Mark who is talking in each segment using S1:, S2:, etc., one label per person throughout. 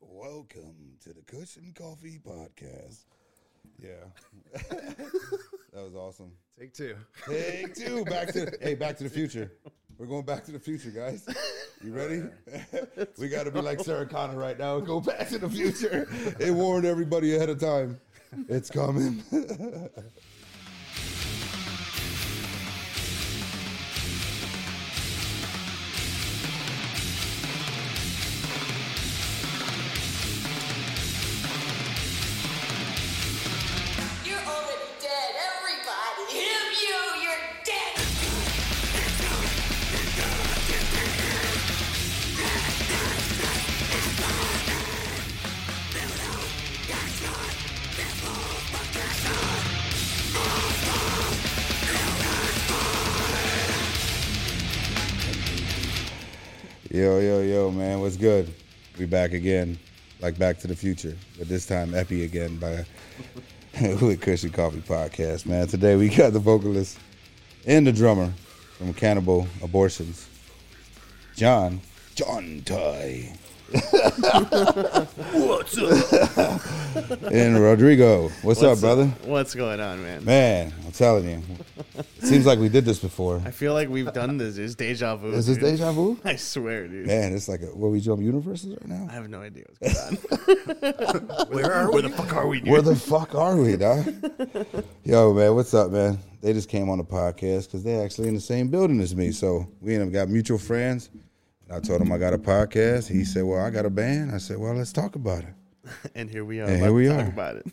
S1: Welcome to the Cushion Coffee Podcast. Yeah, that was awesome.
S2: Take two.
S1: Take two. Back to hey, Back to the Future. We're going Back to the Future, guys. You ready? we got to be like Sarah Connor right now and go back to the future. It warned everybody ahead of time. It's coming.
S3: You're already dead, everybody. Him, you, you're dead.
S1: Yo, yo, yo, man, what's good? We back again, like Back to the Future, but this time Epi again by with Cushy Coffee Podcast, man. Today we got the vocalist and the drummer from Cannibal Abortions, John, John Ty. what's up? and Rodrigo, what's, up, brother?
S2: What's going on, man?
S1: Man, I'm telling you, it seems like we did this before.
S2: I feel like we've done this. It's deja vu.
S1: Is this
S2: dude.
S1: deja vu?
S2: I swear, dude.
S1: Man, it's like a, what we jump universes right now.
S2: I have no idea what's going on. Where are Where the fuck are we, dude?
S1: Where the fuck are we, dog? Yo, man, what's up, man? They just came on the podcast because they're actually in the same building as me. So we and them got mutual friends. And I told him I got a podcast. He said, Well, I got a band. I said, Well, let's talk about it.
S2: and here we are.
S1: And here
S2: about
S1: we
S2: to talk
S1: are.
S2: about it.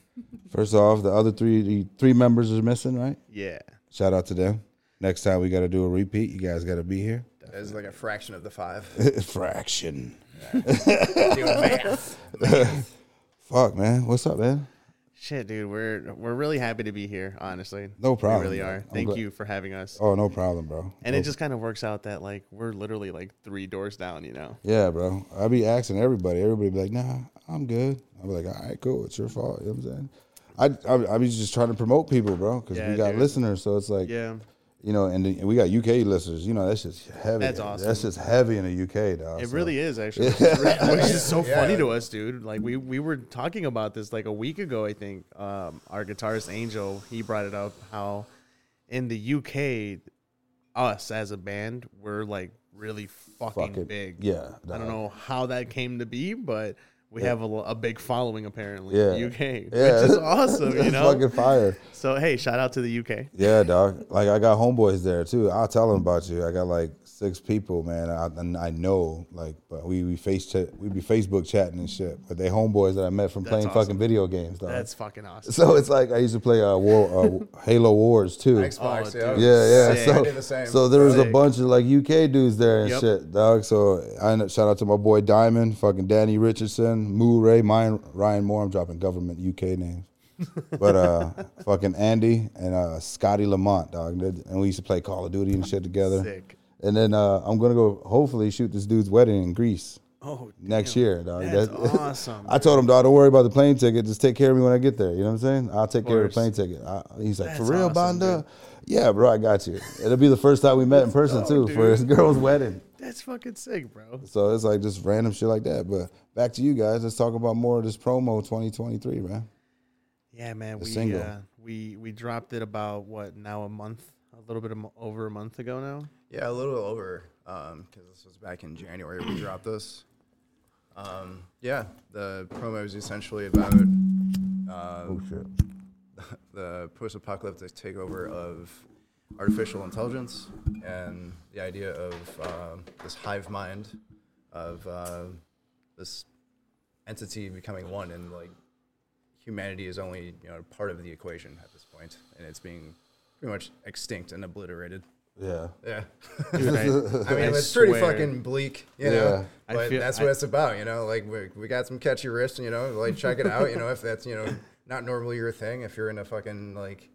S1: First off, the other three the three members are missing, right?
S2: Yeah.
S1: Shout out to them. Next time we got to do a repeat. You guys got to be here.
S4: That is like a fraction of the five.
S1: Fraction.
S4: Doing math.
S1: Fuck, man. What's up, man?
S2: Shit, dude. We're we're really happy to be here. Honestly,
S1: No problem,
S2: We really
S1: man.
S2: are.
S1: I'm
S2: Thank
S1: glad-
S2: you for having us.
S1: Oh, no problem, bro.
S2: And it just kind of works out that like we're literally like three doors down. You know.
S1: Yeah, bro. I be asking everybody. Everybody be like, nah, I'm good. I be like, all right, cool. It's your fault. You know what I'm saying? I, I, I be just trying to promote people, bro, because we
S2: Yeah,
S1: got
S2: dude.
S1: listeners. So it's like,
S2: Yeah.
S1: you know, and, the, we got UK listeners. You know, that's just heavy.
S2: That's awesome.
S1: That's just heavy in the UK, dog.
S2: It
S1: so-
S2: really is actually, which is so
S4: Yeah.
S2: funny to us, dude. Like we we were talking about this like a week ago, I think. Um, our guitarist Angel he brought it up how in the UK, us as a band, we're like really fucking
S1: Fucking-
S2: big.
S1: yeah,
S2: I
S1: dog.
S2: don't know how that came to be, but we have a, lo- a big following apparently.
S1: Yeah.
S2: in the UK,
S1: Yeah.
S2: which is awesome. you
S1: That's
S2: know.
S1: fucking fire.
S2: so hey, shout out to the UK.
S1: Yeah, dog. Like I got homeboys there too. I'll tell them about you. I got like six people, man. I, and I know, like, but we we face chat, we be Facebook chatting and shit. But they homeboys that I met from playing fucking
S2: awesome.
S1: video games, dog.
S2: That's fucking awesome.
S1: So it's like I used to play uh, War, uh, Halo Wars too.
S4: Xbox,
S2: Oh,
S4: yeah.
S2: dude.
S1: Yeah, yeah.
S2: Sick.
S1: So,
S4: I did the same.
S1: so there was a
S2: Sick.
S1: bunch of like UK dudes there and
S2: Yep.
S1: shit, dog. So I know, shout out to my boy Diamond, fucking Danny Richardson, Moo Ray, mine, Ryan Moore. I'm dropping government UK names. but uh, fucking Andy and uh, Scotty Lamont, dog. And we used to play Call of Duty and shit together.
S2: Sick.
S1: And then uh, I'm gonna go hopefully shoot this dude's wedding in Greece
S2: Oh,
S1: next year, dog.
S2: that's
S1: That-
S2: awesome.
S1: I told him, dog, don't worry about the plane ticket. Just take care of me when I get there. You know what I'm saying? I'll take care of the plane
S2: course.
S1: ticket. I, he's like, for
S2: That's
S1: real,
S2: awesome,
S1: Bonda? Yeah, bro, I got you. It'll be the first time we met in person too
S2: dude.
S1: for his girl's wedding.
S2: That's fucking sick, bro.
S1: So it's like just random shit like that. But back to you guys. Let's talk about more of this promo 2023, man.
S2: Yeah, man. We
S1: single.
S2: Uh, we we dropped it about what now a month, a little bit of, mo- over a month ago now.
S4: Yeah, a little over, because this was back in January we dropped this. Um, yeah, the promo is essentially about
S1: Oh shit.
S4: the post-apocalyptic takeover of artificial intelligence and the idea of um this hive mind of uh, this entity becoming one and like humanity is only you know part of the equation at this point and it's being pretty much extinct and obliterated
S1: Yeah.
S4: yeah
S2: Dude, I,
S4: i mean
S2: I
S4: it's pretty
S2: swear.
S4: fucking bleak you
S1: Yeah.
S4: know
S2: I
S4: but
S2: feel-
S4: that's
S2: I-
S4: what it's about you know like we, we got some catchy wrists you know like check it out you know if that's you know not normally your thing if you're in a fucking like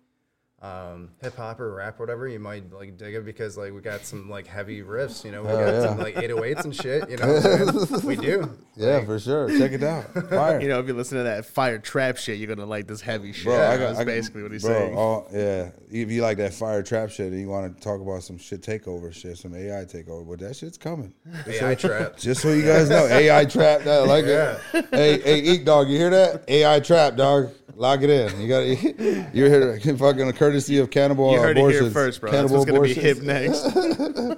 S4: um, hip hop or rap, whatever, you might like dig it because like we got some like heavy riffs, you know, we
S1: Hell
S4: got
S1: yeah.
S4: some like 808s and shit, you know. what I'm saying? we do.
S1: Yeah, for sure. Check it out. Fire.
S2: You know, if you listen to that fire trap shit, you're gonna like this heavy shit.
S1: Bro, I got,
S2: That's
S1: I got-
S2: basically what he's
S1: bro,
S2: saying.
S1: all- yeah, if you like that fire trap shit and you want to talk about some shit takeover shit, some AI takeover, but that shit's coming.
S4: AI trap.
S1: Just so you guys know, AI trap. That I like it. Hey, hey, eat dog. You hear that? AI trap dog. Lock it in. You got to You're here. to- Fucking a courtesy of cannibal
S2: you heard
S1: abortions.
S2: it here first, bro. That's
S1: Cannibal
S2: what's gonna be hip
S1: abortions.
S2: next.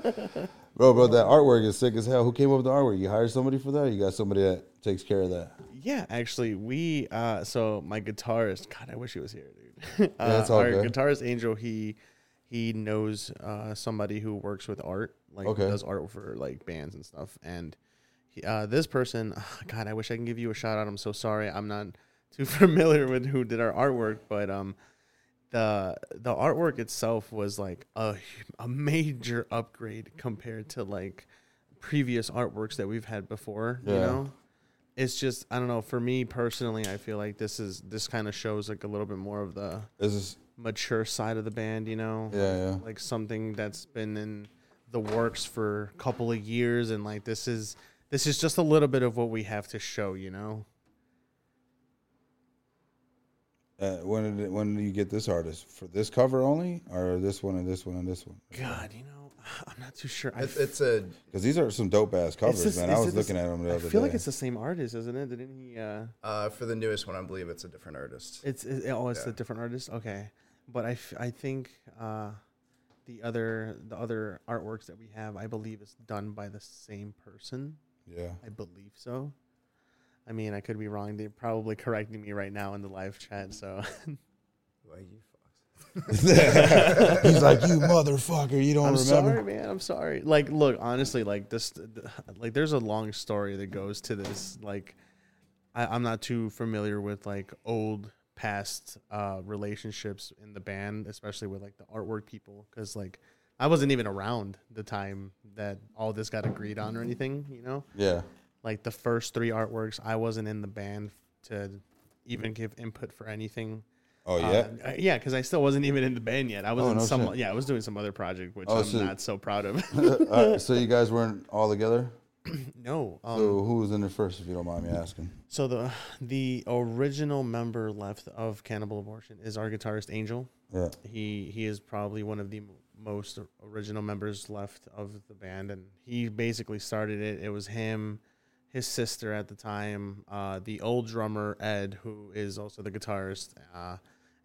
S1: Bro, bro, that artwork is sick as hell. Who came up with the artwork? You hired somebody for that? Or you got somebody that takes care of that?
S2: Yeah, actually, we uh, so my guitarist. God, I wish he was here, dude. uh,
S1: it's all
S2: our
S1: good.
S2: guitarist Angel, he he knows uh, somebody who works with art, like
S1: Okay.
S2: does art for like bands and stuff. And he, uh, this person, God, I wish I can give you a shout out. I'm so sorry, I'm not too familiar with who did our artwork, but um, the the artwork itself was like a a major upgrade compared to like previous artworks that we've had before. You
S1: Yeah.
S2: know, it's just I don't know. For me personally, I feel like this is this kind of shows like a little bit more of the
S1: This is
S2: mature side of the band. You know,
S1: yeah, yeah.
S2: like something that's been in the works for a couple of years, and like this is this is just a little bit of what we have to show. You know,
S1: Uh, when did it, when do you get this artist for this cover only, or this one and this one and this one?
S2: God, you know, I'm not too sure. I
S4: It's, it's a
S1: Because these are some dope ass
S2: It's
S1: covers,
S2: this-
S1: man. I
S2: is
S1: was
S2: it this-
S1: looking at them the
S2: I
S1: other
S2: feel
S1: day.
S2: like it's the same artist, isn't it? Didn't he? Uh,
S4: uh, for the newest one, I believe it's a different artist.
S2: it's it, oh, it's
S4: Yeah.
S2: a different artist. Okay, but I, f- I think uh, the other the other artworks that we have, I believe, is done by the same person.
S1: yeah,
S2: I believe so. I mean, I could be wrong. They're probably correcting me right now in the live chat. So
S4: Why you fucks?
S1: he's like you motherfucker. You don't
S2: I'm
S1: remember?
S2: sorry, man. I'm sorry. Like, look, honestly, like this, th- like, there's a long story that goes to this. Like, I, I'm not too familiar with like old past uh, relationships in the band, especially with like the artwork people, because like I wasn't even around the time that all this got agreed on or anything. You know,
S1: Yeah,
S2: like the first three artworks, I wasn't in the band to even give input for anything.
S1: oh yeah.
S2: Uh, uh, yeah, because I still wasn't even in the band yet. I was
S1: Oh,
S2: in
S1: no
S2: some,
S1: shit.
S2: yeah, I was doing some other project, which
S1: Oh,
S2: I'm
S1: so-
S2: not so proud of.
S1: All right, so you guys weren't all together.
S2: no, um, so,
S1: So who was in there first, if you don't mind me asking?
S2: the the original member left of Cannibal Abortion is our guitarist Angel.
S1: Yeah,
S2: He he is probably one of the m- most original members left of the band, and he basically started it. It was him, his sister at the time, uh, the old drummer Ed, who is also the guitarist, uh,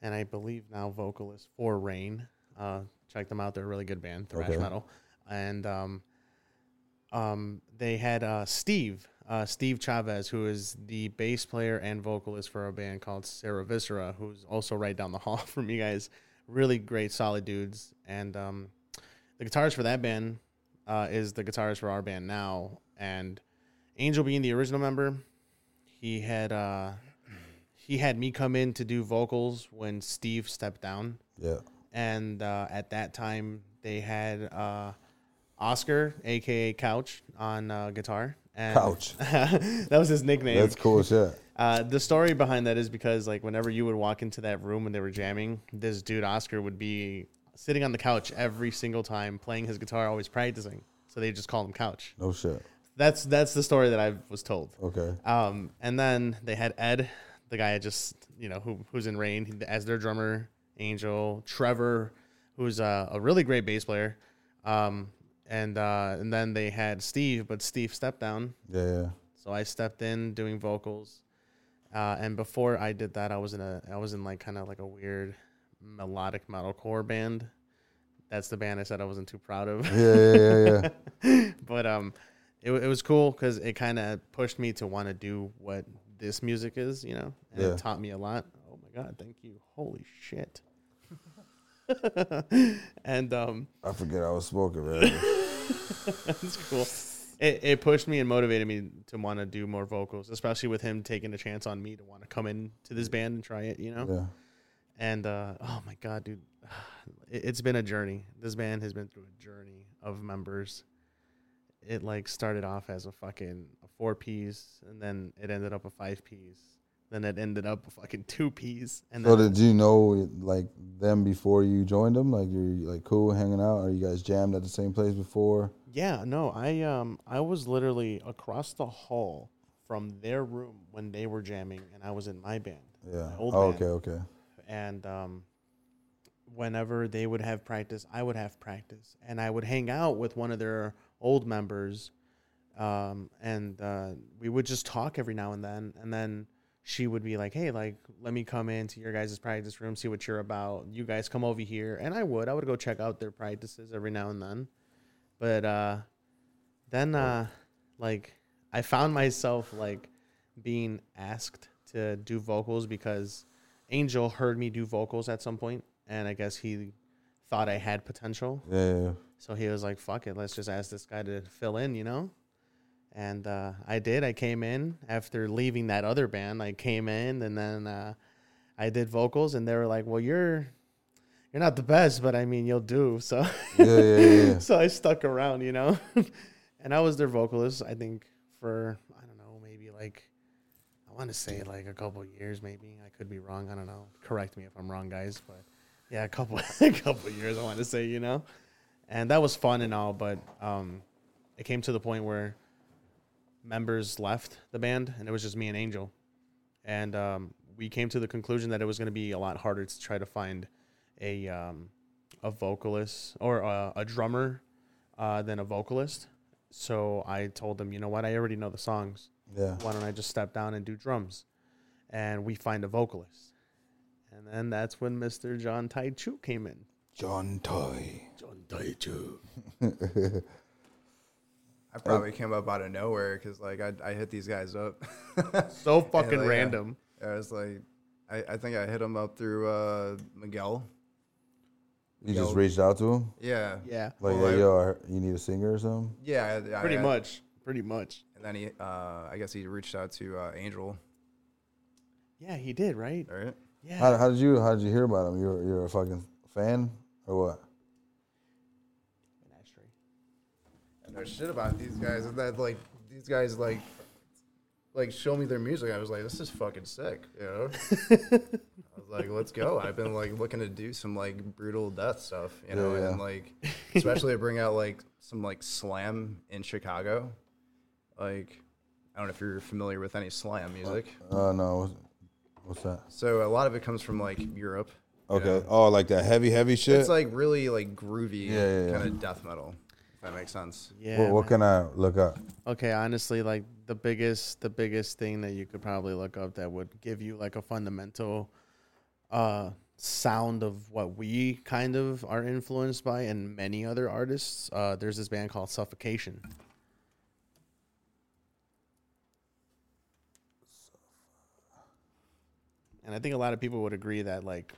S2: and I believe now vocalist for Rain. Uh, check them out; they're a really good band, thrash
S1: Okay.
S2: metal, and um, um, they had uh, Steve. Uh, Steve Chavez, who is the bass player and vocalist for a band called Sarah Viscera, who's also right down the hall from you guys. Really great, solid dudes. And um, the guitarist for that band uh, is the guitarist for our band now. And Angel being the original member, he had uh, he had me come in to do vocals when Steve stepped down
S1: yeah.
S2: and uh, at that time they had uh, Oscar, aka Couch, on uh, guitar. And
S1: Couch.
S2: that was his nickname.
S1: That's cool shit.
S2: Uh, the story behind that is because like whenever you would walk into that room when they were jamming, this dude Oscar would be sitting on the couch every single time, playing his guitar, always practicing. So they just call him Couch.
S1: No Oh, shit.
S2: That's that's the story that I was told.
S1: Okay.
S2: Um, and then they had Ed, the guy I just you know who who's in Rain as their drummer, Angel, Trevor, who's a, a really great bass player, um, and uh, and then they had Steve, but Steve stepped down,
S1: Yeah, yeah.
S2: so I stepped in doing vocals. Uh, and before I did that, I was in a I was in like kind of like a weird melodic metalcore band. That's the band I said I wasn't too proud of
S1: Yeah, yeah, yeah, yeah.
S2: but um, it, wa- it was cool because it kind of pushed me to want to do what this music is, you know, and
S1: Yeah.
S2: it taught me a lot. Oh my god, thank you! Holy shit! and um,
S1: I forget I was smoking, man.
S2: it's cool. It, it pushed me and motivated me to want to do more vocals, especially with him taking a chance on me to want to come into this band and try it, you know.
S1: Yeah.
S2: And uh, oh my god, dude, it, it's been a journey. This band has been through a journey of members. It like started off as a fucking a four piece, and then it ended up a five piece, Then it ended up with fucking two P's. And
S1: So
S2: then
S1: did you know like them before you joined them? Like you're like cool hanging out? Are you guys jammed at the same place before?
S2: Yeah, no, I um I was literally across the hall from their room when they were jamming and I was in my band.
S1: Yeah.
S2: my old
S1: Oh,
S2: band.
S1: okay, okay.
S2: And um whenever they would have practice, I would have practice and I would hang out with one of their old members um and uh we would just talk every now and then and then she would be like, "Hey, like let me come into your guys' practice room, see what you're about. You guys come over here." And I would. I would go check out their practices every now and then. But uh then uh like I found myself like being asked to do vocals because Angel heard me do vocals at some point and I guess he thought I had potential.
S1: Yeah, yeah, yeah.
S2: So he was like, "Fuck it, let's just ask this guy to fill in," you know. And uh, I did. I came in after leaving that other band. I came in and then uh, I did vocals, and they were like, "Well, you're you're not the best, but I mean, you'll do." So
S1: Yeah, yeah, yeah, yeah.
S2: so I stuck around, you know. and I was their vocalist, I think, for I don't know, maybe like I want to say like a couple years, maybe. I could be wrong. I don't know. Correct me if I'm wrong, guys. But yeah, a couple a couple years, I want to say, you know. And that was fun and all, but um, it came to the point where members left the band, and it was just me and Angel. And um, we came to the conclusion that it was going to be a lot harder to try to find a um, a vocalist or a, a drummer uh, than a vocalist. So I told them, you know what? I already know the songs.
S1: Yeah.
S2: Why don't I just step down and do drums? And we find a vocalist. And then that's when Mr. John Tai Chu came in.
S1: John Toy.
S2: John Tai Chu.
S4: I probably came up out of nowhere because like I, I hit these guys up.
S2: So fucking
S4: like, uh,
S2: random.
S4: I was like, I, I think I hit them up through uh, Miguel.
S1: You just reached out to him?
S4: Yeah.
S2: Yeah.
S1: Like,
S4: Well, I-
S1: hey, yo, I heard- you need a singer or something?
S4: Yeah. I- I-
S2: Pretty
S4: I-
S2: much. Pretty much.
S4: And then he, uh, I guess he reached out to uh, Angel.
S2: Yeah, he did, right?
S4: All right.
S2: Yeah.
S1: How, how did you how did you hear about him? You're you're a fucking fan or what?
S2: An ashtray.
S4: I know shit about these guys, and that like these guys like like show me their music. I was like, this is fucking sick, you know. I was like, let's go. I've been like looking to do some like brutal death stuff, you know,
S1: Yeah,
S4: and
S1: yeah.
S4: like especially bring out like some like slam in Chicago. Like, I don't know if you're familiar with any slam music.
S1: Oh no, what's, what's that?
S4: So a lot of it comes from like Europe. you
S1: Okay.
S4: know?
S1: Oh, like that heavy, heavy shit.
S4: It's like really like groovy
S1: Yeah, yeah, yeah.
S4: kind of death metal. If that makes sense.
S2: Yeah.
S1: what, what
S2: man.
S1: can I look up?
S2: Okay, honestly, like the biggest the biggest thing that you could probably look up that would give you like a fundamental uh sound of what we kind of are influenced by and many other artists. Uh there's this band called Suffocation. And I think a lot of people would agree that like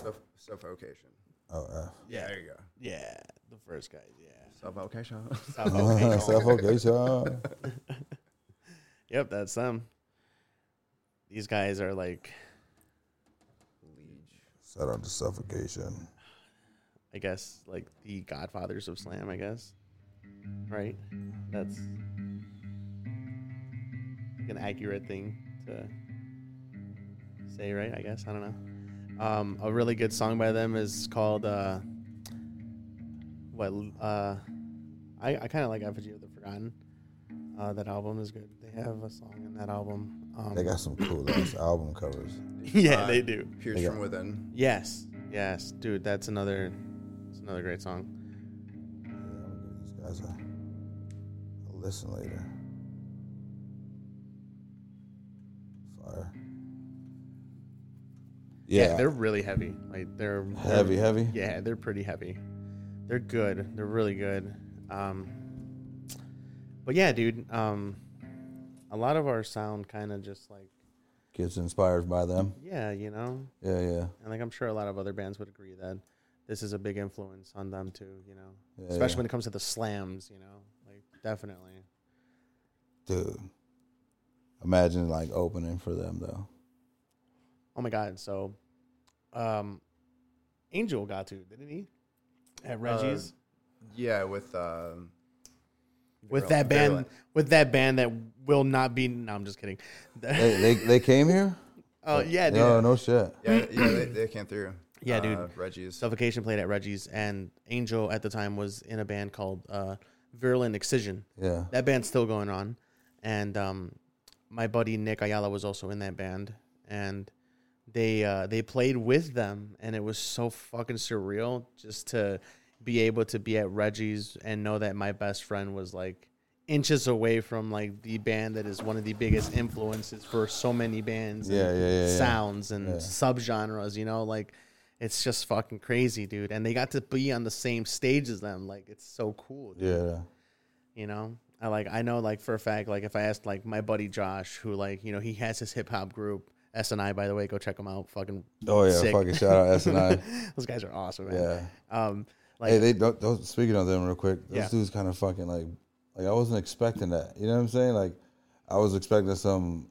S4: Suff- suffocation.
S1: Oh, uh,
S4: Yeah, there you go.
S2: yeah, the first guys, yeah.
S4: Suffocation.
S2: Suffocation.
S1: uh, suffocation.
S2: Yep, that's them. These guys are like,
S1: Set up the suffocation.
S2: I guess, like the godfathers of slam, I guess. Right? That's an accurate thing to say, right? I guess. I don't know. Um, a really good song by them is called, uh, what, uh, I, I kind of like Effigy of the Forgotten. Uh, that album is good. They have a song in that album. Um,
S1: They got some cool ass album covers.
S2: yeah,
S4: Uh,
S2: they do.
S4: Pierce from within.
S2: Yes, yes, dude. That's another, it's another great song.
S1: Yeah, I'm gonna give these guys a, a listen later. Fire.
S2: Yeah,
S1: Yeah,
S2: they're really heavy. Like they're they're-
S1: heavy, heavy.
S2: Yeah, they're pretty heavy. They're good. They're really good. Um, but yeah, dude. Um, a lot of our sound kind of just like
S1: Gets inspired by them.
S2: yeah, you know,
S1: Yeah, yeah.
S2: and like I'm sure a lot of other bands would agree that this is a big influence on them too. You know,
S1: Yeah,
S2: especially
S1: yeah.
S2: when it comes to the slams. You know, like definitely.
S1: Dude. Imagine like opening for them though.
S2: Oh my god! So, um, Angel got to didn't he? At Reggie's
S4: Yeah, with um,
S2: with
S4: Virulent-
S2: that band,
S4: Virulent.
S2: with that band that will not be. No, I'm just kidding.
S1: They they, they came here?
S2: Oh yeah, dude.
S1: No, no shit.
S4: Yeah, yeah, they, they came through.
S2: Yeah, dude.
S4: Uh, Reggie's.
S2: Suffocation played at Reggie's, and Angel at the time was in a band called uh, Virulent Excision.
S1: Yeah.
S2: That band's still going on, and um, my buddy Nick Ayala was also in that band, and they uh, they played with them, and it was so fucking surreal just to be able to be at Reggie's and know that my best friend was like inches away from like the band that is one of the biggest influences for so many bands and
S1: Yeah, yeah, yeah, yeah.
S2: sounds and subgenres you know like it's just fucking crazy dude and they got to be on the same stage as them like it's so cool dude
S1: Yeah.
S2: you know i like i know like for a fact like if i asked like my buddy josh who like you know he has his hip-hop group sni by the way go check them out fucking
S1: Oh yeah.
S2: Sick.
S1: Fucking shout out S and I.
S2: those guys are
S1: Yeah.
S2: awesome man. um like
S1: Hey, they don't, those speaking of them real quick. Those
S2: Yeah.
S1: dudes kind of fucking like, like I wasn't expecting that. You know what I'm saying? Like, I was expecting some,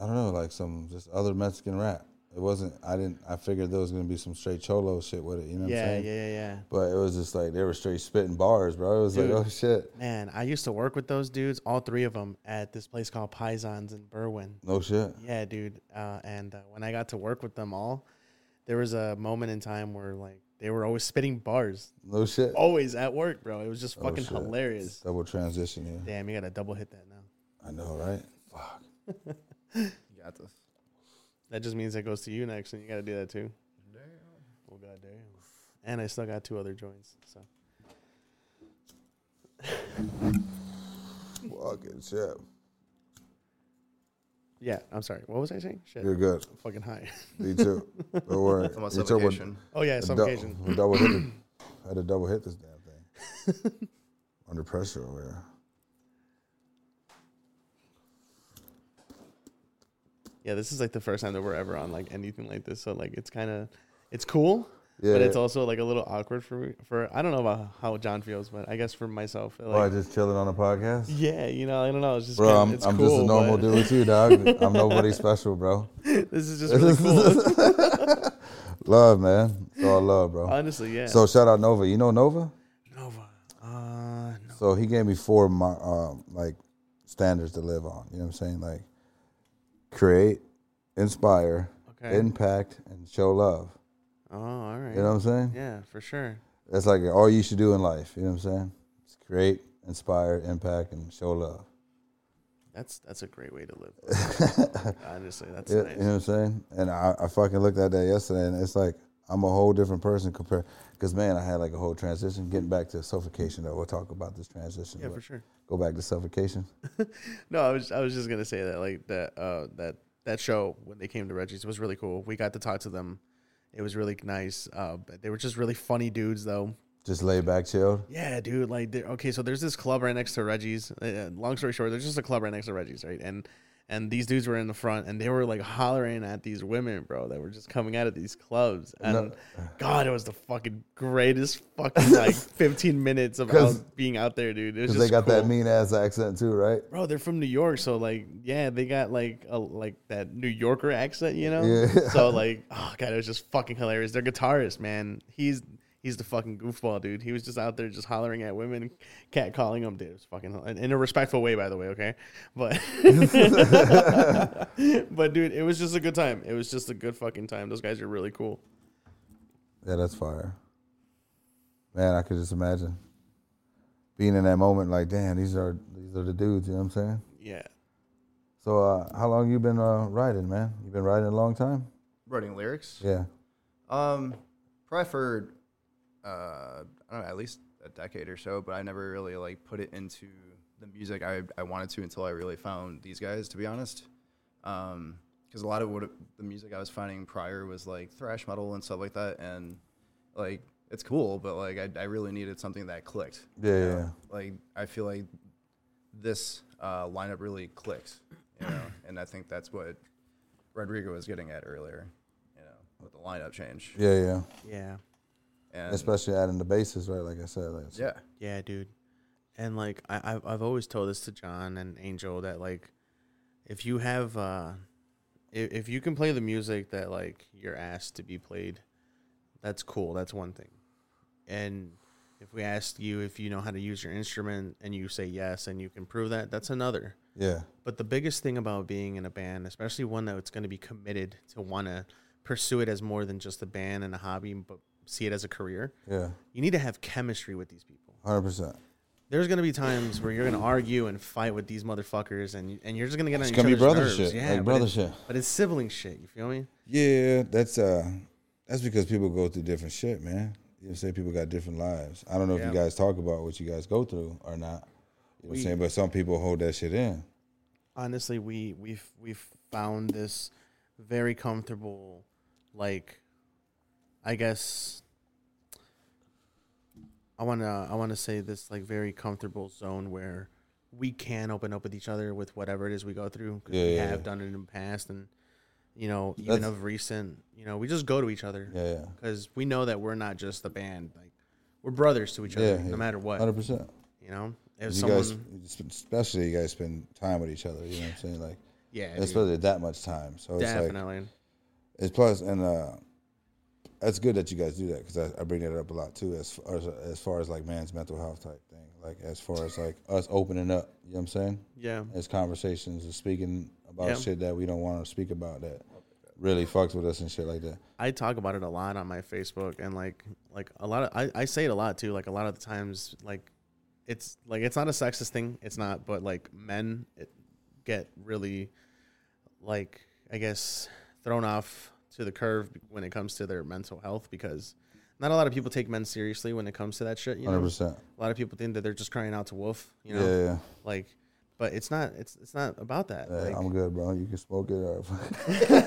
S1: I don't know, like some just other Mexican rap. It wasn't. I didn't. I figured there was gonna be some straight cholo shit with it. You know what I'm
S2: yeah yeah
S1: saying?
S2: yeah yeah
S1: But it was just like they were straight spitting bars, bro. It was
S2: Dude.
S1: like, oh shit,
S2: man i used to work with those dudes all three of them at this place called pisons in berwyn
S1: no shit.
S2: Yeah, dude. Uh, and uh, when I got to work with them all, there was a moment in time where like they were always spitting bars,
S1: No shit.
S2: always at work, bro. It was just fucking
S1: Oh, shit.
S2: hilarious.
S1: Double transition here.
S2: Damn, you gotta double hit that now.
S1: I know, right? Fuck.
S4: You got this.
S2: That just means that goes to you next, and you gotta do that too. Well, goddamn. And I still got two other joints. So
S1: Fucking shit.
S2: yeah, I'm sorry. What was I saying? Shit,
S1: You're good.
S2: I'm fucking high.
S1: Me too. Don't worry.
S4: It's almost
S1: We took one-
S4: suffocation.
S2: oh yeah,
S1: a
S2: some
S1: dou-
S2: occasion.
S1: we double hit it. Had to double hit this damn thing. Under pressure over here.
S2: Yeah, this is like the first time that we're ever on like anything like this. So like it's kind of it's cool,
S1: Yeah.
S2: but it's also like a little awkward for me. For I don't know about how John feels, but I guess for myself, like,
S1: Why just chilling on a podcast?
S2: yeah, you know, I don't know. It's just
S1: Bro,
S2: kinda-
S1: I'm,
S2: it's
S1: I'm
S2: cool,
S1: just a normal
S2: but
S1: dude with you, dog. I'm nobody special, bro.
S2: this is just really cool.
S1: Love, man. It's all love, bro.
S2: Honestly, yeah.
S1: So shout out Nova. You know Nova?
S2: Nova, uh, no.
S1: So he gave me four my um, like standards to live on. You know what I'm saying? Like create, inspire,
S2: Okay.
S1: impact, and show love.
S2: oh, all right,
S1: You know what I'm saying?
S2: yeah, for sure.
S1: That's like all you should do in life. You know what I'm saying? Just create, inspire, impact, and show love.
S2: That's that's a great way to live. Honestly, that's
S1: Yeah, You know
S2: nice.
S1: what I'm saying? And I, I fucking looked at that yesterday, and it's like I'm a whole different person compared. Because man, I had like a whole transition. Getting back to suffocation, though, we'll talk about this transition.
S2: Yeah,
S1: but
S2: for sure.
S1: Go back to suffocation.
S2: No, I was I was just gonna say that like that uh that that show when they came to Reggie's was really cool. We got to talk to them. It was really nice. Uh, but they were just really funny dudes though.
S1: Just lay back, chilled.
S2: Yeah, dude. Like, they- okay, so there's this club right next to Reggie's. Uh, long story short, there's just a club right next to Reggie's, right? And and these dudes were in the front, and they were like hollering at these women, bro, that were just coming out of these clubs. And
S1: uh,
S2: God, it was the fucking greatest fucking like 15 minutes of
S1: 'Cause-
S2: out, being out there, dude. It was
S1: Because
S2: just
S1: they got that
S2: cool
S1: mean ass accent too, right?
S2: bro they're from new york so like yeah they got like a like that new yorker accent you know
S1: Yeah.
S2: so like oh god it was just fucking hilarious their guitarist man he's he's the fucking goofball dude he was just out there just hollering at women cat calling them dude it was fucking hil- in a respectful way by the way okay but but dude it was just a good time it was just a good fucking time those guys are really cool
S1: Yeah, that's fire. Man, I could just imagine being in that moment. Like, damn, these are these are the dudes. You know what I'm saying?
S2: yeah
S1: So, uh, how long you been uh, riding, man? You been riding a long time?
S4: Writing lyrics.
S1: Yeah.
S4: Um, probably for uh, I don't know, at least a decade or so, but I never really like put it into the music I, I wanted to until I really found these guys, to be honest. Um, because a lot of what it- the music I was finding prior was like thrash metal and stuff like that, and like it's cool, but like I, I really needed something that clicked.
S1: Yeah, yeah, yeah.
S4: Like I feel like this uh, lineup really clicks, you know, and I think that's what Rodrigo was getting at earlier, you know, with the lineup change.
S1: Yeah, yeah.
S2: yeah
S4: And
S1: Especially adding the bases, right? Like I said, like,
S4: yeah,
S2: Yeah, dude. And like I, I've I've always told this to John and Angel that like if you have uh if, if you can play the music that like you're asked to be played, that's cool. That's one thing. And If we ask you if you know how to use your instrument and you say yes and you can prove that, that's another.
S1: Yeah.
S2: But the biggest thing about being in a band, especially one that's going to be committed to want to pursue it as more than just a band and a hobby, but see it as a career,
S1: Yeah.
S2: you need to have chemistry with these people.
S1: Hundred percent.
S2: There's going to be times where you're going to argue and fight with these motherfuckers, and and you're just going to get on
S1: It's
S2: each
S1: gonna be
S2: other's
S1: brother
S2: nerves.
S1: shit,
S2: yeah,
S1: like
S2: but
S1: brother
S2: it-
S1: shit.
S2: But it's sibling shit. You feel me?
S1: Yeah, that's uh that's because people go through different shit, man. You know what I'm saying? People got different lives. I don't know if
S2: Yeah.
S1: you guys talk about what you guys go through or not. You know what I'm saying? But some people hold that shit in.
S2: honestly we we've we've found this very comfortable like i guess i want to i want to say this like very comfortable zone where we can open up with each other with whatever it is we go through 'cause
S1: Yeah,
S2: we
S1: yeah,
S2: have
S1: yeah.
S2: done it in the past and you know even
S1: That's-
S2: of recent you know we just go to each other
S1: Yeah, yeah.
S2: because we know that we're not just a band like we're brothers to each other
S1: Yeah,
S2: no matter what
S1: Hundred percent.
S2: you know if
S1: You
S2: someone
S1: guys, especially you guys spend time with each other. You know what I'm saying? Like,
S2: yeah dude,
S1: especially that much time. So it's like,
S2: definitely
S1: it's plus, and uh, that's good that you guys do that because I, I bring that up a lot too, as far as, as far as like man's mental health type thing. Like as far as like us opening up. You know what I'm saying?
S2: yeah
S1: As conversations and speaking about
S2: Yeah.
S1: shit that we don't want to speak about that really fucks with us and shit like that.
S2: I talk about it a lot on my Facebook and like like a lot of I, I say it a lot too. Like a lot of the times like it's like it's not a sexist thing. It's not, but like men it, get really like I guess thrown off to the curve when it comes to their mental health because not a lot of people take men seriously when it comes to that shit. You know,
S1: Hundred percent.
S2: a lot of people think that they're just crying out to wolf. You
S1: Yeah,
S2: know,
S1: yeah.
S2: like but it's not. It's it's not about that.
S1: Hey,
S2: like,
S1: I'm good, bro. You can smoke it. Or I'm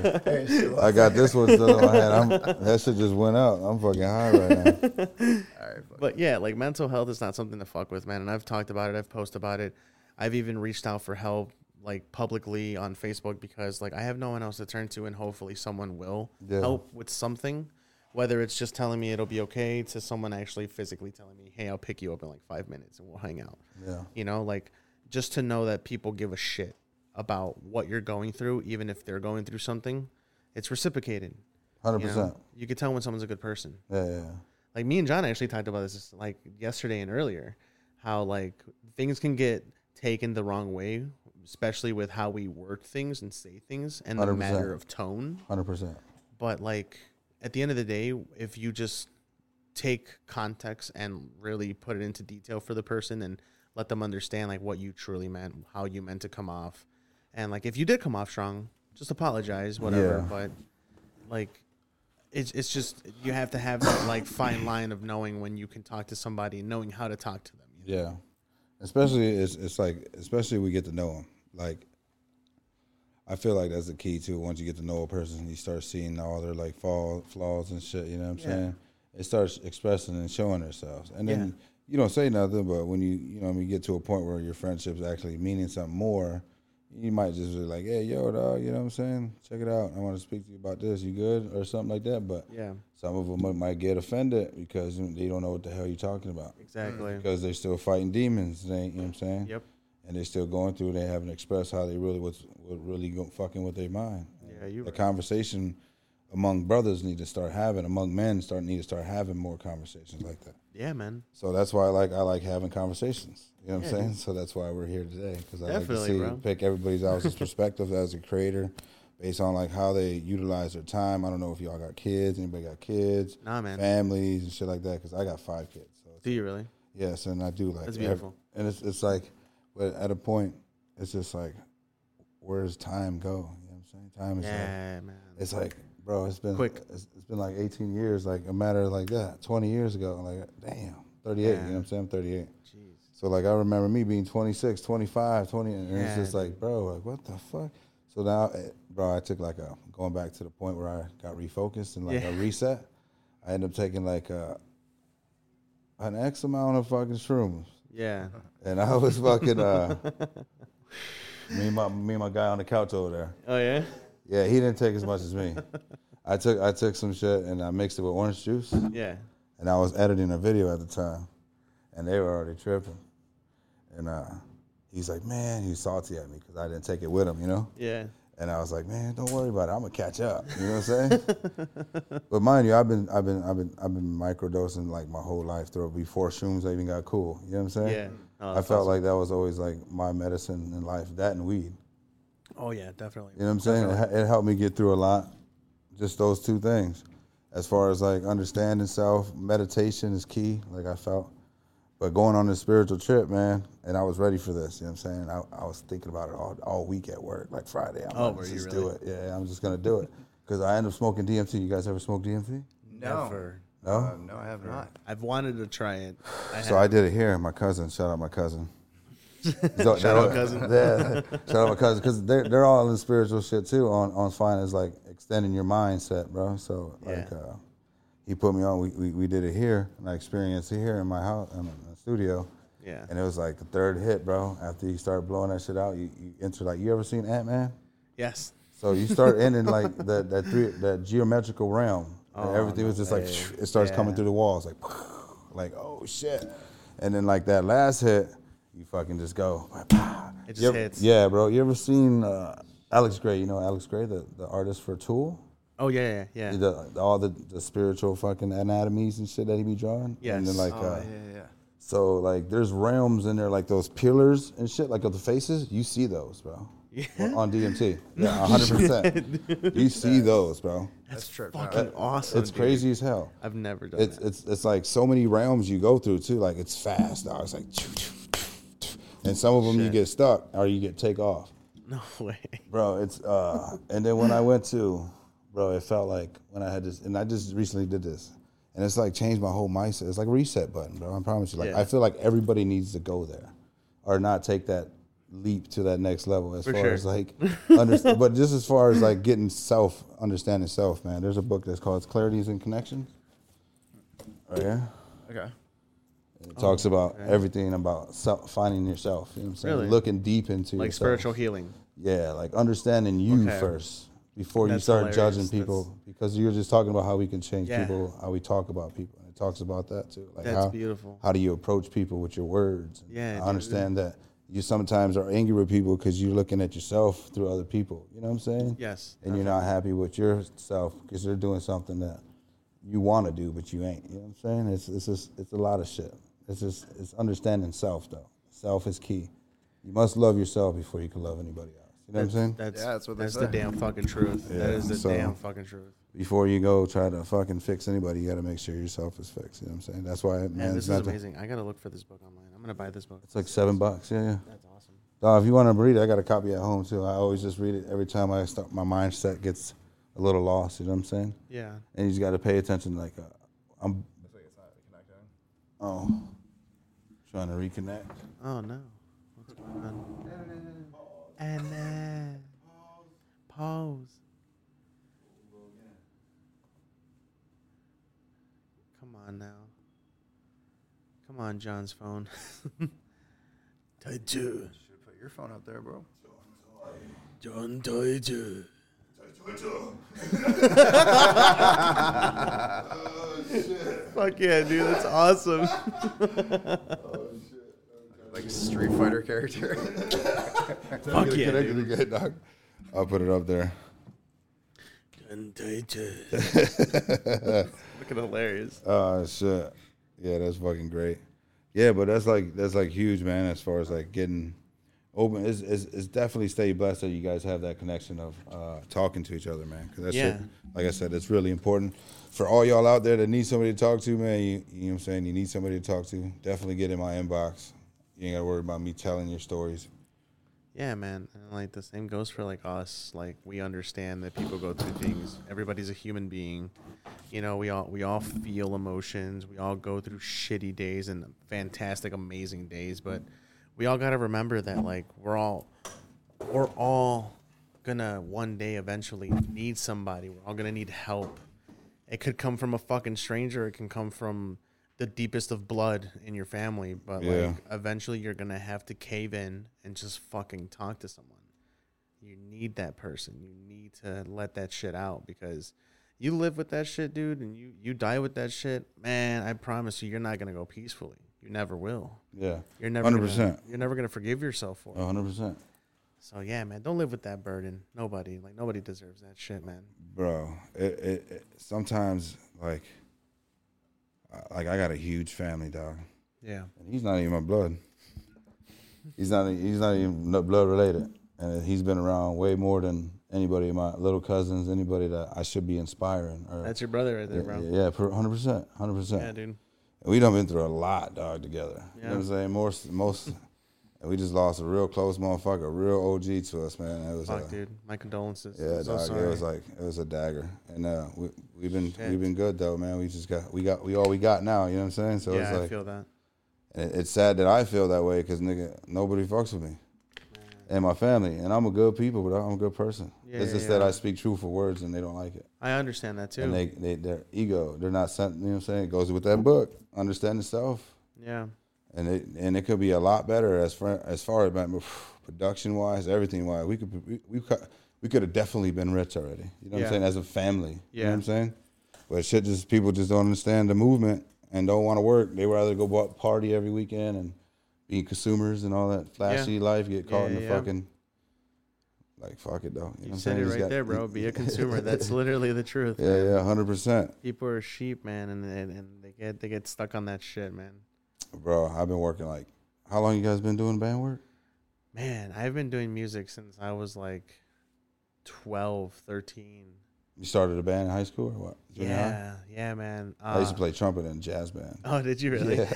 S1: fucking- I got this one still in my hand. I'm, that shit just went out. I'm fucking high right now.
S4: All right, but
S2: But yeah, like mental health is not something to fuck with, man. And I've talked about it. I've posted about it. I've even reached out for help, like publicly on Facebook, because like I have no one else to turn to, and hopefully someone will
S1: Yeah.
S2: help with something. Whether it's just telling me it'll be okay to someone actually physically telling me, "Hey, I'll pick you up in like five minutes and we'll hang out."
S1: Yeah.
S2: You know, like just to know that people give a shit about what you're going through, even if they're going through something, it's reciprocated.
S1: Hundred
S2: You,
S1: percent.
S2: know? you can tell when someone's a good person
S1: Yeah, yeah.
S2: like me and John actually talked about this just, like yesterday and earlier, how like things can get taken the wrong way, especially with how we word things and say things and the
S1: 100%.
S2: matter of tone.
S1: Hundred percent.
S2: But like at the end of the day, if you just take context and really put it into detail for the person and let them understand like what you truly meant, how you meant to come off, and like if you did come off strong, just apologize, whatever.
S1: Yeah.
S2: But like it's it's just you have to have that like fine line of knowing when you can talk to somebody and knowing how to talk to them.
S1: Yeah. Especially it's it's like especially we get to know them. Like I feel like that's the key too. Once you get to know a person, you start seeing all their like fall, flaws and shit. You know what I'm
S2: Yeah.
S1: saying? It starts expressing and showing themselves, and then
S2: Yeah.
S1: you don't say nothing. But when you you know when you get to a point where your friendship's actually meaning something more, you might just be like, "Hey, yo, dog, you know what I'm saying? Check it out. I want to speak to you about this. You good or something like that?" But
S2: Yeah,
S1: some of them might get offended because they don't know what the hell you're talking about
S2: exactly.
S1: because they're still fighting demons. They, you know what I'm saying?
S2: Yep.
S1: And they're still going through. They haven't expressed how they really was what really go, fucking with their mind.
S2: Yeah, you
S1: The
S2: right.
S1: conversation among brothers need to start having among men start need to start having more conversations like that.
S2: Yeah, man.
S1: So that's why I like I like having conversations. You know what
S2: Yeah,
S1: I'm saying?
S2: dude.
S1: So that's why we're here today because I like to
S2: Definitely,
S1: see
S2: bro.
S1: pick everybody's else's perspective as a creator, based on like how they utilize their time. I don't know if y'all got kids. Anybody got kids?
S2: Nah, man.
S1: Families and shit like that. Because I got five kids. So it's
S2: Do you really?
S1: Yes, and I do like
S2: That's
S1: ev-
S2: beautiful.
S1: and it's it's like, but at a point, it's just like, where does time go? You know what I'm saying? Time is like,
S2: Yeah, man.
S1: it's like, bro, it's been
S2: Quick.
S1: It's, it's been like 18 years, like a matter of like that, 20 years ago. Like, damn, 38. You know what I'm saying? I'm 38.
S2: Jeez.
S1: So like I remember me being 26, 25, 20, and it's
S2: Yeah,
S1: just like, bro, like what the fuck? So now, eh, bro, I took like a going back to the point where I got refocused and like a
S2: Yeah.
S1: reset. I ended up taking like a, an X amount of fucking shrooms,
S2: Yeah.
S1: and I was fucking uh, me and my me and my guy on the couch over there.
S2: Oh yeah.
S1: Yeah, he didn't take as much as me. I took I took some shit and I mixed it with orange juice
S2: Yeah.
S1: and I was editing a video at the time, and they were already tripping. And uh, he's like, "Man, he's salty at me because I didn't take it with him," you know.
S2: Yeah.
S1: And I was like, man, don't worry about it. I'm gonna catch up. You know what I'm saying? but mind you, I've been, I've been, I've been, I've been microdosing like my whole life through before shrooms I even got cool. You know what I'm saying?
S2: Yeah. Oh,
S1: I
S2: that's
S1: felt like that was always like my medicine in life, that and weed.
S2: Oh yeah, definitely.
S1: You know what I'm saying? It, he- it helped me get through a lot. Just those two things. As far as like understanding self, meditation is key, like I felt. But going on this spiritual trip, man, and I was ready for this. You know what I'm saying? I, I was thinking about it all, all week at work, like Friday. I'm
S2: Oh,
S1: like,
S2: were you
S1: just do
S2: really?
S1: it. Yeah, I'm just going to do it. Because I end up smoking DMT. You guys ever smoke DMT?
S4: No.
S2: Never.
S1: No?
S4: Uh, no, I have not.
S2: I've wanted to try it. I
S1: So I did it here. My cousin, shout out my cousin. shout
S2: out cousin.
S1: Yeah, shout out my cousin because they're they're all in spiritual shit too. On on fine is like extending your mindset, bro. So like,
S2: Yeah.
S1: uh, he put me on. We, we we did it here, and I experienced it here in my house in the studio.
S2: Yeah.
S1: and it was like the third hit, bro. After you start blowing that shit out, you, you enter like you ever seen Ant Man?
S2: yes.
S1: So you start ending like that that three that geometrical realm. and everything was just like it starts coming
S2: Oh, Yeah.
S1: through the walls, like like oh shit, and then like that last hit, you fucking just go.
S2: It just
S1: You ever-
S2: hits.
S1: Yeah, bro. You ever seen uh, Alex Gray? You know Alex Gray, the, the artist for Tool.
S2: Oh yeah, yeah, yeah.
S1: The, all the, the spiritual fucking anatomies and shit that he be drawing. And
S2: Yes.
S1: then like
S4: Oh,
S1: uh,
S4: yeah, yeah.
S1: so like there's realms in there like those pillars and shit like of the faces. You see those, bro. On DMT. Yeah, 100%. you see those, bro.
S4: That's true.
S2: Fucking awesome.
S1: it's
S2: dude.
S1: crazy as hell.
S2: I've never done
S1: It's
S2: that.
S1: it's it's like so many realms you go through too. Like it's fast. Dog. It's like and some of them you
S2: Shit.
S1: get stuck or you get take off.
S2: No way.
S1: Bro, it's uh and then when I went to bro, it felt like when I had this and I just recently did this. And it's like changed my whole mindset. It's like a reset button, bro. I promise you. Like
S2: Yeah.
S1: I feel like everybody needs to go there or not take that leap to that next level as far
S2: sure.
S1: as like understand but just as far as like getting self understanding self, man. There's a book that's called Clarities and Connections. Right here.
S4: Okay.
S1: It talks about everything about self, finding yourself. You know what I'm saying?
S2: Oh, Really?
S1: Looking deep into
S2: Like
S1: yourself.
S2: spiritual healing.
S1: Yeah, like understanding you
S2: Okay.
S1: first before you
S2: That's
S1: start
S2: hilarious.
S1: judging people because you're just talking about how we can change
S2: Yeah.
S1: people, how we talk about people. And it talks about that too. Like
S2: That's
S1: how,
S2: beautiful.
S1: How do you approach people with your words? And
S2: Yeah,
S1: I
S2: dude.
S1: understand that you sometimes are angry with people because you're looking at yourself through other people. You know what I'm saying?
S2: Yes,
S1: And you're not happy with yourself because they're doing something that you want to do but you ain't. You know what I'm saying? It's it's just it's a lot of shit. It's just it's understanding self though. Self is key. You must love yourself before you can love anybody else. You know what I'm saying?
S2: That's
S4: Yeah, that's what they
S2: that's the
S4: say.
S2: damn fucking truth. that
S1: Yeah,
S2: is the
S1: so-
S2: damn fucking truth.
S1: before you go try to fucking fix anybody, you got to make sure yourself is fixed. You know what I'm saying? That's why it
S2: Man,
S1: man,
S2: this
S1: it's
S2: is
S1: not the-
S2: amazing. I gotta look for this book online. I'm gonna buy this book.
S1: it's like seven bucks. Yeah, yeah.
S2: That's awesome.
S1: Dawg, if you want to read it, I got a copy at home too. I always just read it every time I start. My mindset gets a little lost. You know what I'm saying?
S2: Yeah.
S1: And you just got to pay attention. Like, uh, I'm
S4: Looks like it's not connecting.
S1: oh, trying to reconnect.
S2: Oh no. What's going on? And then pause. Come on now. Come on, John's phone. Taiju.
S4: Should put your phone out there, bro.
S2: John Taiju. Fuck yeah, dude. That's awesome.
S4: Like Street Fighter character.
S2: Fuck yeah, dude.
S1: Connected again, dog. I'll put it up there.
S2: Fucking hilarious.
S1: Oh shit. Yeah, that's fucking great. Yeah, but that's like that's like huge, man. As far as like getting open, it's, it's, it's definitely stay blessed that you guys have that connection of uh, talking to each other, man. Because that shit,
S2: Yeah.
S1: like I said, it's really important for all y'all out there that need somebody to talk to, man. You, you know what I'm saying? You need somebody to talk to. Definitely get in my inbox. You ain't gotta worry about me telling your stories.
S2: Yeah, man. And like the same goes for like us. Like we understand that people go through things. Everybody's a human being. You know, we all we all feel emotions. We all go through shitty days and fantastic, amazing days. But we all gotta remember that like we're all we're all gonna one day eventually need somebody. We're all gonna need help. It could come from a fucking stranger. It can come from the deepest of blood in your family. But
S1: Yeah.
S2: like eventually you're gonna have to cave in and just fucking talk to someone. You need that person. You need to let that shit out because you live with that shit, dude, and you you die with that shit. Man, I promise you, you're not gonna go peacefully. You never will.
S1: Yeah,
S2: You're never
S1: 100%.
S2: Gonna, you're never gonna forgive yourself for it.
S1: 100%.
S2: So yeah, man, don't live with that burden. Nobody, like nobody deserves that shit, man.
S1: bro it, it, it sometimes like I- like i got a huge family dog
S2: Yeah.
S1: and he's not even my blood he's not he's not even no blood related and he's been around way more than anybody my little cousins anybody that i should be inspiring or
S2: That's your brother right there, bro. Yeah,
S1: yeah, yeah, per- 100% 100%
S2: dude.
S1: and we done been through a lot, dog, together. You know what I'm
S2: Yeah.
S1: saying? Most, most, and we just lost a real close motherfucker, a real OG to us, man. It was,
S2: Fuck,
S1: uh,
S2: dude. My condolences.
S1: yeah,
S2: I'm so
S1: dog. It
S2: sorry.
S1: was like it was a dagger, and uh, we we've been we've been good though, man. We just got we got we all we got now. You know what I'm saying? So
S2: yeah, I
S1: it's like
S2: feel that.
S1: it, it's sad that I feel that way because nigga, nobody fucks with me. And my family, and I'm a good people, but I'm a good person.
S2: Yeah,
S1: it's
S2: yeah,
S1: just that
S2: yeah.
S1: I speak truthful words, and they don't like it.
S2: I understand that too.
S1: And they, they, their ego, they're not sent. You know what I'm saying? It goes with that book, understand the self
S2: yeah.
S1: and it and it could be a lot better as far as far as production wise, everything wise. We could we we, cou- we could have definitely been rich already. You know what
S2: Yeah.
S1: I'm saying? As a family, you know
S2: Yeah.
S1: what I'm saying. But shit, just people just don't understand the movement and don't want to work. They rather go bo- party every weekend and be consumers and all that flashy life. Get caught
S2: Yeah,
S1: in the
S2: yeah, yeah.
S1: fucking like fuck it though. You, know what
S2: You
S1: I'm
S2: said
S1: saying?
S2: it
S1: Just
S2: right
S1: got-
S2: there, bro. Be a consumer. That's literally the truth.
S1: yeah, yeah, hundred percent.
S2: People are sheep, man, and, and and they get they get stuck on that shit, man.
S1: Bro, I've been working like how long you guys been doing band work?
S2: Man, I've been doing music since I was like 12, 13.
S1: You started a band in high school or what? Junior high?
S2: Yeah, yeah, man. Uh,
S1: I used to play trumpet in a jazz band.
S2: Oh, did you really?
S1: Yeah.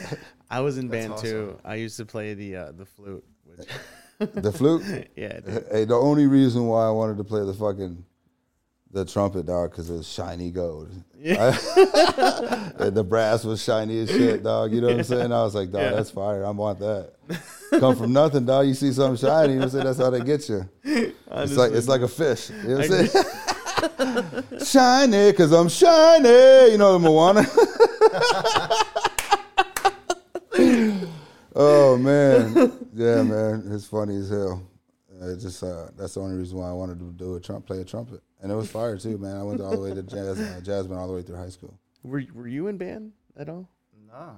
S2: I was in band
S4: awesome.
S2: too. I used to play the uh, the flute. Which,
S1: The flute.
S2: yeah, dude.
S1: hey, the only reason why I wanted to play the fucking the trumpet, dog, because it was shiny gold.
S2: Yeah.
S1: And the brass was shiny as shit, dog. You know what I'm saying? I was like, dog,
S2: Yeah.
S1: that's fire. I want that. Come from nothing, dog. You see something shiny, you know what I'm saying? That's how they get you. It's like it's like a fish. You know what I'm saying? shiny, cause I'm shiny. You know Moana. oh man, yeah, man, it's funny as hell. Uh, just uh, that's the only reason why I wanted to do a trump, play a trumpet, and it was fire too, man. I went all the way to jazz, uh, jazz band all the way through high school.
S2: were were you in band at all?
S4: Nah,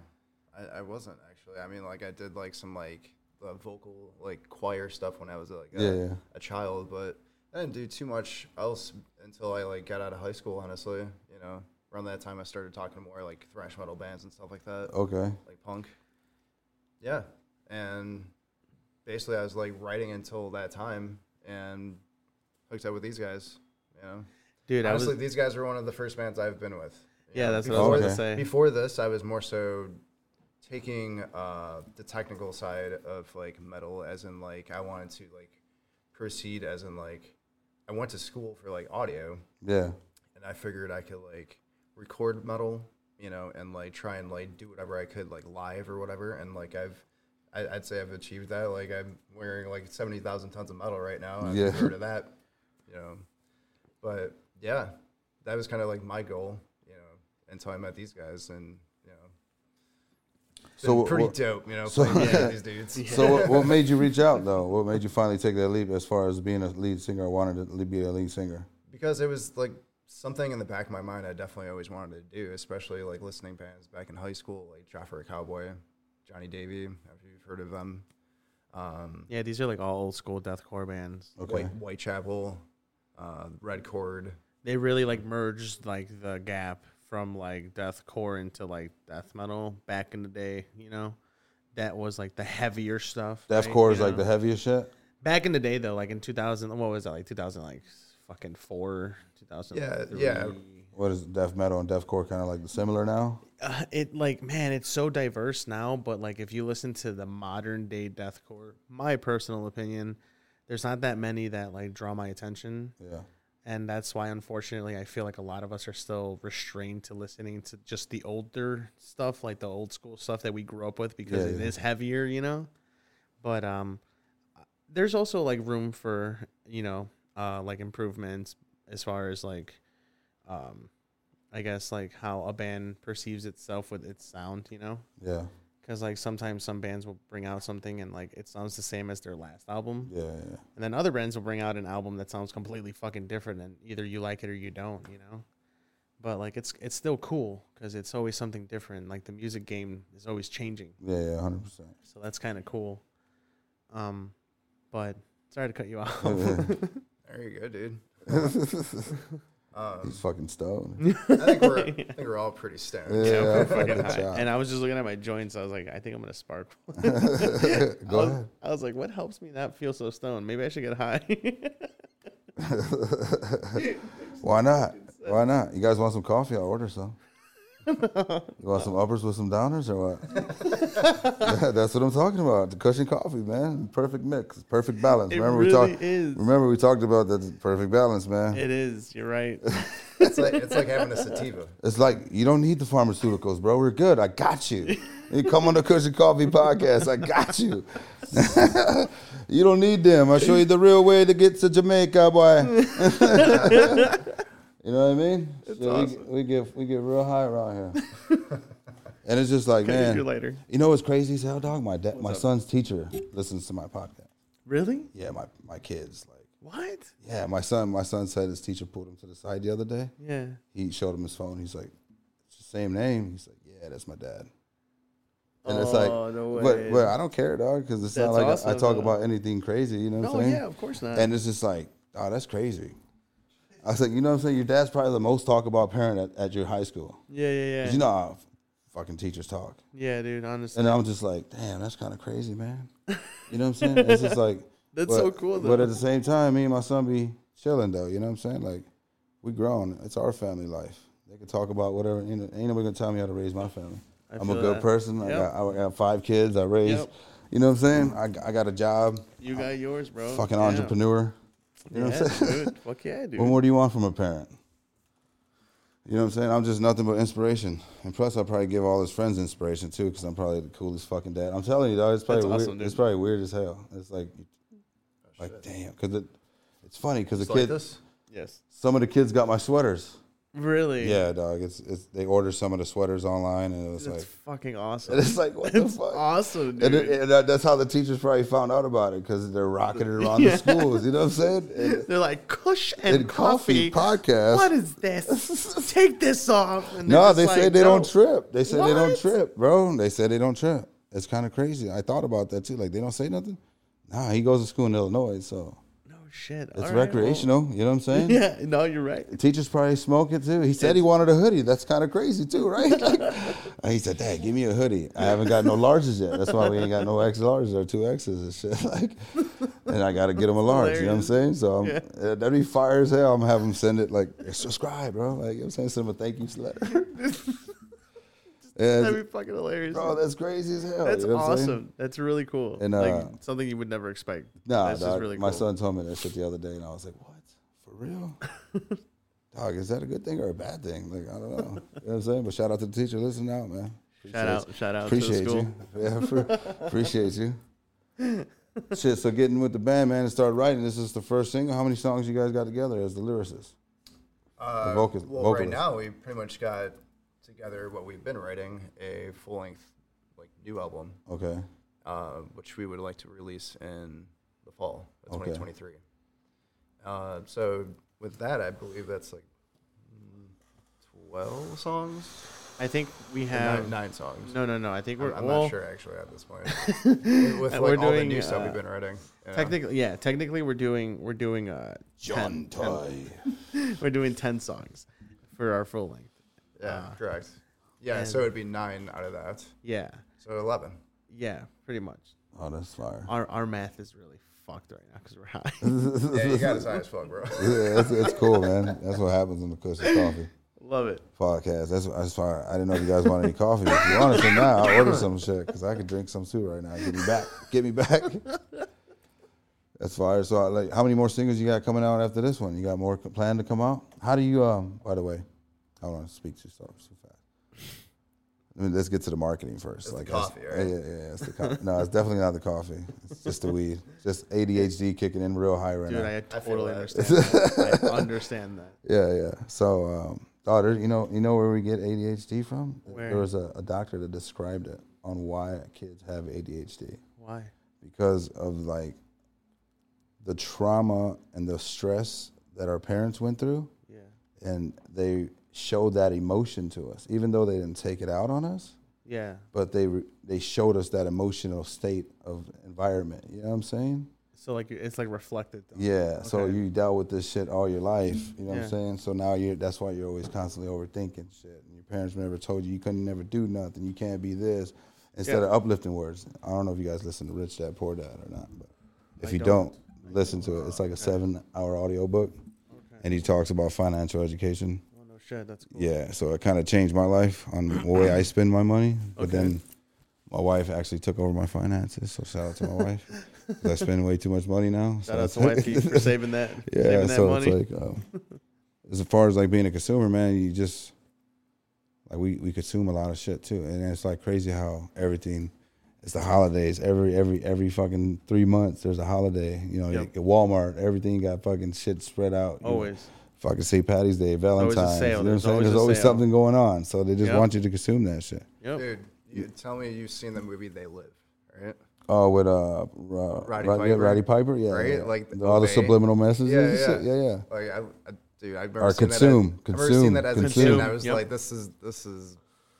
S4: I, I wasn't actually. I mean, like I did like some like uh, vocal like choir stuff when I was like a,
S1: Yeah, yeah.
S4: a child, but I didn't do too much else until I like got out of high school. Honestly, you know, around that time I started talking to more like thrash metal bands and stuff like that,
S1: Okay,
S4: like punk. Yeah, and basically I was like writing until that time and hooked up with these guys. You know,
S2: Dude, I was.
S4: honestly, these guys were one of the first bands I've been with. you
S2: yeah,
S4: know,
S2: that's what I was
S1: Oh, Okay.
S2: gonna say.
S4: before this, I was more so taking uh, the technical side of like metal, as in like I wanted to like proceed, as in like I went to school for like audio,
S1: yeah,
S4: and I figured I could like record metal, you know, and like try and like do whatever I could like live or whatever. And like I've, I, I'd say I've achieved that. Like I'm wearing like seventy thousand tons of metal right now. I've
S1: Yeah.
S4: heard of that, you know. But yeah, that was kind of like my goal, you know, until I met these guys and you know. it's
S1: So
S4: been
S1: what-
S4: pretty
S1: what-
S4: dope, you know.
S1: so-
S4: playing with these dudes.
S1: So what, what made you reach out though? What made you finally take that leap as far as being a lead singer? I wanted to be a lead singer.
S4: because it was like something in the back of my mind I definitely always wanted to do, especially like listening bands back in high school, like Jaffer Cowboy, Johnny Davy. After you've heard of them, um,
S2: yeah, these are like all old school deathcore bands.
S1: Okay.
S4: White Whitechapel, uh, Red Chord.
S2: They really like merged like the gap from like deathcore into like death metal back in the day. You know, that was like the heavier stuff. right?
S1: Deathcore is
S2: You
S1: like
S2: know?
S1: the heaviest shit.
S2: back in the day though, like in 2000, what was that like 2000 like fucking four, 2003.
S4: yeah.
S1: What is death metal and deathcore kind of like similar now?
S2: Uh, it like man, it's so diverse now. But like if you listen to the modern day deathcore, my personal opinion, there's not that many that like draw my attention,
S1: Yeah.
S2: and that's why unfortunately I feel like a lot of us are still restrained to listening to just the older stuff, like the old school stuff that we grew up with, because
S1: Yeah,
S2: it
S1: yeah.
S2: is heavier, you know. But um, there's also like room for you know uh like improvements as far as like um i guess like how a band perceives itself with its sound you know
S1: Yeah.
S2: because like sometimes some bands will bring out something and like it sounds the same as their last album
S1: Yeah. Yeah.
S2: and then other bands will bring out an album that sounds completely fucking different and either you like it or you don't you know but like it's it's still cool because it's always something different like the music game is always changing
S1: Yeah. Yeah. Hundred percent.
S2: so that's kind of cool. Um, but Sorry to cut you off.
S1: Mm-hmm.
S4: There you go, dude.
S2: Uh,
S1: He's fucking stoned.
S4: I think we're, I think we're all pretty stoned.
S1: Yeah, I'm
S2: Fucking
S1: fucking
S2: high.
S1: shot.
S2: and I was just looking at my joints. I was like, I think I'm gonna spark.
S1: Go
S2: I was-
S1: ahead.
S2: I was like, what helps me not feel so stoned? Maybe I should get high.
S1: Why not? Why not? You guys want some coffee? I'll order some. You want some uppers with some downers or what? That's what I'm talking about. The cushion coffee, man. Perfect mix. Perfect balance.
S2: It
S1: remember we
S2: really
S1: talked
S2: is.
S1: Remember we talked about that the perfect balance, man.
S2: it is. You're right.
S4: It's like, it's like having a sativa.
S1: It's like you don't need the pharmaceuticals, bro. We're good. I got you. You come on the Cushion Coffee podcast. I got you. you don't need them. I'll show you the real way to get to Jamaica, boy. you know what I mean? So
S2: awesome.
S1: we, we get we get real high around here. and it's just like,
S2: Catch
S1: man.
S2: you later.
S1: You know what's crazy as hell, dog? My dad, my son's teacher listens to my podcast.
S2: really?
S1: Yeah, my my kids like.
S2: What?
S1: Yeah, my son. My son said his teacher pulled him to the side the other day
S2: Yeah.
S1: he showed him his phone. He's like, it's the same name. He's like, yeah, that's my dad. And it's like,
S2: Oh, no way.
S1: but, but I don't care, dog, because it's not
S2: That's
S1: like I- I,
S2: awesome,
S1: talk
S2: though.
S1: about anything crazy. You know what
S2: No,
S1: I'm saying?
S2: Oh, yeah, of course not.
S1: And it's just like, oh, that's crazy. I was like, you know what I'm saying? Your dad's probably the most talk about parent at, at your high school.
S2: Yeah, yeah,
S1: 'Cause
S2: yeah.
S1: You know how fucking teachers talk.
S2: yeah, dude. Honestly,
S1: And I'm just like, damn, that's kind of crazy, man. You know what I'm saying? It's just like
S2: That's
S1: but-
S2: so cool,
S1: But
S2: though.
S1: at the same time, me and my son be chilling though. You know what I'm saying? Like, we grown. It's our family life. They can talk about whatever. You know, ain't nobody gonna tell me how to raise my family. I am a
S2: feel
S1: good
S2: that.
S1: person. I,
S2: Yep.
S1: got, I got five kids. I raised.
S2: Yep.
S1: You know what I'm saying? I, got- I got a job.
S2: you got yours, bro.
S1: Fucking
S2: Yeah.
S1: entrepreneur. You know
S2: Yeah,
S1: what I'm saying?
S2: dude. Fuck yeah, dude.
S1: What more do you want from a parent? You know what I'm saying? I'm just nothing but inspiration. And plus, I probably give all his friends inspiration too, because I'm probably the coolest fucking dad. I'm telling you, dog, it's probably
S2: That's
S1: weird.
S2: awesome, dude.
S1: it's probably weird as hell. It's like, like damn, because it, it's funny because the
S4: It's like
S1: kids,
S4: this.
S2: yes.
S1: some of the kids got my sweaters.
S2: Really?
S1: Yeah, dog. It's, it's they ordered some of the sweaters online, and it was
S2: That's
S1: like,
S2: fucking awesome.
S1: and it's like what the fuck?
S2: awesome, dude.
S1: And, it, and that- that's how the teachers probably found out about it because they're rocking it around
S2: Yeah.
S1: the schools. You know what I'm saying? And-
S2: They're like Kush and,
S1: And coffee podcast.
S2: What is this? Take this off. And
S1: No,
S2: they're
S1: they
S2: just
S1: say
S2: like,
S1: they
S2: "No."
S1: don't trip. They say they don't
S2: What?
S1: trip, bro. They say they don't trip. It's kind of crazy. I thought about that too. Like they don't say nothing. Nah, he goes to school in Illinois, so
S2: No shit.
S1: it's
S2: All right, well,
S1: recreational. you know what I'm saying?
S2: yeah. No, you're right.
S1: Teachers probably smoke it too. He said he wanted a hoodie. That's kind of crazy too, right? Like, he said, "Dad, give me a hoodie. I haven't got no larges yet. That's why we ain't got no X larges or two X's and shit. Like, and I got to get him a large. You know what I'm saying? So I'm, uh, that'd be fire as hell. I'm gonna have him send it like subscribe, bro. Like you know what I'm saying, send him a thank you letter. Yeah, it's-
S2: That'd be fucking hilarious.
S1: Bro, that's crazy as hell.
S2: That's
S1: you know what I'm saying?
S2: awesome. That's really cool.
S1: And,
S2: like
S1: uh,
S2: something you would never expect.
S1: Nah,
S2: that's
S1: dog,
S2: just really cool.
S1: my son told me that shit the other day, and I was like, "What? For real? dog, is that a good thing or a bad thing? Like, I don't know. you know what I'm saying? But shout out to the teacher. Listen out, man.
S2: Shout out, shout out to the
S1: Appreciate
S2: school.
S1: you. Yeah, for, appreciate you. shit. So getting with the band, man, and start writing. This is the first single. How many songs you guys got together as the lyricist?
S4: Uh,
S1: The vocal-
S4: well,
S1: vocalist.
S4: right now we pretty much got together what we've been writing a full length like new album,
S1: Okay.
S4: uh, which we would like to release in the fall of
S1: Okay.
S4: 2023. Uh, so with that, I believe that's like mm, 12 songs,
S2: I think we
S4: Or
S2: have
S4: nine, nine songs.
S2: no, no, no. I think
S4: I'm,
S2: we're
S4: I'm
S2: well,
S4: not sure actually at this point. with with, like,
S2: we're
S4: all the
S2: doing,
S4: new stuff
S2: uh,
S4: we've been writing. yeah.
S2: Technically, yeah. Technically, we're doing we're doing uh
S1: John Toy.
S2: we're doing ten songs for our full length.
S4: yeah,
S2: uh,
S4: correct. Yeah, so it'd be nine out of that.
S2: Yeah,
S4: So 11.
S2: yeah, pretty much.
S1: Oh, that's fire.
S2: Our our math is really fucked right now because we're high.
S4: Yeah, you got us high as fuck, bro.
S1: Yeah, it's, it's cool, man. That's what happens in the cushion coffee.
S2: Love it.
S1: podcast. That's that's why I didn't know if you guys wanted any coffee. If you want some now, I'll order some shit because I could drink some too right now. Get me back. Get me back. That's fire. So, I, like, how many more singles you got coming out after this one? You got more c- planned to come out? How do you? Um, by the way, I don't want to speak too so too fast. I mean, let's get to the marketing first.
S4: the
S1: like
S4: coffee,
S1: that's-
S4: right?
S1: Yeah, yeah, yeah, it's the coffee. no, it's definitely not the coffee. It's just the weed. Just ADHD kicking in real high right
S2: Dude,
S1: now.
S2: I totally
S4: that.
S2: understand. That. I understand that.
S1: Yeah, yeah. So, um, daughter, you know, you know where we get ADHD from?
S2: Where?
S1: There was a, a doctor that described it on why kids have ADHD
S2: Why?
S1: because of like the trauma and the stress that our parents went through,
S2: Yeah.
S1: and they showed that emotion to us, even though they didn't take it out on us.
S2: Yeah.
S1: But they re- they showed us that emotional state of environment. You know what I'm saying?
S2: So like it's like reflected. though.
S1: Yeah, so
S2: Okay.
S1: you dealt with this shit all your life. You know what
S2: Yeah.
S1: I'm saying? So now you're that's why you're always constantly overthinking shit. And your parents never told you you couldn't never do nothing. You can't be this. Instead
S2: Yeah.
S1: of uplifting words, I don't know if you guys listen to Rich Dad Poor Dad or not, but if
S2: I
S1: you
S2: don't.
S1: don't, listen to it. It's like a seven-hour audio book, and he talks about financial education.
S2: Oh no shit, that's cool.
S1: Yeah, so it kind of changed my life on the way I spend my money. But
S2: Okay.
S1: then my wife actually took over my finances. So shout out to my wife. 'Cause I spend way too much money now. so
S2: Shout out
S1: that's-
S2: to YP for saving that.
S1: yeah,
S2: saving that
S1: so
S2: money.
S1: it's like um, as far as like being a consumer, man, you just like we we consume a lot of shit too, and it's like crazy how everything. It's the holidays. Every every every fucking three months, there's a holiday. You know,
S2: Yep.
S1: at Walmart, everything got fucking shit spread out. you know.
S2: Always.
S1: Fucking St. Patty's Day,
S2: always
S1: Valentine's.
S2: a sale.
S1: You know what I'm
S2: There's
S1: saying?
S2: always
S1: There's
S2: a
S1: always
S2: sale.
S1: something going on, so they just
S2: Yep.
S1: want you to consume that shit.
S2: Yep.
S4: Dude, you tell me you've seen the movie They Live, right?
S1: Oh, with uh, Roddy, Roddy
S4: Roddy
S1: Piper.
S4: Piper.
S1: Roddy Piper, yeah,
S4: Right?
S1: yeah.
S4: Like,
S1: all the
S4: obey.
S1: subliminal messages,
S4: Yeah,
S1: and
S4: yeah,
S1: shit. yeah, yeah.
S4: Like, I, I, dude, I've never
S1: Or
S4: seen
S1: consume,
S4: that. As, I've never
S1: consume,
S4: seen that as a kid.
S1: consume.
S4: And I was
S2: Yep.
S4: like, this is this is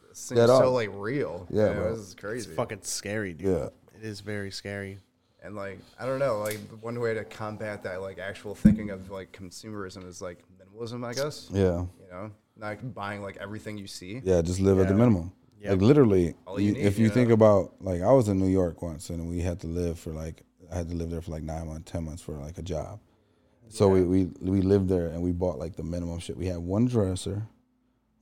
S4: this seems
S1: Dead
S4: so
S1: on.
S4: like real.
S1: Yeah,
S4: you know,
S1: bro.
S4: this is crazy.
S2: It's fucking scary, dude.
S1: Yeah.
S2: It is very scary.
S4: and like, I don't know. Like, one way to combat that, like, actual thinking of like consumerism is like minimalism, I guess.
S1: Yeah.
S4: You know, not buying like everything you see.
S1: Yeah, just live at the
S2: Yeah.
S1: minimum.
S2: Yeah.
S1: Like literally,
S4: All you
S1: you-
S4: need,
S1: if you
S4: yeah.
S1: think about like I was in New York once and we had to live for like I had to live there for like nine months, ten months for like a job. So we, we we lived there and we bought like the minimum shit. We had one dresser.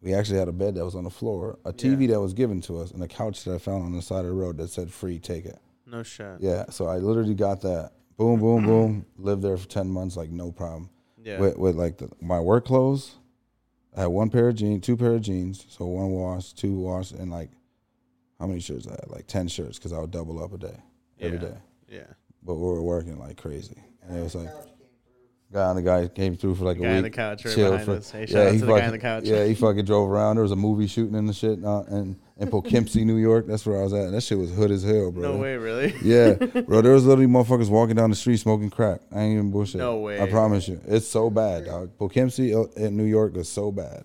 S1: We actually had a bed that was on the floor, a TV that was given to us, and a couch that I found on the side of the road that said "free, take it."
S2: No shit.
S1: Yeah, so I literally got that. Boom, boom,
S4: Mm-hmm.
S1: boom. Lived there for ten months, like no problem.
S2: Yeah.
S1: With, with like the, my work clothes, I had one pair of jeans, two pair of jeans, so one wash, two wash, and like how many shirts I had? Like ten shirts, because I would double up a day every
S2: Yeah.
S1: day.
S2: Yeah.
S1: But we were working like crazy, and it was like. Guy on the guy came through for like
S2: guy
S1: a week.
S2: on the couch right
S1: chilled
S2: behind us. Hey, shout out
S1: he
S2: to the guy on
S1: fucking-
S2: the couch.
S1: Yeah, he fucking drove around. There was a movie shooting and the shit uh, in, in Poughkeepsie, New York. That's where I was at. And that shit was hood as hell, bro.
S2: No way, really.
S1: Yeah, bro. There was literally motherfuckers walking down the street smoking crack. I ain't even bullshit.
S2: No way.
S1: I promise you, it's so bad, dog. Poughkeepsie uh, in New York is so bad,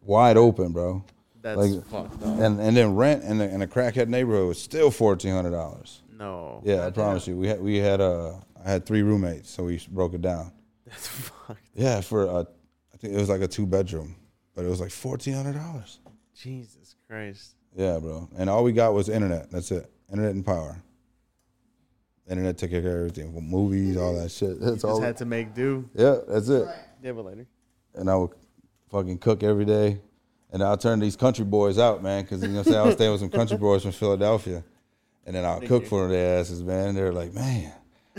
S1: wide open, bro.
S2: That's fucked up.
S1: And and then rent in the in a crackhead neighborhood was still fourteen hundred dollars.
S2: No.
S1: Yeah, I promise you. We had we had uh I had three roommates, so we broke it down.
S2: That's fucked.
S1: Yeah, for uh, I think it was like a two bedroom, but it was like fourteen hundred dollars.
S2: Jesus Christ.
S1: Yeah, bro. And all we got was internet. That's it. Internet and power. Internet took care of everything. Movies, all that shit. That's all.
S2: Just had to make do.
S1: yeah, that's it.
S2: Yeah, but later.
S1: And I would fucking cook every day. And I'll turn these country boys out, man, because you know what I'm saying? I was staying with some country boys from Philadelphia. And then I'll cook for their asses, man. And they're like, man,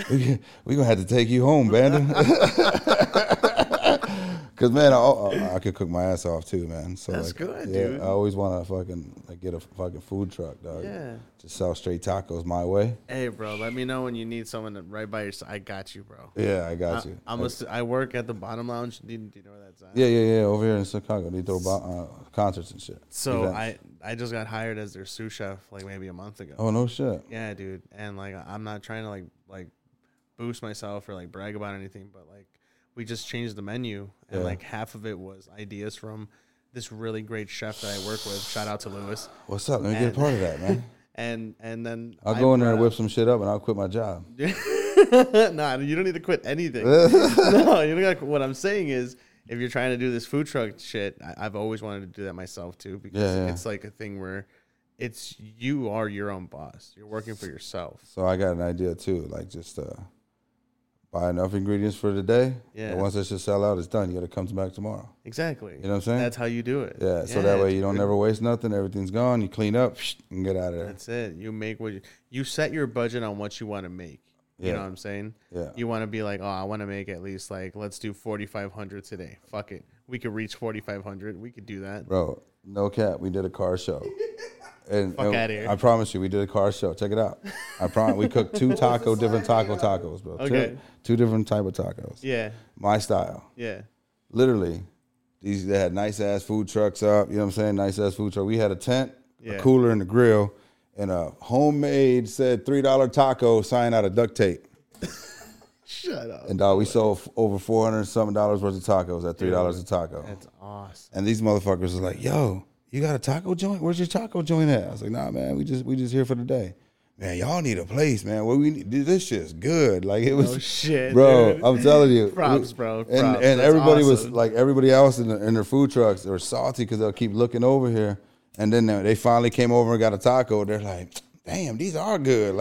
S1: we're we going to have to take you home, Bandon. Because, man, I, oh, I, I could cook my ass off too, man. So
S2: That's
S1: like,
S2: good,
S1: yeah,
S2: dude.
S1: I always want to fucking like, get a fucking food truck, dog.
S2: Yeah.
S1: To sell straight tacos my way.
S2: Hey, bro. Let me know when you need someone to- right by your side. I got you, bro.
S1: Yeah, I got you.
S2: I'm a, s- I work at the Bottom Lounge. Do you, do you know where that's at?
S1: yeah, yeah, yeah. Over here in Chicago, they throw bo- uh, concerts and shit.
S2: So
S1: Events.
S2: I I just got hired as their sous chef like maybe a month ago.
S1: Oh no shit.
S2: Yeah, dude. And like I'm not trying to like like boost myself or like brag about anything, but like we just changed the menu and
S1: Yeah.
S2: like half of it was ideas from this really great chef that I work with. Shout out to Lewis.
S1: What's up? Let me get
S2: And-
S1: a part of that, man.
S2: And and then
S1: I'll
S2: I
S1: go in there and
S2: brought
S1: whip some shit up, and I'll quit my job.
S2: up- nah, you don't need to quit anything. no, you don't got what I'm saying is if you're trying to do this food truck shit, I, I've always wanted to do that myself too because
S1: Yeah, yeah.
S2: it's like a thing where it's you are your own boss. You're working for yourself.
S1: So I got an idea too, like just uh, buy enough ingredients for the day.
S2: Yeah.
S1: And once that shit sell out, it's done. You got to come back tomorrow.
S2: Exactly. You
S1: know what I'm saying?
S2: That's how you do it.
S1: Yeah. So that way you don't
S2: dude.
S1: never waste nothing. Everything's gone. You clean up and get out of there.
S2: That's it. You make what you, you set your budget on what you want to make. You
S1: Yeah.
S2: know what I'm saying?
S1: Yeah.
S2: You want to be like, oh, I want to make at least like let's do 4,500 today. Fuck it, we could reach 4,500. We could do that.
S1: Bro, no cap. We did a car show. And,
S2: Fuck
S1: and
S2: outta here.
S1: I promise you, we did a car show. Check it out. I promise. We cooked two taco, different taco tacos, bro. Two-
S2: Okay.
S1: Two, different type of tacos.
S2: Yeah,
S1: My style.
S2: yeah.
S1: Literally, these they had nice ass food trucks up. You know what I'm saying? Nice ass food truck. We had a tent,
S2: Yeah.
S1: a cooler, and a grill, and a homemade said three dollar taco signed out of duct tape.
S2: Shut up.
S1: And dog, we sold f- over four hundred something dollars worth of tacos at three dollars a taco.
S2: That's awesome.
S1: And these motherfuckers are like, "Yo, you got a taco joint? Where's your taco joint at?" I was like, "Nah, man, we just we just here for the day." man, y'all need a place, man. What we need, dude, this shit's good. Like it was,
S2: Oh, shit,
S1: bro.
S2: dude.
S1: I'm telling you,
S2: Props, bro.
S1: And
S2: Props.
S1: and
S2: That's
S1: everybody was
S2: awesome.
S1: like, everybody else in, the, in their food trucks are salty because they'll keep looking over here, and then they, they finally came over and got a taco. They're like, damn, these are good.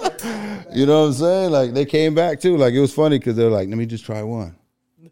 S1: Like, you know what I'm saying? Like they came back too. Like it was funny because they're like, let me just try one.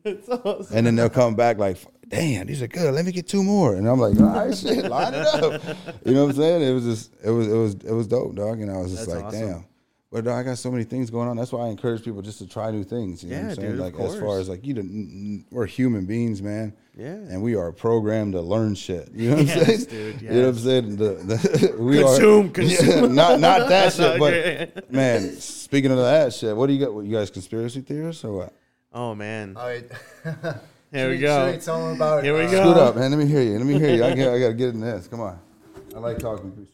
S2: It's awesome.
S1: And then they'll come back like, damn, these are good. Let me get two more. And I'm like, all right, shit, line it up. You know what I'm saying? It was just, it was, it was, it was dope, dog. And I was just
S2: That's
S1: like,
S2: awesome.
S1: damn. But dog, I got so many things going on. That's why I encourage people just to try new things. You know what
S2: Yeah,
S1: I'm saying?
S2: dude, of
S1: like as far
S2: course.
S1: as like you, didn't- we're human beings, man.
S2: Yeah.
S1: And we are programmed to learn shit. You know what I'm
S2: Yes,
S1: saying?
S2: dude,
S1: You know what I'm
S2: yes.
S1: saying? The, the, we
S2: Consume,
S1: are,
S2: consume.
S1: not not that shit.
S2: Okay.
S1: But man, speaking of that shit, what do you got? What, you guys conspiracy theorists or what?
S2: Oh man,
S4: All right.
S2: Here we
S4: Should-
S2: go.
S4: Should we tell them about
S2: Here we
S4: uh,
S2: go.
S1: Scoot up, man. Let me hear you. Let me hear you. I, get, I gotta get in this. Come on. I like talking.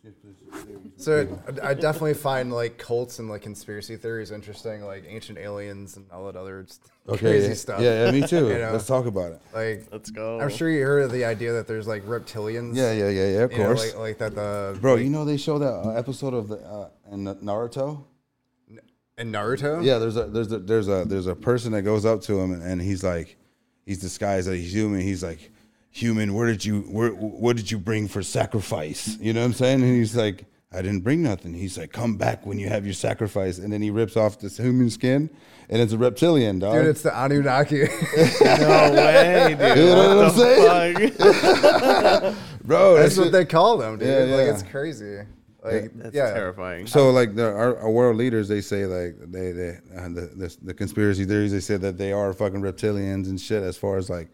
S4: So I- I definitely find like cults and like conspiracy theories interesting, like ancient aliens and all that other s- crazy
S1: yeah,
S4: stuff.
S1: Yeah, yeah, me too.
S4: You know?
S1: Let's talk about it.
S4: Like
S2: let's go.
S4: I'm sure you heard of the idea that there's like reptilians.
S1: Yeah, yeah, yeah, yeah. Of
S4: you know,
S1: course,
S4: like, like that the
S1: bro. You know they show that uh, episode of the uh, in Naruto.
S4: in Naruto.
S1: Yeah, there's a there's a there's a there's a person that goes up to him and, and he's like, he's disguised as a human. He's like, human, where did you where what did you bring for sacrifice? You know what I'm saying? And he's like, I didn't bring nothing. He's like, come back when you have your sacrifice. And then he rips off this human skin, and it's a reptilian dog.
S4: Dude, it's the Anunnaki.
S2: No way, dude.
S1: You know
S2: What
S1: what I'm
S2: the
S1: saying?
S2: fuck?
S1: bro,
S4: That's
S1: that
S4: what
S1: shit-
S4: they call them, dude.
S1: Yeah,
S4: Like
S1: yeah.
S4: it's crazy. Like
S2: That's
S4: yeah,
S2: terrifying.
S1: So like the, our, our world leaders, they say like they they uh, the, the the conspiracy theories. They say that they are fucking reptilians and shit. As far as like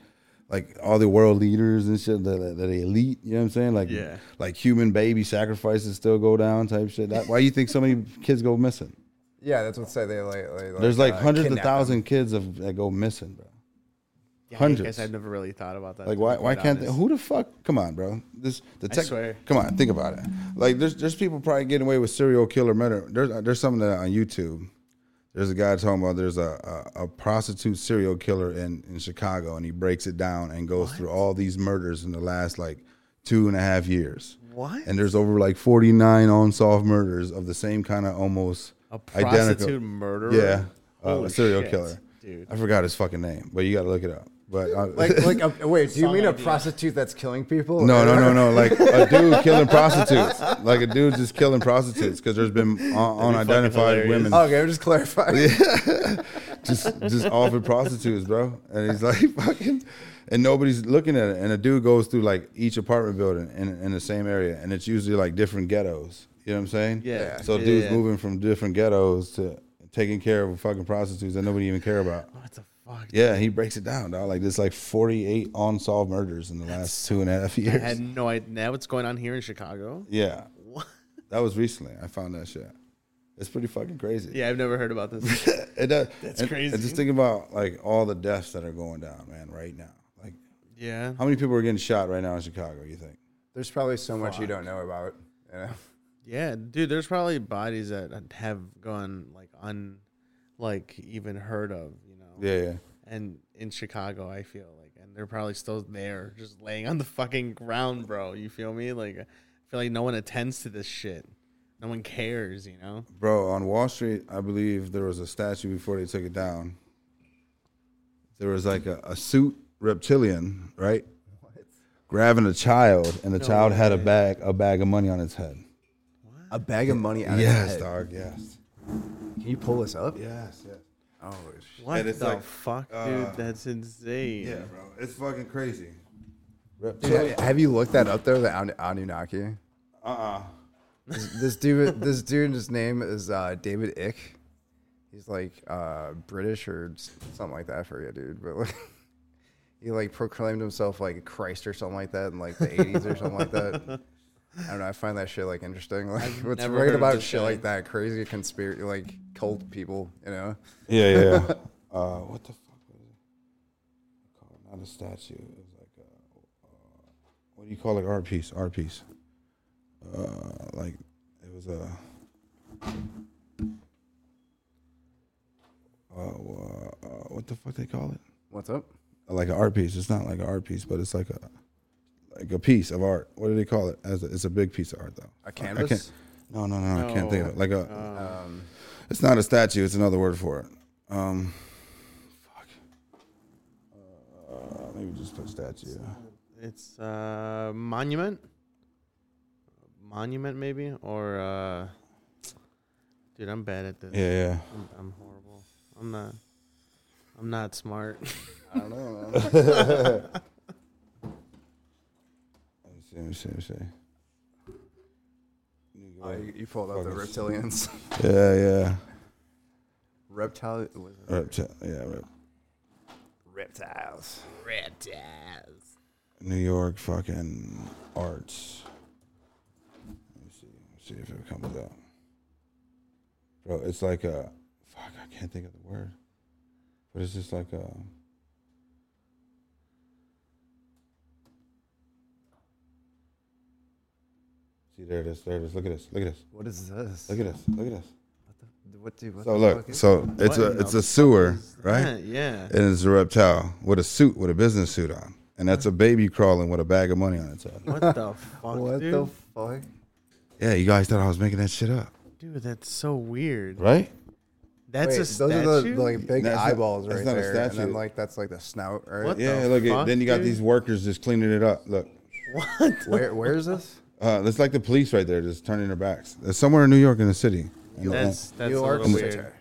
S1: like all the world leaders and shit, the, the, the elite. You know what I'm saying? Like
S2: Yeah.
S1: like human baby sacrifices still go down type shit. That, why you think so many kids go missing?
S4: yeah. That's what say they like. like
S1: There's like
S4: uh,
S1: hundreds of
S4: kidnap them.
S1: thousands kids of, that go missing, bro.
S2: Yeah, I
S1: hundreds.
S2: guess I've never really thought about that.
S1: Like
S2: to
S1: why
S2: be
S1: why
S2: quite
S1: can't they,
S2: honest.
S1: who the fuck? Come on, bro. This the tech.
S2: swear.
S1: Come on, think about it. Like there's there's people probably getting away with serial killer murder. There's there's something that on YouTube. There's a guy talking about there's a, a, a prostitute serial killer in, in Chicago, and he breaks it down and goes through all these murders in the last like two and a half years.
S2: What?
S1: And there's over like 49 unsolved murders of the same kind of almost
S2: a
S1: identical.
S2: prostitute murderer?
S1: Yeah, uh,
S2: Holy
S1: a serial
S2: shit,
S1: killer.
S2: dude.
S1: I forgot his fucking name, but you got to look it up. But uh,
S4: Like like a, wait, do you
S2: Some
S4: mean a
S2: idea.
S4: prostitute that's killing people?
S1: No, no, no, no. Like a dude killing prostitutes. Like a dude just killing prostitutes because there's been un-
S2: fucking
S1: unidentified
S2: hilarious. Oh.
S1: women
S4: Okay, I'm just clarifying.
S1: just just offering prostitutes, bro. And he's like fucking, and nobody's looking at it. And a dude goes through like each apartment building in, in the same area, and it's usually like different ghettos. You know what I'm saying?
S2: Yeah.
S1: So
S2: Yeah,
S1: dudes
S2: yeah.
S1: moving from different ghettos to taking care of fucking prostitutes that nobody even care about.
S2: What the Oh, fuck?
S1: Yeah, he breaks it down, dog. Like there's like 48 unsolved murders in the last two and a half
S2: I
S1: years.
S2: had no idea what's going on here in Chicago.
S1: Yeah. That was recently. I found that shit. It's pretty fucking crazy.
S2: Yeah, I've never heard about this.
S1: It does.
S2: That's
S1: and-
S2: crazy.
S1: And just think about like all the deaths that are going down, man, right now. Like
S2: yeah.
S1: how many people are getting shot right now in Chicago, you think?
S4: There's probably so much you don't know about. You know?
S2: Yeah, dude, there's probably bodies that have gone like un like even heard of, you know.
S1: Yeah, yeah.
S2: And in Chicago, I feel like and they're probably still there just laying on the fucking ground, bro. You feel me? Like I feel like no one attends to this shit. No one cares, you know.
S1: Bro, on Wall Street, I believe there was a statue before they took it down. There was like a, a suit reptilian, right? Grabbing a child, and the child had a bag a bag of money on its head.
S4: A bag of money out
S1: Yes, dog. Yes,
S4: Can you pull this up?
S1: yes, yes.
S4: Oh, sh-
S2: What
S1: And
S2: the
S1: it's like,
S2: fuck,
S1: uh,
S2: dude? That's insane.
S1: Yeah, bro, it's fucking crazy.
S4: Dude, have you looked that up though? The An- Anunnaki.
S1: Uh uh
S4: This, this dude, this dude, his name is uh, David Ick. He's like uh, British or s- something like that. I forget, dude. But like, he like proclaimed himself like Christ or something like that in like the '80s or something like that. I don't know. I find that shit like interesting. Like, what's
S2: never
S4: great
S2: heard of
S4: about
S2: this
S4: shit
S2: guy.
S4: like that? Crazy conspiracy, like cult people. You know,
S1: Yeah, yeah. uh, what the fuck was it called? Not a statue. It was like a, uh, what do you call it? Art piece. Art piece. Uh, like it was a. Uh, uh, what the fuck they call it?
S4: what's up?
S1: Like an art piece. It's not like an art piece, but it's like a like a piece of art. What do they call it? As a, it's a big piece of art though.
S4: A
S1: I can't-
S4: canvas? Oh.
S1: No, no, no, I can't think of it.
S2: No,
S1: Like a,
S4: Um,
S1: it's not a statue. It's another word for it. Um, fuck. Uh, maybe just put statue.
S2: It's uh monument, monument maybe, or uh, dude, I'm bad at this.
S1: Yeah, yeah.
S2: I'm, I'm horrible. I'm not. I'm not smart.
S1: I don't know. let me see. Let me see. Let me see.
S4: Oh, you, you pulled out the
S1: Fucking-
S4: reptilians.
S1: Yeah, yeah.
S4: Reptile.
S1: Repti- yeah, rep-
S4: Reptiles.
S1: New York fucking arts. Let me see. Let's see if it comes up. Bro, it's like a fuck. I can't think of the word. But it's just like a. See there it is. There it is. Look at this. Look at this.
S4: What is this?
S1: Look at this. Look at this.
S4: What do? What
S1: So
S4: the
S1: look.
S4: fuck is-
S1: So it's
S2: What
S1: a
S2: in
S1: it's
S2: the
S1: a sewer,
S2: fuck is
S1: right?
S2: that? Yeah.
S1: and it's a reptile with a suit with a business suit on, and that's a baby crawling with a bag of money on its head.
S2: What the fuck,
S4: what
S2: dude?
S4: the fuck?
S1: Yeah, you guys thought I was making that shit up,
S2: dude, that's so weird.
S1: right?
S2: That's
S4: Wait,
S2: a statue.
S4: Those are the, the, like big
S1: That's not-
S4: eyeballs
S1: that's
S4: right
S1: not a
S4: there, and
S1: statue.
S4: then like that's like the snout, right?
S2: What the
S1: Yeah, look. it-
S2: fuck,
S1: then you got
S2: dude?
S1: these workers just cleaning it up. Look,
S2: What?
S4: Where where is this?
S1: uh, it's like the police right there, just turning their backs. It's somewhere in New York in the city, and,
S2: That's that's
S4: you
S2: a
S4: are
S2: little weird.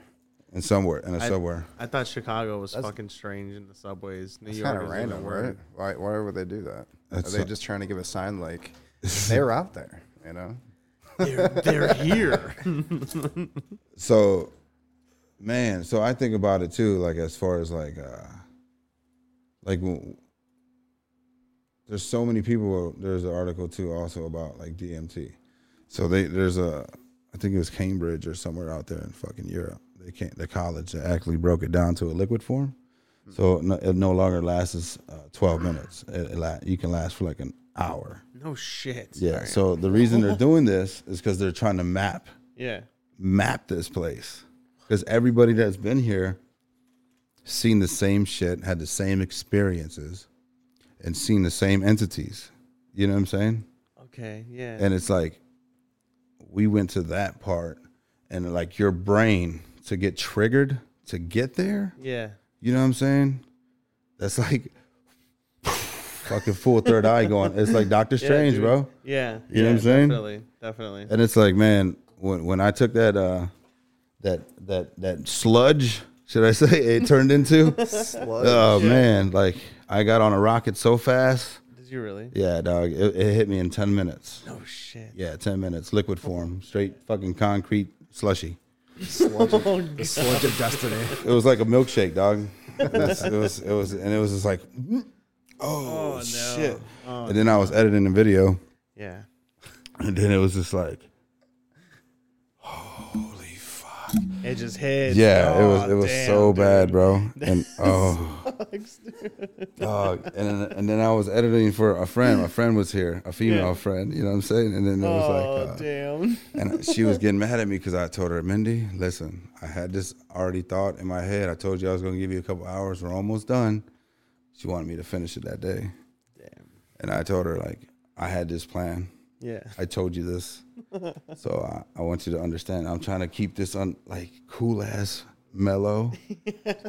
S1: and somewhere in a
S2: I-
S1: somewhere.
S2: I thought Chicago was fucking strange in the subways. New
S4: It's
S2: York
S4: kind of
S2: is even
S4: random,
S2: weird.
S4: right? Why why would they do that?
S1: That's
S4: Are they
S1: a-
S4: just trying to give a sign like they're out there? You know,
S2: They're, they're here.
S1: So, man, so I think about it too. Like as far as like, uh, like w- there's so many people. There's an article too also about like DMT. So they there's a I think it was Cambridge or somewhere out there in fucking Europe. They can't the college actually broke it down to a liquid form. So no, it no longer lasts uh, 12 minutes. It, it la- you can last for like an hour.
S2: no shit.
S1: Yeah. So the reason they're doing this is because they're trying to map
S2: Yeah.
S1: map this place because everybody that's been here seen the same shit, had the same experiences, and seen the same entities. You know what I'm saying?
S2: Okay. Yeah.
S1: And it's like we went to that part, and like your brain to get triggered to get there.
S2: yeah.
S1: You know what I'm saying? That's like fucking full third eye going. It's like Doctor
S2: Yeah,
S1: Strange,
S2: dude.
S1: bro.
S2: Yeah.
S1: You know what
S2: yeah,
S1: I'm saying?
S2: Definitely. Definitely.
S1: And it's like, man, when when I took that uh that that that sludge, should I say, it turned into
S4: Sludge.
S1: Oh man, like I got on a rocket so fast.
S2: Did you really?
S1: Yeah, dog. It, it hit me in ten minutes.
S2: Oh shit.
S1: Yeah, ten minutes. Liquid form. Straight fucking concrete slushy.
S2: Oh,
S4: the sludge of destiny.
S1: It was like a milkshake, dog. It was it was, it was and it was just like Oh,
S2: no.
S1: shit. and then I was editing the video
S2: yeah.
S1: and then it was just like
S2: It just hits.
S1: Yeah, it was
S2: Aw,
S1: it was
S2: damn,
S1: so
S2: dude.
S1: bad, bro. And oh
S2: Sucks, dude.
S1: Dog. And then, and then I was editing for a friend. My friend was here, a female
S2: Yeah.
S1: friend. You know what I'm saying? And then it
S2: Oh
S1: was like, uh,
S2: damn.
S1: and she was getting mad at me because I told her, Mindy, listen, I had this already thought in my head. I told you I was going to give you a couple hours. We're almost done. She wanted me to finish it that day,
S2: Damn.
S1: and I told her like I had this plan.
S2: Yeah.
S1: I told you this. so I, I want you to understand. I'm trying to keep this on like cool ass mellow.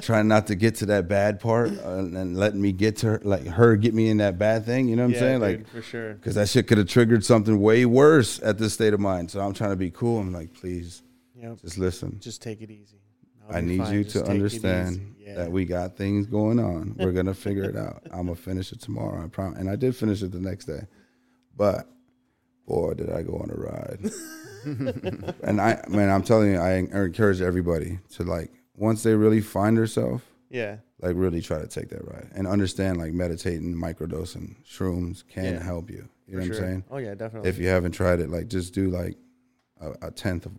S1: trying not to get to that bad part uh, and, and letting me get to her, like her get me in that bad thing. You know what I'm
S2: yeah,
S1: saying?
S2: dude,
S1: Like,
S2: for sure.
S1: because that shit could have triggered something way worse at this state of mind. So I'm trying to be cool. I'm like, please
S2: Yep.
S1: just listen.
S2: Just take it easy. I'll
S1: I
S2: be
S1: need
S2: fine.
S1: you
S2: Just
S1: to
S2: take it
S1: understand
S2: easy. Yeah.
S1: that we got things going on. We're gonna figure it out. I'm gonna finish it tomorrow. I promise. And I did finish it the next day, but boy, did I go on a ride. and I, man, I'm telling you, I encourage everybody to like once they really find themselves,
S2: Yeah.
S1: like really try to take that ride and understand like meditating, microdosing, shrooms can
S2: Yeah.
S1: help you. You know
S2: for
S1: what
S2: sure.
S1: I'm saying?
S2: Oh yeah, definitely.
S1: If you haven't tried it, like just do like a, a tenth of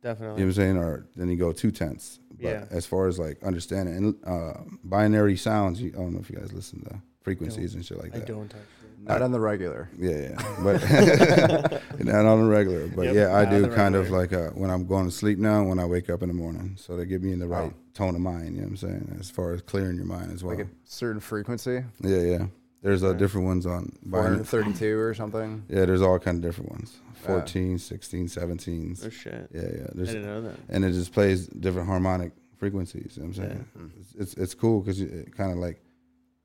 S2: definitely.
S1: you know what I'm saying? Or then you go two tenths. But
S2: Yeah.
S1: as far as like understanding and uh, binary sounds, you, I don't know if you guys listen to frequencies and shit like
S2: I
S1: that.
S2: don't touch it.
S4: Not on the regular.
S1: Yeah, yeah. But not on the regular. But
S2: Yep,
S1: yeah, I
S2: not on
S1: do
S2: the
S1: kind of
S2: regular.
S1: like uh when I'm going to sleep now, and when I wake up in the morning. So they get me in the right tone of mind. You know what I'm saying? As far as clearing your mind as well.
S4: Like a certain frequency.
S1: yeah, yeah. There's uh, different ones on. By,
S4: 432 or something.
S1: yeah, there's all kind of different ones. 14, 16, 17s.
S2: Oh shit.
S1: Yeah, yeah.
S2: I
S1: There's,
S2: didn't know that.
S1: and it just plays different harmonic frequencies. You know what I'm saying it's, it's it's cool because it kind of like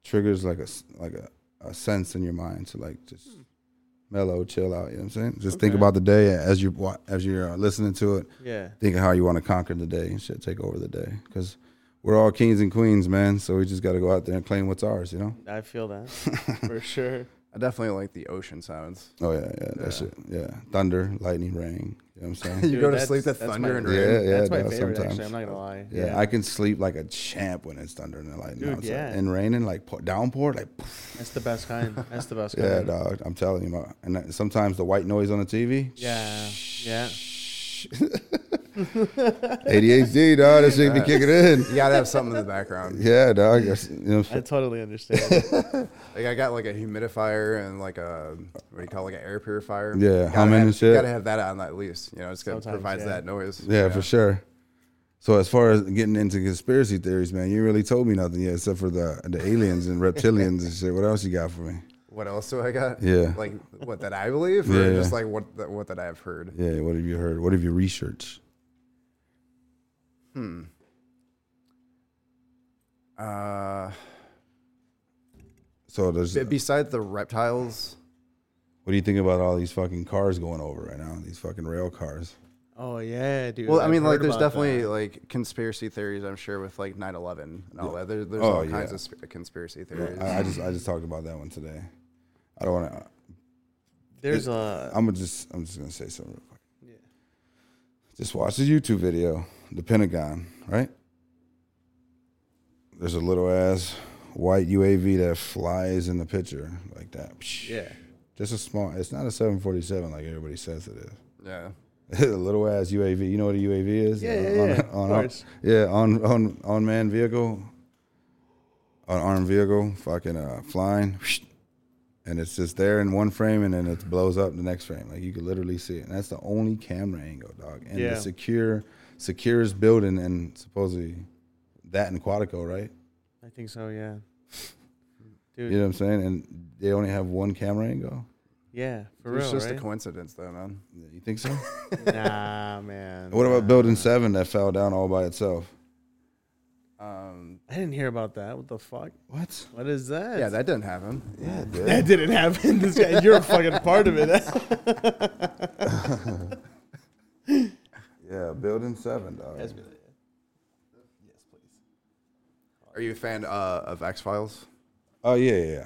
S1: triggers like a s- like a, a sense in your mind to like just mellow, chill out. You know what I'm saying? Just think about the day as you wa- as you're uh, listening to it,
S2: Yeah.
S1: thinking how you want to conquer the day and shit, take over the day because. We're all kings and queens, man. So we just got to go out there and claim what's ours, you know?
S2: I feel that for sure.
S4: I definitely like the ocean sounds.
S1: Oh, yeah, yeah. That shit. Yeah. Thunder, lightning, rain. You know what I'm saying?
S4: You
S2: Dude,
S4: go to
S2: that's-
S4: sleep to
S2: that's my
S4: thunder and
S1: favorite.
S4: rain.
S1: Yeah,
S2: That's my
S1: no,
S2: favorite. Actually,
S1: sometimes.
S2: I'm not gonna lie.
S1: Yeah, I can sleep like a champ when it's thundering and lightning
S2: Dude,
S1: outside.
S2: yeah.
S1: and raining, like pour, downpour, like
S2: that's the best kind. That's the best
S1: yeah,
S2: kind.
S1: dog. I'm telling you, my, and that- sometimes the white noise on the TV,
S2: Yeah. Yeah.
S1: ADHD, dog. That shit be kicking in.
S4: You gotta have something in the background.
S1: Yeah, dog. that's- You know,
S2: I totally understand.
S4: Like I got like a humidifier and like a what do you call it, like an air purifier.
S1: Yeah,
S4: Gotta
S1: humming
S4: have-
S1: and shit.
S4: Gotta have that on at least. You know, it's gonna
S2: Sometimes,
S4: provide
S2: yeah.
S4: that noise.
S1: yeah,
S4: you know?
S1: for sure. So as far as getting into conspiracy theories, man, you ain't really told me nothing yet, except for the the aliens and reptilians and shit. What else you got for me?
S4: What else do I got?
S1: Yeah.
S4: Like what that I believe, or
S1: Yeah.
S4: just like what that, what that I've heard.
S1: Yeah, what have you heard? What have you researched?
S4: Uh,
S1: So there's.
S4: b- besides the reptiles,
S1: What do you think about all these fucking cars going over right now? These fucking rail cars.
S2: oh yeah, dude.
S4: well, I
S2: I've
S4: mean, like
S2: heard
S4: there's
S2: about
S4: definitely
S2: that.
S4: like conspiracy theories. I'm sure with like 9/11 and all that. There, there's
S1: Oh,
S4: all kinds
S1: yeah. Uh,
S4: of sp- conspiracy theories.
S1: I, I just I just talked about that one today. I don't want to.
S2: there's
S4: Oh.
S2: a
S1: I'm gonna just I'm just gonna say something real quick. Just watch the YouTube video, the Pentagon, right? There's a little ass white UAV that flies in the picture like that.
S2: yeah.
S1: Just a small. It's not a 747 like everybody says it is.
S4: yeah.
S1: a little ass UAV. You know what a UAV is?
S2: Yeah, yeah, yeah, of
S1: on,
S2: course.
S1: yeah, on on on man vehicle, on armed vehicle, fucking uh, flying, and it's just there in one frame, and then it blows up the next frame. Like you could literally see it, and that's the only camera angle, dog. And
S2: Yeah.
S1: the secure, securest building, and supposedly that in Quantico, right?
S2: I think so. Yeah.
S1: You know what I'm saying? And they only have one camera angle.
S2: Yeah. For
S4: It's
S2: real,
S4: just a
S2: right?
S4: coincidence, though, man.
S1: You think so?
S2: nah, man.
S1: what about Building Seven that fell down all by itself?
S4: Um,
S2: I didn't hear about that. What the fuck?
S1: What?
S2: What is that?
S4: yeah, that didn't happen.
S1: Yeah, dude.
S2: That didn't happen. This guy, you're a fucking part of it.
S1: Yeah, building seven, dog.
S4: Are you a fan uh, of X Files?
S1: Oh yeah, yeah, yeah.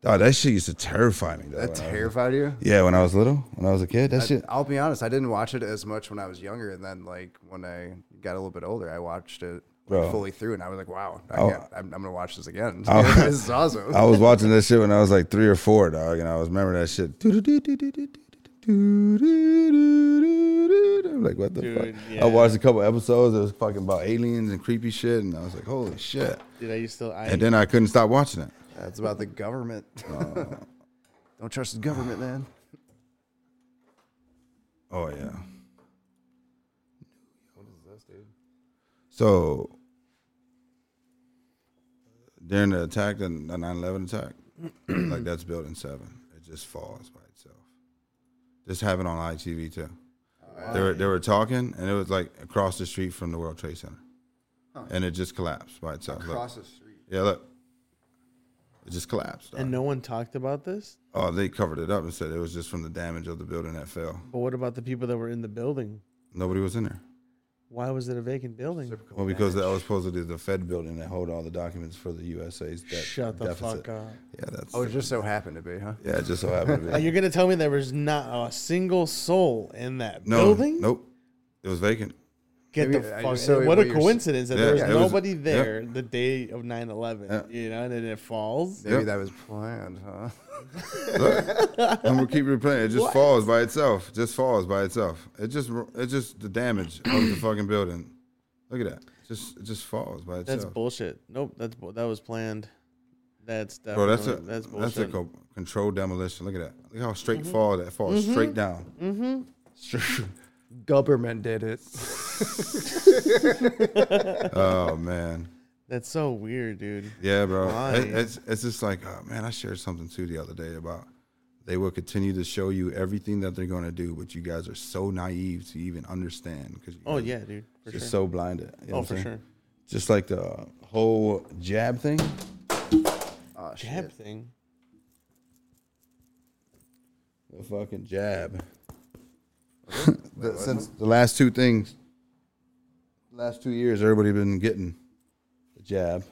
S1: Dog, that shit used to terrify me. Though,
S4: That
S1: when I was-
S4: terrified you?
S1: yeah, when I was little, when I was a kid, that shit.
S4: I'll be honest, I didn't watch it as much when I was younger, and then like when I got a little bit older, I watched it
S1: Bro.
S4: like, fully through, and I was like, "Wow, I
S1: Oh.
S4: can't, I'm, I'm gonna watch this again.
S1: Oh.
S4: this is awesome."
S1: I was watching that shit when I was like three or four, dog, and I was remember that shit. I'm like, what the
S2: Dude,
S1: fuck?
S2: yeah.
S1: I watched a couple episodes. It was fucking about aliens and creepy shit, and I was like, holy shit.
S2: Dude, I used to. I,
S1: And then I couldn't stop watching it.
S4: That's about the government. Don't trust the government, man.
S1: Oh yeah.
S4: What is this, dude?
S1: So during the attack, the 9/11 attack, like that's building seven. It just falls by itself. This happened on ITV too.
S4: Oh,
S1: They were they were talking, and it was like across the street from the World Trade Center, and it just collapsed by itself. Look.
S4: Across the street.
S1: Yeah, look, it just collapsed.
S2: and no one talked about this.
S1: oh, they covered it up and said it was just from the damage of the building that fell.
S2: But what about the people that were in the building?
S1: Nobody was in there.
S2: Why was it a vacant building?
S1: Well, because that was supposed to be the Fed building that hold all the documents for the USA's debt.
S2: Shut the
S1: deficit.
S2: fuck up.
S1: Yeah, that's.
S4: Oh, it just so happened to be, huh?
S1: Yeah, it just so happened to
S2: And
S1: be.
S2: you're gonna tell me there was not a single soul in that
S1: No,
S2: building?
S1: Nope. It was vacant.
S2: Get the
S4: Maybe- I
S2: fuck.
S4: just saw
S2: what
S4: what
S2: a
S4: you're s-
S2: coincidence that
S1: Yeah,
S2: there was
S1: yeah, it was-
S2: nobody
S1: yeah. Uh,
S2: there the day of 9/11. You know, and then it falls.
S4: Maybe
S1: Yep.
S4: that was planned, huh?
S1: I'm gonna keep replaying. It just falls by itself. Just falls by itself. It just it just the damage of the fucking building. Look at that. Just it just falls by itself.
S2: That's bullshit. Nope, that's bu- that was planned. That's
S1: Bro,
S2: definitely
S1: that's a
S2: that's
S1: that's,
S2: bullshit. Mm-hmm.
S1: a co- controlled demolition. Look at that. Look how straight fall that falls straight down.
S4: Government did it.
S1: Oh man.
S2: That's so weird, dude.
S1: Yeah, bro.
S2: Why?
S1: It- it's it's just like, oh, man, I shared something too the other day about they will continue to show you everything that they're going to do, but you guys are so naive to even understand because
S2: Oh yeah, dude. For
S1: just
S2: sure.
S1: so blinded. You know
S2: Oh,
S1: what I'm
S2: for
S1: saying?
S2: sure.
S1: Just like the whole jab thing.
S4: Oh,
S2: Jab
S4: shit.
S2: thing.
S1: The fucking jab. The- since the last two things, last two years, everybody been getting the jab.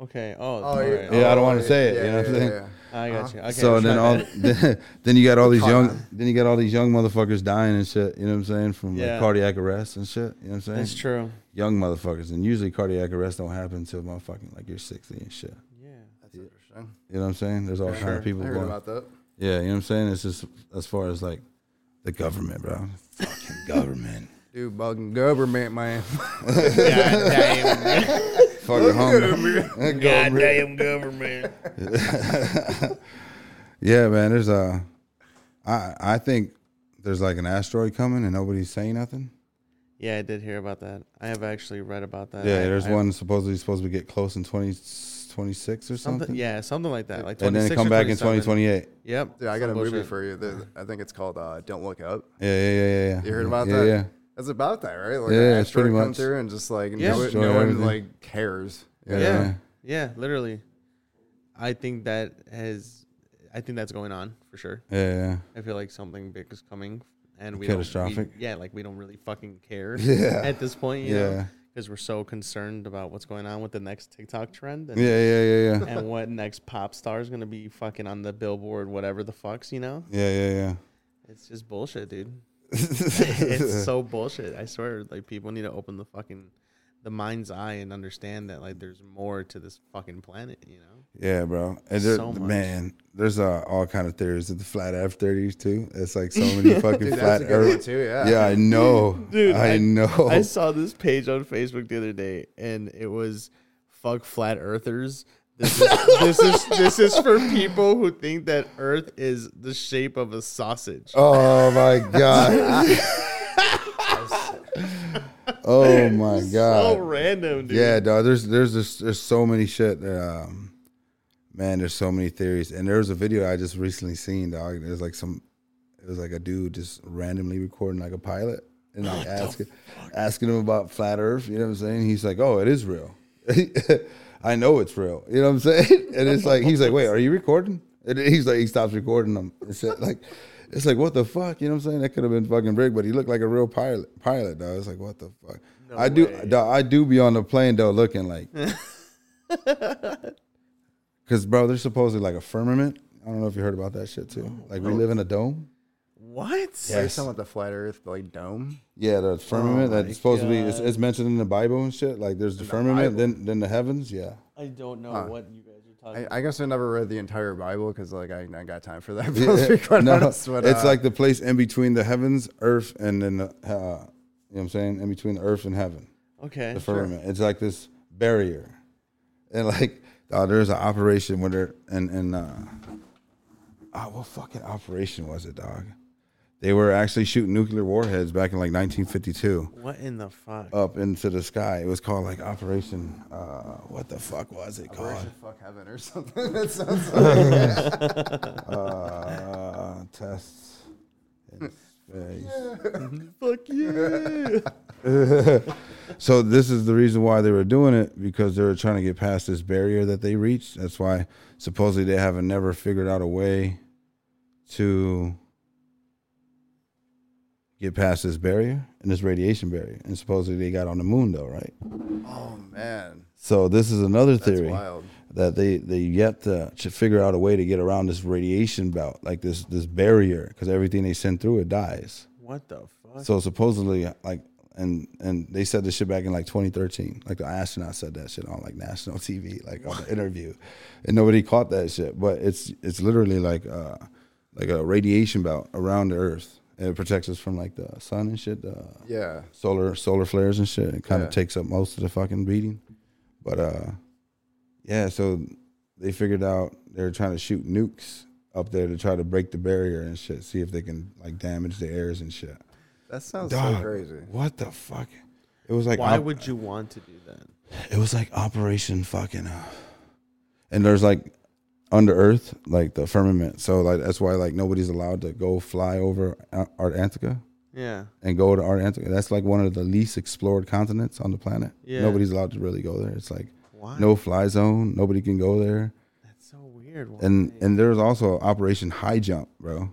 S2: Okay. Oh.
S4: Oh,
S2: all right.
S1: Yeah, I don't wanna say it,
S4: yeah,
S1: you know what I'm
S4: yeah,
S1: saying?
S4: yeah,
S2: I got you. Okay,
S1: so then
S2: my
S1: all
S2: bad.
S1: then, then you got all these
S4: Caught
S1: young
S4: on.
S1: then you got all these young motherfuckers dying and shit. You know what I'm saying from
S2: Yeah.
S1: like cardiac arrest and shit. You know what I'm saying
S2: That's true.
S1: Young motherfuckers and usually cardiac arrest don't happen until motherfucking like you're 60 and shit.
S2: Yeah.
S4: That's interesting.
S1: You know what I'm saying? There's all kinds
S4: Sure.
S1: of people
S4: I heard
S1: going.
S4: about that.
S1: Yeah, you know what I'm saying. It's just as far as like the government, bro. fucking government.
S4: Dude, bugging government, man.
S1: Fucking home.
S2: Goddamn government.
S1: Yeah, man. There's a. I I think there's like an asteroid coming and nobody's saying nothing.
S2: Yeah, I did hear about that. I have actually read about that.
S1: Yeah,
S2: I-
S1: there's
S2: I-
S1: one supposedly supposed to get close in 20, 26 or something.
S2: Something, yeah, something like that. Like
S1: and then
S2: 26
S1: come
S2: or
S1: back in
S2: 27.
S1: 2028.
S2: Yep.
S4: Dude, I got
S2: some
S4: a movie
S2: bullshit.
S4: for you. That, I think it's called uh, "Don't Look Up."
S1: Yeah, yeah, yeah, yeah.
S4: You heard about
S1: Mm-hmm. yeah,
S4: that?
S1: Yeah,
S4: It's about that, right? Like
S1: Yeah,
S4: an
S1: yeah, it's
S4: asteroid
S1: pretty
S4: come
S1: much-
S4: through and just like
S2: Yeah.
S4: no, one-
S1: Destroy
S4: no one
S1: everything.
S4: like cares.
S1: Yeah.
S2: Yeah. Yeah, literally. I think that has I think that's going on for sure.
S1: yeah, yeah.
S2: I feel like something big is coming and we don't- we-
S1: Catastrophic.
S2: yeah, like we don't really fucking care
S1: Yeah.
S2: at this point, you
S1: Yeah.
S2: Because we're so concerned about what's going on with the next TikTok trend and,
S1: Yeah, yeah, yeah, yeah.
S2: and what next pop star is gonna be fucking on the billboard, whatever the fucks, you know?
S1: Yeah, yeah, yeah.
S2: It's just bullshit, dude. it's so bullshit. I swear, like people need to open the fucking the mind's eye and understand that like there's more to this fucking planet, you know?
S1: Yeah, bro. And there,
S2: So much.
S1: man, there's uh, all kind of theories of the flat F thirties too. It's like so many fucking
S4: Dude,
S1: flat
S4: that's a good one
S1: Earth.
S4: too. Yeah.
S1: Yeah, I know.
S2: Dude,
S1: I,
S2: I-
S1: know.
S2: I saw this page on Facebook the other day, and it was "fuck flat earthers." This is this is this is for people who think that Earth is the shape of a sausage.
S1: oh my god. oh my god.
S2: So random, dude.
S1: Yeah, dog. There's there's just, there's so many shit. That, um, man, there's so many theories. And there was a video I just recently seen, dog. There's like some, it was like a dude just randomly recording like a pilot and like asking asking him about flat Earth. You know what I'm saying? He's like, oh, it is real. I know it's real. You know what I'm saying? And it's like he's like, wait, are you recording? And he's like, he stops recording them and shit. Like, it's like what the fuck? You know what I'm saying? That could have been fucking rigged, but he looked like a real pilot. Pilot, dog. It's like what the fuck. I do, dog, I do be on the plane though, looking like, because bro, they're supposedly like a firmament. I don't know if you heard about that shit too. Like we live in a dome.
S2: What?
S4: Are you talking about the flat Earth like dome?
S1: Yeah, the
S4: Oh
S1: firmament that's supposed to be it's, it's mentioned in the Bible and shit. Like there's the, firmament, then then the heavens. Yeah.
S2: I don't know what you guys are talking.
S4: I, I guess I never read the entire Bible because like I, I got time for that. to be quite honest, but,
S1: it's
S4: uh,
S1: like the place in between the heavens, earth, and then the, uh, you know what I'm saying, in between the earth and heaven,
S2: Okay.
S1: the firmament. It's like this barrier, and like uh, there's an operation where they're and and uh, ah, what fucking operation was it, dog? They were actually shooting nuclear warheads back in like 1952
S2: What in the fuck?
S1: up into the sky. It was called like Operation. Uh, what the fuck was it called?
S4: Operation fuck heaven or something. That sounds
S1: Uh, tests in space.
S2: fuck you.
S1: So this is the reason why they were doing it because they were trying to get past this barrier that they reached. That's why supposedly they haven't never figured out a way to get past this barrier and this radiation barrier. And supposedly they got on the moon though, right?
S4: oh man,
S1: So this is another
S4: that's
S1: theory
S4: wild.
S1: that they they yet to, to figure out a way to get around this radiation belt, like this this barrier, because everything they send through it dies.
S2: What the fuck?
S1: So supposedly, like, and and they said this shit back in like 2013. Like the astronaut said that shit on like national TV, like on the interview, and nobody caught that shit. But it's it's literally like uh like a radiation belt around the Earth. And it protects us from like the sun and shit, the
S4: Yeah,
S1: solar solar flares and shit. It kind
S4: Yeah.
S1: of takes up most of the fucking beating. But uh, yeah. So they figured out they were trying to shoot nukes up there to try to break the barrier and shit, see if they can like damage the airs and shit.
S4: that sounds
S1: Dog,
S4: so crazy.
S1: What the fuck? It was like
S2: Why
S1: op-
S2: would you want to do that?
S1: It was like Operation fucking. Uh, and there's like under Earth, like the firmament. So like that's why like nobody's allowed to go fly over Ar- Antarctica
S2: Yeah.
S1: and go to Antarctica. That's like one of the least explored continents on the planet.
S2: Yeah.
S1: Nobody's allowed to really go there. It's like
S2: Why?
S1: no fly zone. Nobody can go there.
S2: That's so weird. Why?
S1: And and there's also Operation High Jump, bro.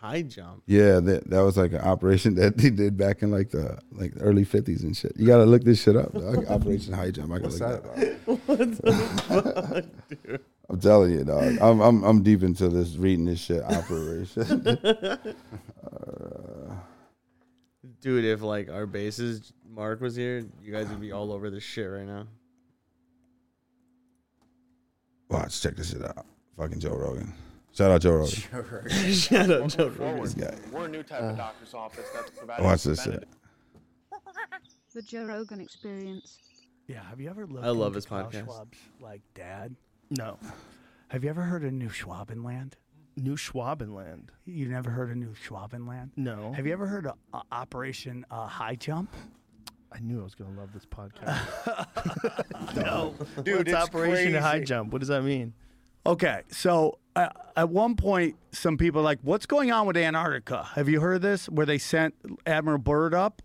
S2: high jump.
S1: Yeah, that that was like an operation that they did back in like the like the early fifties and shit. You gotta look this shit up. dog. Operation High Jump. I can look that up. I'm telling you, dog. I'm I'm I'm deep into this reading this shit. Operation. Uh,
S2: Dude, if like our bases Mark was here, you guys would be all over this shit right now.
S1: Watch, check this shit out. Fucking Joe Rogan. Shout out Joe Rogan.
S2: Shut up, Joe Rogan.
S5: Forward.
S1: guy.
S5: We're a new type of doctor's office that's providing
S1: Watch this shit.
S5: preventative-
S6: The Joe Rogan Experience.
S7: Yeah, have you ever looked?
S2: love
S7: into
S2: his
S7: Klaus
S2: podcast.
S7: Schwab's, like dad,
S8: No.
S7: have you ever heard of New Schwabenland?
S8: New Schwabenland.
S7: You never heard of New Schwabenland?
S8: No.
S7: Have you ever heard of uh, Operation uh, High Jump?
S8: I knew I was gonna love this podcast.
S5: Dude,
S8: What's
S5: it's
S8: Operation
S5: crazy.
S8: High Jump? What does that mean?
S7: Okay, so uh, at one point, some people are like, "What's going on with Antarctica? Have you heard this? Where they sent Admiral Byrd up?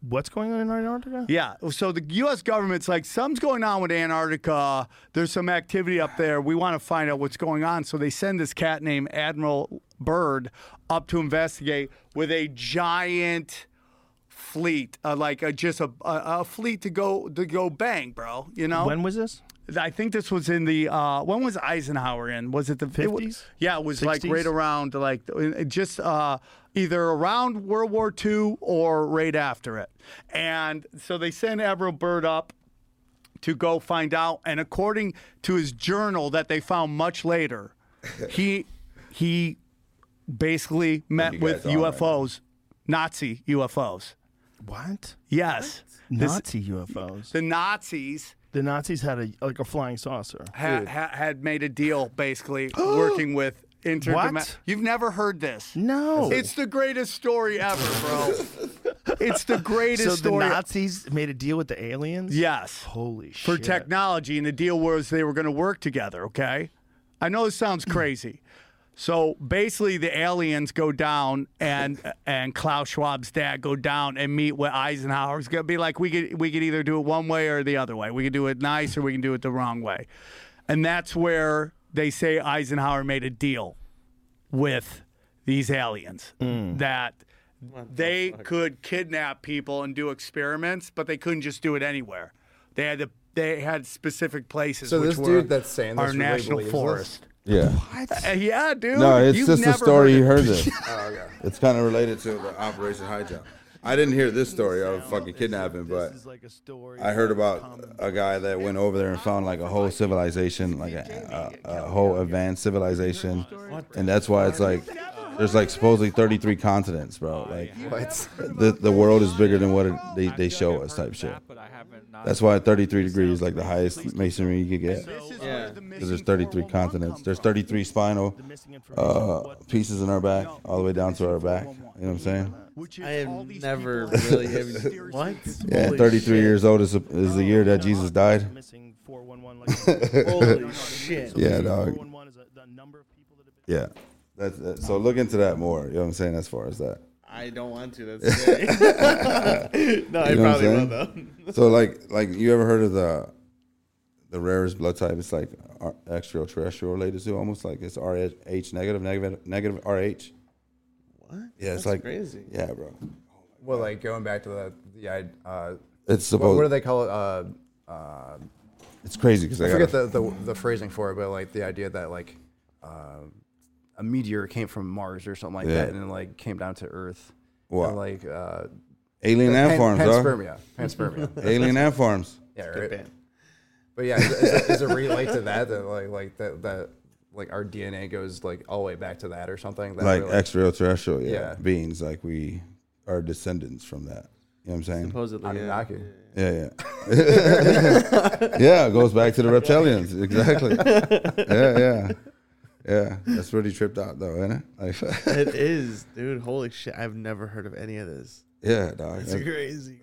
S8: What's going on in Antarctica?
S7: Yeah. So the U.S. government's like, something's going on with Antarctica. There's some activity up there. We want to find out what's going on. So they send this cat named Admiral Byrd up to investigate with a giant fleet, uh, like a, just a, a, a fleet to go to go bang, bro. You know.
S8: When was this?
S7: I think this was in the uh, when was Eisenhower in? Was it the
S8: 50s?
S7: yeah, it was like
S8: 60s?
S7: right around like it just uh, either around World War II or right after it. And so they sent Admiral Byrd up to go find out. And according to his journal that they found much later, he he basically met
S1: you
S7: with
S1: guys on right now.
S7: UFOs, Nazi UFOs.
S8: What?
S7: Yes, This-
S8: Nazi UFOs.
S7: the Nazis.
S8: The Nazis had a like a flying saucer.
S7: ha- ha- had made a deal basically working with interdimensional.
S8: What?
S7: You've never heard this.
S8: No.
S7: It's the greatest story ever, bro. it's the greatest
S8: so the
S7: story. e-,
S8: Nazis made a deal with the aliens.
S7: yes.
S8: Holy shit.
S7: For technology, and the deal was they were going to work together, okay? I know this
S8: Hmm.
S7: sounds crazy. So basically, the aliens go down, and and Klaus Schwab's dad go down and meet with Eisenhower. It's gonna be like we could we could either do it one way or the other way. We could do it nice or we can do it the wrong way, and that's where they say Eisenhower made a deal with these aliens
S4: Mm.
S7: that they could kidnap people and do experiments, but they couldn't just do it anywhere. They had to, they had specific places.
S4: So
S7: which
S4: this
S7: were
S4: dude that's saying this
S7: our
S4: really
S7: national
S4: believes this?
S7: forest.
S1: Yeah.
S7: Uh, yeah, dude.
S1: No, it's
S7: you've
S1: just a
S7: never
S1: story you heard
S7: heard
S1: this. It's kind of related to the Operation High Jump. I didn't hear this story of fucking kidnapping, but
S8: This is like a story.
S1: I heard about a guy that went over there and found like a whole civilization, like a, a, a whole advanced civilization, and that's why it's like there's like supposedly 33 continents, bro. Like
S4: What?
S1: the the world is bigger than what it, they they show us type shit. That's why 33 degrees is like the highest masonry you can get.
S7: This is
S2: Yeah.
S7: where the
S1: Because there's
S7: missing
S1: 33
S7: 411 comes
S1: continents. There's
S7: from.
S1: 33 spinal
S8: missing information.
S1: uh, pieces in our back, all the way down to our back. You know what I'm saying?
S7: Which is
S2: I have
S7: all these
S2: never
S7: people-
S2: really have-
S7: What?
S1: Yeah, 33 years old is, is the
S8: Oh,
S1: year that Jesus died.
S8: Missing 411. Like
S2: Holy shit.
S1: Yeah, dog.
S8: 411 is a, the number of people that have been.
S1: Yeah. That's, that, so look into that more. You know what I'm saying? As far as that.
S2: I don't want to. That's scary. no, I
S1: You know what I'm
S2: probably will
S1: saying?
S2: though.
S1: So like like you ever heard of the the rarest blood type? It's like ar- extraterrestrial related to almost like it's RH negative negative negative RH.
S2: What?
S1: Yeah, it's
S2: That's
S1: like
S2: crazy.
S1: Yeah, bro.
S4: Well, like going back to the the id- uh,
S1: It's
S4: what,
S1: supposed.
S4: what do they call it? Uh, uh,
S1: it's crazy because I,
S4: I
S1: got
S4: forget the, the the phrasing for it, but like the idea that like uh, a meteor came from Mars or something like
S1: Yeah.
S4: that, and then, like came down to Earth.
S1: Wow.
S4: And, like uh,
S1: alien ant
S4: pan,
S1: farms, dog.
S4: panspermia, panspermia.
S1: Alien ant farms.
S4: yeah,
S2: Good
S4: right.
S2: band.
S4: But yeah, is, is, is it relate to that? That like like that that like our DNA goes like all the way back to that or something? That
S1: Like
S4: really-
S1: extraterrestrial, yeah,
S4: Yeah.
S1: beings. Like we are descendants from that. You know what I'm saying?
S2: Supposedly, yeah.
S4: Anunnaki.
S1: Yeah, yeah. yeah, it goes back to the reptilians. Exactly. Yeah, yeah. Yeah. That's really tripped out though, isn't it? Like,
S2: it is, dude. Holy shit! I've never heard of any of this.
S1: Yeah, dog.
S2: It's crazy.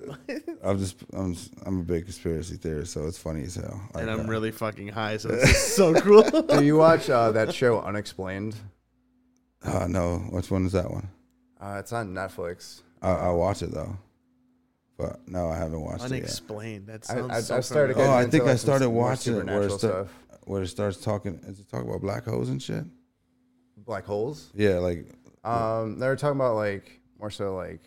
S1: I'm just I'm I'm a big conspiracy theorist, so it's funny as hell. Like,
S2: and
S1: uh,
S2: I'm really fucking high, so this is so cool.
S4: Do you watch uh, that show Unexplained?
S1: uh, no. Which one is that one?
S4: Uh, it's on Netflix.
S1: I, I watch it though, but no, I haven't watched it
S2: Unexplained. That
S4: I,
S2: sounds
S4: I,
S2: so
S4: I started.
S1: yet.
S2: familiar.
S1: Oh, I
S4: getting
S1: think
S4: into,
S1: I
S4: like, some
S1: started
S4: more
S1: watching it where it,
S4: supernatural
S1: start,
S4: stuff.
S1: where it starts talking. Is it talking about black holes and shit?
S4: Black holes.
S1: Yeah, like
S4: Um, they were talking about like more so like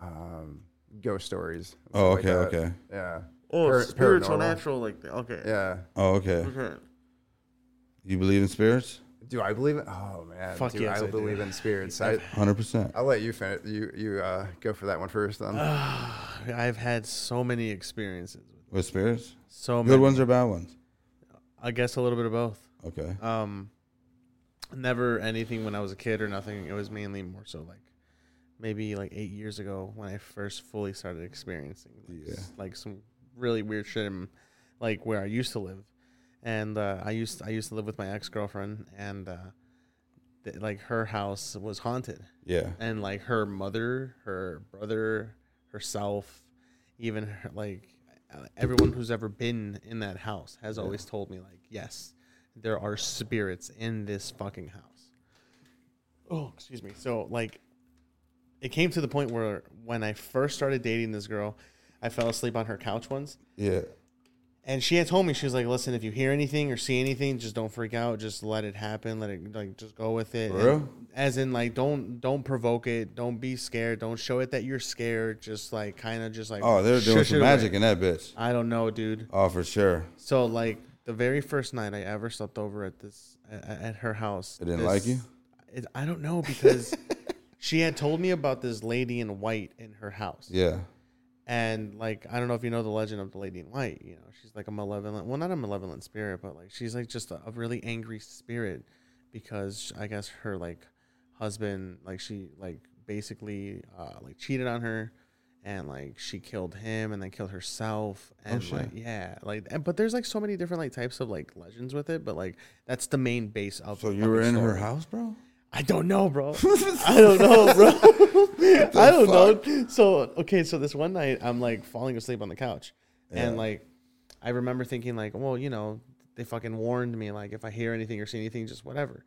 S4: um, ghost stories. and
S1: Oh,
S4: stuff like
S1: okay,
S4: that.
S1: okay.
S4: Yeah.
S2: Oh,
S4: Par-
S2: spiritual,
S4: paranormal.
S2: natural, like that. Okay.
S4: Yeah.
S1: oh okay.
S2: Okay.
S1: You believe in spirits?
S4: Do I believe in? Oh man,
S2: Fuck
S4: dude,
S2: yes, I
S4: I
S2: do.
S4: believe in spirits. I,
S1: Hundred percent.
S4: I'll let you finish. You you uh, go for that one first. um, Then
S2: I've had so many experiences.
S1: With spirits?
S2: So many.
S1: Good ones or bad ones?
S2: I guess a little bit of both.
S1: Okay.
S2: Um, never anything when I was a kid or nothing. It was mainly more so like maybe like eight years ago when I first fully started experiencing like,
S1: Yeah.
S2: s- like some really weird shit in like where I used to live, and uh, I used I used to live with my ex girlfriend and uh, th- like her house was haunted
S1: Yeah.
S2: and like her mother, her brother, herself, even her, like uh, everyone who's ever been in that house has always told me like, yes, there are spirits in this fucking house. Oh, excuse me. So like, it came to the point where when I first started dating this girl, I fell asleep on her couch once,
S1: Yeah.
S2: and she had told me she was like, "Listen, if you hear anything or see anything, just don't freak out. Just let it happen. Let it like just go with it.
S1: For
S2: And-
S1: real?
S2: As in, like, don't don't provoke it. Don't be scared. Don't show it that you're scared. Just like kind of just like
S1: Oh, they're doing
S2: shush
S1: some
S2: it away.
S1: magic in that bitch.
S2: I don't know, dude.
S1: Oh, for sure.
S2: So like the very first night I ever slept over at this at, at her house,
S1: They didn't
S2: this-
S1: like you?
S2: It, I don't know because she had told me about this lady in white in her house.
S1: Yeah.
S2: And like I don't know if you know the legend of the Lady in White. You know, she's like a malevolent, well, not a malevolent spirit, but like she's like just a, a really angry spirit because I guess her like husband, like she like basically uh, like cheated on her, and like she killed him and then killed herself and
S1: Oh, shit.
S2: like yeah, like and, but there's like so many different like types of like legends with it, but like that's the main base of.
S1: So
S2: the
S1: you were
S2: fucking
S1: in her
S2: story.
S1: house, bro?
S2: I don't know, bro. I don't know, bro. I don't know. So okay, so this one night I'm like falling asleep on the couch, and like I remember thinking like, well, you know, they fucking warned me like if I hear anything or see anything, just whatever.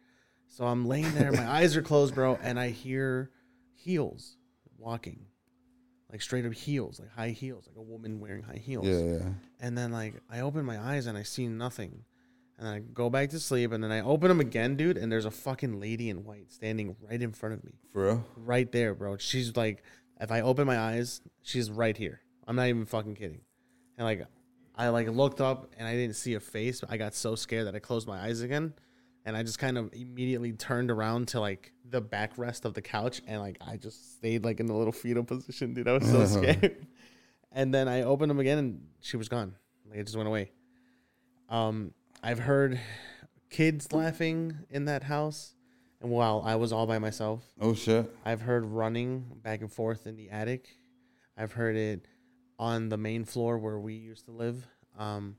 S2: So I'm laying there, my eyes are closed, bro, and I hear heels walking, like straight up heels, like high heels, like a woman wearing high heels.
S1: Yeah, yeah.
S2: And then like I open my eyes and I see nothing. And I go back to sleep and then I open them again, dude, and there's a fucking lady in white standing right in front of me.
S1: For real?
S2: Right there, bro. She's like if I open my eyes, she's right here. I'm not even fucking kidding. And like I like looked up and I didn't see a face, but I got so scared that I closed my eyes again. And I just kind of immediately turned around to like the backrest of the couch and like I just stayed like in the little fetal position, dude. I was so scared. And then I opened them again, and she was gone. Like it just went away. Um, I've heard kids laughing in that house, and while I was all by myself,
S1: Oh shit.
S2: I've heard running back and forth in the attic. I've heard it on the main floor where we used to live. Um,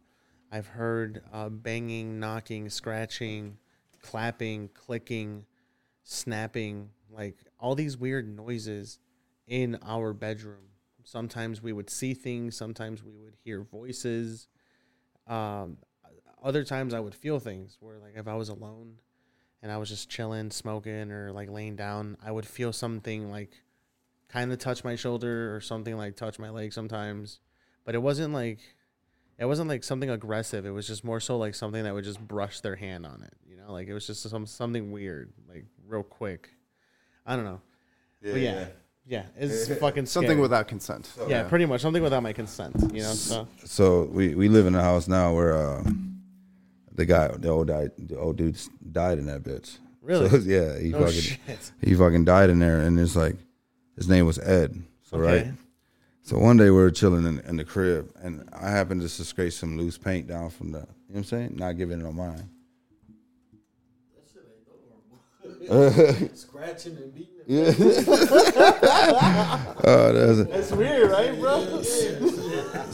S2: I've heard uh, banging, knocking, scratching, clapping, clicking, snapping, like all these weird noises in our bedroom. Sometimes we would see things, sometimes we would hear voices. Um, other times I would feel things where, like, if I was alone, and I was just chilling, smoking, or like laying down, I would feel something like kind of touch my shoulder or something like touch my leg sometimes. But it wasn't like it wasn't like something aggressive. It was just more so like something that would just brush their hand on it. You know, like it was just some something weird, like real quick. I don't know. But yeah. Yeah. It's fucking
S4: something
S2: scary.
S4: without consent.
S2: yeah, pretty much something without my consent. You know, so
S1: So we, we live in a house now where uh, the guy the old guy the old dude died in that bitch.
S2: Really?
S1: So, yeah, he
S2: No
S1: fucking
S2: shit.
S1: he fucking died in there, and it's like his name was Ed. So
S2: Okay.
S1: right. So one day we were chilling in, in the crib, and I happened to just scrape some loose paint down from the. You know what I'm saying? Not giving it no mind.
S9: Scratching and beating. it.
S1: Oh, that's
S2: it's weird, right, bro?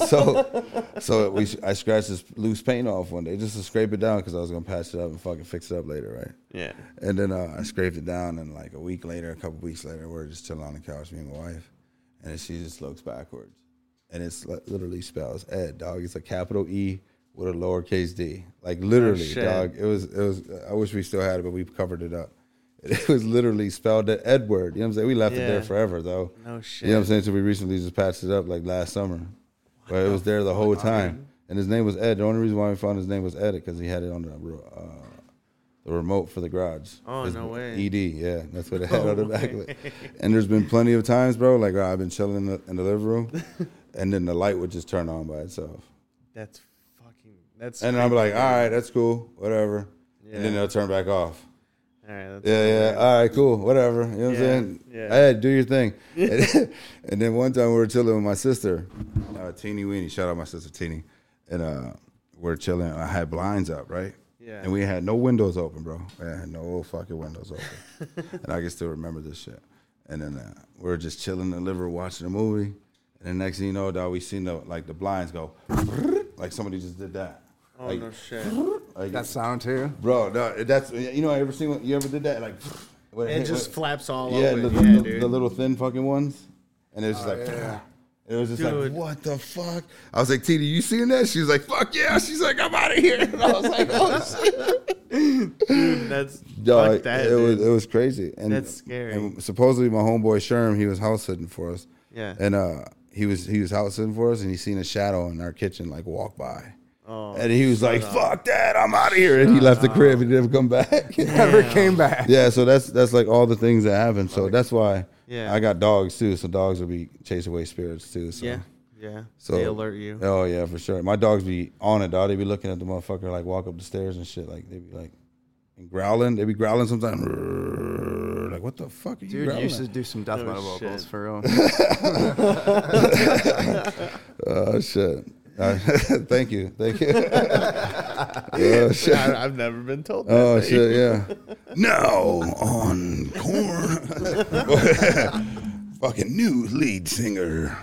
S1: so so we I scratched this loose paint off one day just to scrape it down because I was gonna patch it up and fucking fix it up later, right?
S2: Yeah.
S1: And then uh, I scraped it down, and like a week later, a couple weeks later, we are just chilling on the couch, me and my wife. and she just looks backwards, and it's li- literally spells Ed, dog. It's a capital E with a lowercase d, like literally,
S2: Oh, shit.
S1: dog. It was, it was. I wish we still had it, but we covered it up. It was literally spelled the Edward. You know what I'm saying? We left it there
S2: Yeah.
S1: forever though. You
S2: No
S1: know what I'm
S2: shit.
S1: saying? So we recently just patched it up like last summer, but it was there the whole time. And his name was Ed. The only reason why we found his name was Ed because he had it on the ro- uh, the remote for the garage.
S2: Oh,
S1: His
S2: no way.
S1: ED, yeah, that's what it had on the back. of it. And there's been plenty of times, bro. Like I've been chilling in the, in the living room, and then the light would just turn on by itself,
S2: That's fucking. That's.
S1: and I'm like, all right, that's cool, whatever. And then
S2: Yeah.
S1: it'll turn back off.
S2: All right, that's
S1: Yeah, yeah. All right, cool. Whatever. You know what I'm
S2: Yeah,
S1: saying?
S2: yeah.
S1: Hey, do your thing. and, then one time we were chilling with my sister, uh, Teeny Weeny. Shout out my sister Teeny. And uh, we're chilling. and I had blinds up, right?
S2: Yeah.
S1: And we had no windows open, bro. I had no fucking windows open. and I can still remember this shit. And then uh, we were just chilling in the living room watching a movie. And the next thing you know, dog, we seen the like the blinds go like somebody just did that.
S2: Oh
S1: like,
S2: no shit.
S1: like-
S4: That sound too.
S1: Bro, no, that's you know. I ever seen you ever did that like. when
S2: It
S1: hit-
S2: just
S1: when-
S2: flaps all
S1: yeah, the,
S2: over. yeah,
S1: the-
S2: dude. Oh,
S1: the little thin fucking ones, and it was just like. It was just like,
S2: Dude.
S1: what the fuck? I was like, Titi, you seen that? She's like, fuck yeah. She's like, I'm out of here. And I was like, oh shit.
S2: that's
S1: Dog,
S2: fuck that.
S1: it
S2: dude.
S1: was it was crazy. And
S2: That's scary.
S1: And supposedly my homeboy Sherm, he was house sitting for us.
S2: Yeah.
S1: And uh he was he was house sitting for us and he seen a shadow in our kitchen like walk by.
S2: Oh,
S1: and he was like, "Fuck that! I'm out of here!" And he left the crib. He never come back. never came back. Yeah, so that's that's like all the things that happen. So that's why
S2: Yeah.
S1: I got dogs too. So dogs will be chase away spirits too. So.
S2: yeah, yeah.
S1: So
S2: they alert you.
S1: Oh yeah, for sure. My dogs be on it, dog. They be looking at the motherfucker like walk up the stairs and shit. Like they be like and growling. They be growling sometimes. Like what the fuck are you
S4: Dude,
S1: growling?
S4: you should do some death
S2: No
S4: metal vocals
S2: shit.
S4: for real.
S1: oh shit. Uh, thank you, thank you. oh shit.
S2: I, I've never been told that.
S1: Oh shit, yeah. now on corn. Fucking new lead singer.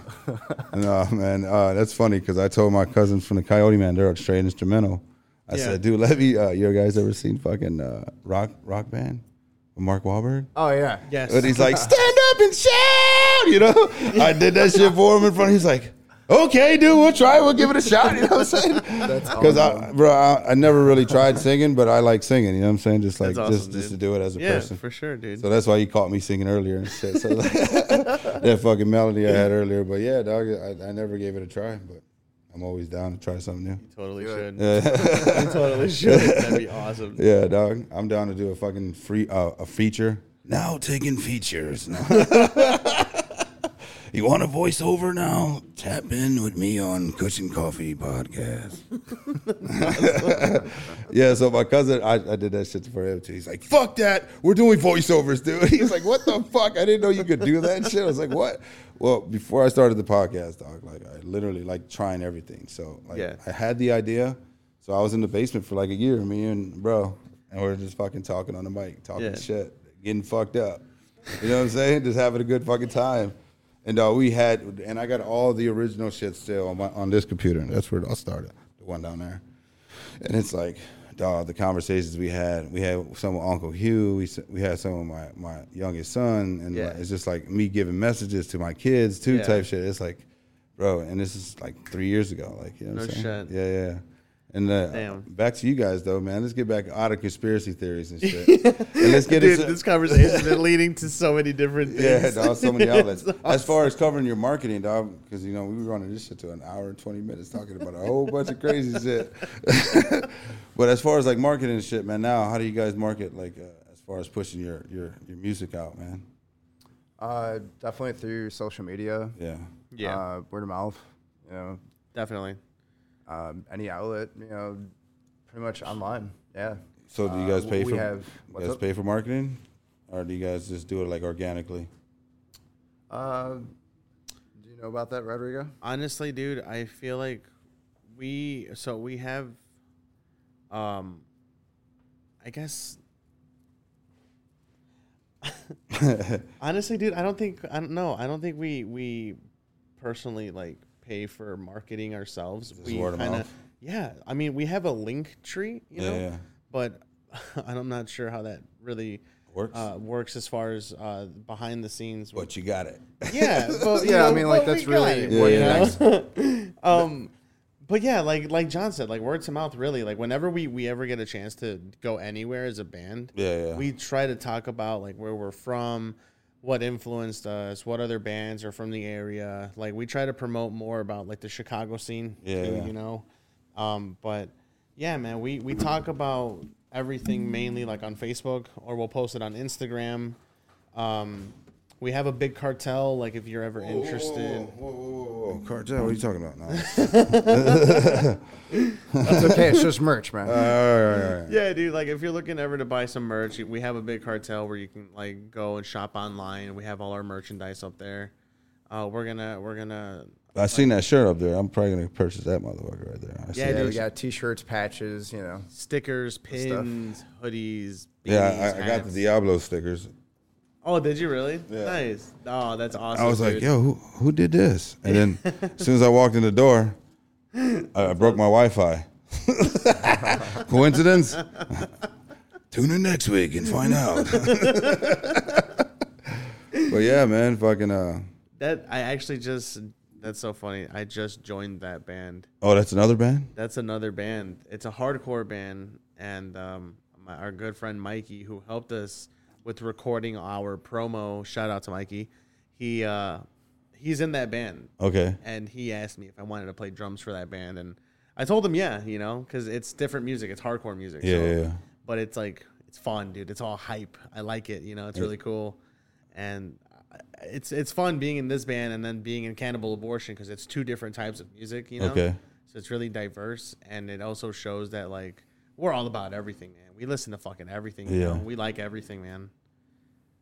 S1: no man, uh, that's funny because I told my cousins from the Coyote Man they're a straight instrumental. I
S2: Yeah.
S1: said, dude, let me. Uh, you guys ever seen fucking uh, rock rock band with Mark Wahlberg?
S4: oh yeah.
S2: Yes.
S1: But he's like, stand up and shout, you know. I did that shit for him in front. He's like, okay, dude, we'll try. it. We'll give it a shot. You know what I'm saying? That's because I, bro, I, I never really tried singing, but I like singing. You know what I'm saying? Just like
S2: That's awesome,
S1: just just to
S2: dude.
S1: do it as a
S2: yeah,
S1: person.
S2: for sure, dude.
S1: So that's why you caught me singing earlier and shit. So that fucking melody I had earlier, but yeah, dog, I, I never gave it a try, but I'm always down to try something new.
S2: totally should. you totally should. That'd be awesome.
S1: Yeah, dog, I'm down to do a fucking free uh, a feature. Now taking features. You want a voiceover now? Tap in with me on Cushion Coffee Podcast. yeah, so my cousin, I, I did that shit for him too. He's like, fuck that. We're doing voiceovers, dude. He's like, what the fuck? I didn't know you could do that shit. I was like, what? Well, before I started the podcast, dog, like I literally like trying everything. So like
S2: Yeah.
S1: I had the idea. So I was in the basement for like a year, me and bro, and we are just fucking talking on the mic, talking
S2: Yeah.
S1: shit, getting fucked up. You know what I'm saying? Just having a good fucking time. And uh, we had, and I got all the original shit still on my on this computer. And that's where it all started, the one down there. And it's like, dog, the conversations we had. We had some with Uncle Hugh. We s- we had some with my my youngest son, and
S2: Yeah.
S1: like, it's just like me giving messages to my kids too,
S2: Yeah.
S1: type shit. It's like, bro, and this is like three years ago. Like, you know what I'm
S2: No
S1: saying?
S2: shit.
S1: Yeah, yeah. And uh,
S2: Damn.
S1: back to you guys though, man. Let's get back out of conspiracy theories and shit. and let's get
S2: Dude,
S1: into-
S2: this conversation is leading to so many different things.
S1: yeah, dog, so many outlets. As far as covering your marketing, dog, because you know we were running this shit to an hour and twenty minutes talking about a whole bunch of crazy shit. but as far as like marketing and shit, man, now how do you guys market like uh, as far as pushing your your your music out, man?
S4: Uh, definitely through social media.
S1: Yeah,
S2: Yeah,
S4: Uh, word of mouth. You know,
S2: definitely.
S4: um, any outlet. You know, pretty much online. Yeah.
S1: So do you
S4: Uh,
S1: guys
S4: w-
S1: pay
S4: we
S1: for
S4: have-
S1: you
S4: what's
S1: guys
S4: up?
S1: pay for marketing, or do you guys just do it like organically?
S4: Uh, do you know about that, Rodrigo?
S2: Honestly, dude, I feel like we so we have um I guess Honestly, dude, I don't think I don't know. I don't think we we personally like pay for marketing ourselves. we
S1: word of
S2: kinda-
S1: mouth?
S2: Yeah, I mean, we have a link tree, you know.
S1: Yeah, yeah.
S2: But I'm not sure how that really
S1: Works.
S2: uh, works as far as uh, behind the scenes.
S1: but you got it.
S2: Yeah, but, you
S4: Yeah, I
S2: know,
S4: mean, like,
S2: but we
S4: that's
S2: got
S4: really
S2: it,
S1: what
S2: you
S1: it
S2: know? um, but yeah, like like John said, like word to mouth. Really, like whenever we we ever get a chance to go anywhere as a band,
S1: Yeah, yeah.
S2: we try to talk about like where we're from, what influenced us, what other bands are from the area. Like we try to promote more about like the Chicago scene,
S1: Yeah,
S2: too,
S1: yeah.
S2: you know. Um, but yeah, man, we we talk about everything mainly like on Facebook or we'll post it on Instagram. Um, we have a big cartel. Like if you're ever interested,
S1: Whoa, whoa, whoa, whoa, whoa. Cartel, what are you talking about? No.
S4: That's okay. It's just merch, man.
S1: all right, all right, all right.
S2: yeah, dude. Like if you're looking ever to buy some merch, we have a big cartel where you can like go and shop online. We have all our merchandise up there. Uh, we're gonna we're gonna
S1: I seen that shirt up there. I'm probably gonna purchase that motherfucker right there. I see
S2: Yeah,
S1: it.
S4: yeah,
S2: dude.
S4: we got t-shirts, patches. You know,
S2: stickers, pins, hoodies.
S1: yeah.
S2: beanies,
S1: I, I got the
S2: hats.
S1: Diablo stickers.
S2: Oh, did you really? Nice. Oh, that's awesome.
S1: I was like,
S2: dude.
S1: yo, who, who did this? And then as soon as I walked in the door, I, I broke my Wi Fi. Coincidence? Tune in next week and find out. but yeah, man, fucking. Uh,
S2: that. I actually just. That's so funny. I just joined that band.
S1: oh, that's another band?
S2: That's another band. It's a hardcore band, and um, my, our good friend Mikey, who helped us with recording our promo. Shout out to Mikey. He uh, he's in that band,
S1: Okay.
S2: and he asked me if I wanted to play drums for that band, and I told him yeah, you know, because it's different music. It's hardcore music.
S1: Yeah, yeah, yeah.
S2: But it's like it's fun, dude. It's all hype. I like it. You know, it's really cool, and I- it's it's fun being in this band and then being in Cannibal Abortion because it's two different types of music. You know.
S1: Okay.
S2: So it's really diverse, and it also shows that like we're all about everything, man. We listen to fucking everything. You
S1: Yeah.
S2: know? We like everything, man.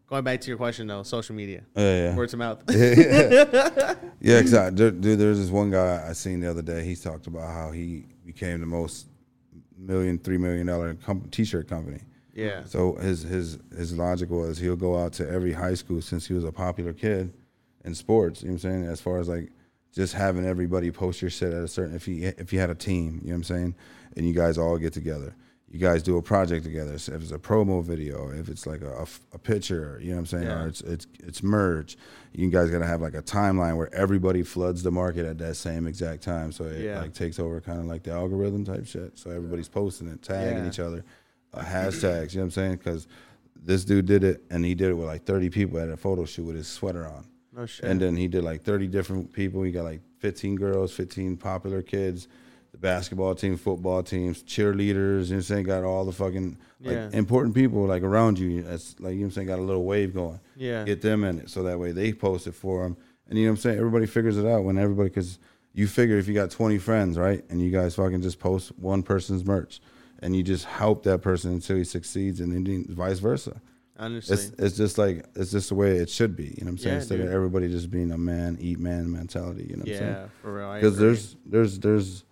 S2: Going back to your question though, social media,
S1: Yeah, yeah.
S2: word to mouth.
S1: Yeah, exactly. There, dude, there's this one guy I seen the other day. He talked about how he became the most million, three million dollar com- t-shirt company.
S2: yeah.
S1: So his his his logic was he'll go out to every high school since he was a popular kid in sports. You know what I'm saying? As far as like just having everybody post your shit at a certain if he if you had a team, you know what I'm saying? And you guys all get together. You guys do a project together. So if it's a promo video, if it's like a, a f- a picture, you know what I'm saying? Or it's it's it's merge. You guys gotta have like a timeline where everybody floods the market at that same exact time. So it
S2: Yeah.
S1: like takes over kind of like the algorithm type shit. So everybody's posting it, tagging
S2: Yeah.
S1: each other, uh, hashtags. You know what I'm saying? Because this dude did it, and he did it with like 30 people at a photo shoot with his sweater on.
S2: No shit.
S1: And then he did like 30 different people. He got like 15 girls, 15 popular kids, the basketball team, football teams, cheerleaders. You know what I'm saying? Got all the fucking like,
S2: Yeah.
S1: important people like around you. That's like you know what I'm saying. Got a little wave going.
S2: Yeah.
S1: Get them in it so that way they post it for them. And you know what I'm saying? Everybody figures it out when everybody because you figure if you got 20 friends, right? And you guys fucking just post one person's merch, and you just help that person until he succeeds, and then vice versa.
S2: Honestly,
S1: It's, it's just like it's just the way it should be. You know what I'm saying?
S2: Yeah,
S1: Instead of
S2: dude.
S1: everybody just being a man eat man mentality. You know what I'm saying?
S2: yeah, for real. I
S1: because
S2: agree.
S1: there's there's there's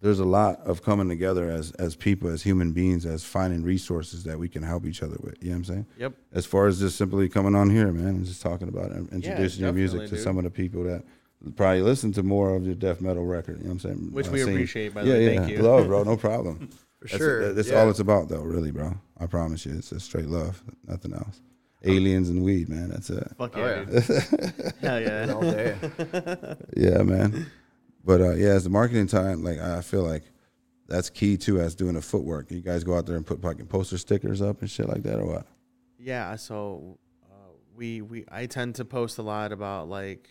S1: there's a lot of coming together as as people as human beings as finding resources that we can help each other with you know what i'm saying
S2: Yep.
S1: as far as just simply coming on here man and just talking about it and introducing your music to
S2: definitely, dude.
S1: some of the people that probably listen to more of your death metal record you know what i'm saying
S2: Which
S1: I've
S2: we
S1: seen-
S2: appreciate, by the
S1: yeah,
S2: way.
S1: yeah.
S2: Thank you.
S1: love bro no problem
S4: for
S1: that's,
S4: sure.
S1: that's
S4: yeah.
S1: all it's about though really bro i promise you it's just straight love nothing else aliens and weed man that's it
S2: Fuck yeah,
S4: Oh, yeah.
S2: dude. Hell yeah.
S4: all day.
S1: yeah, man. But uh, yeah, as the marketing time, like I feel like that's key too as doing the footwork. You guys go out there and put fucking poster stickers up and shit like that, or what?
S2: Yeah, so uh, we we I tend to post a lot about like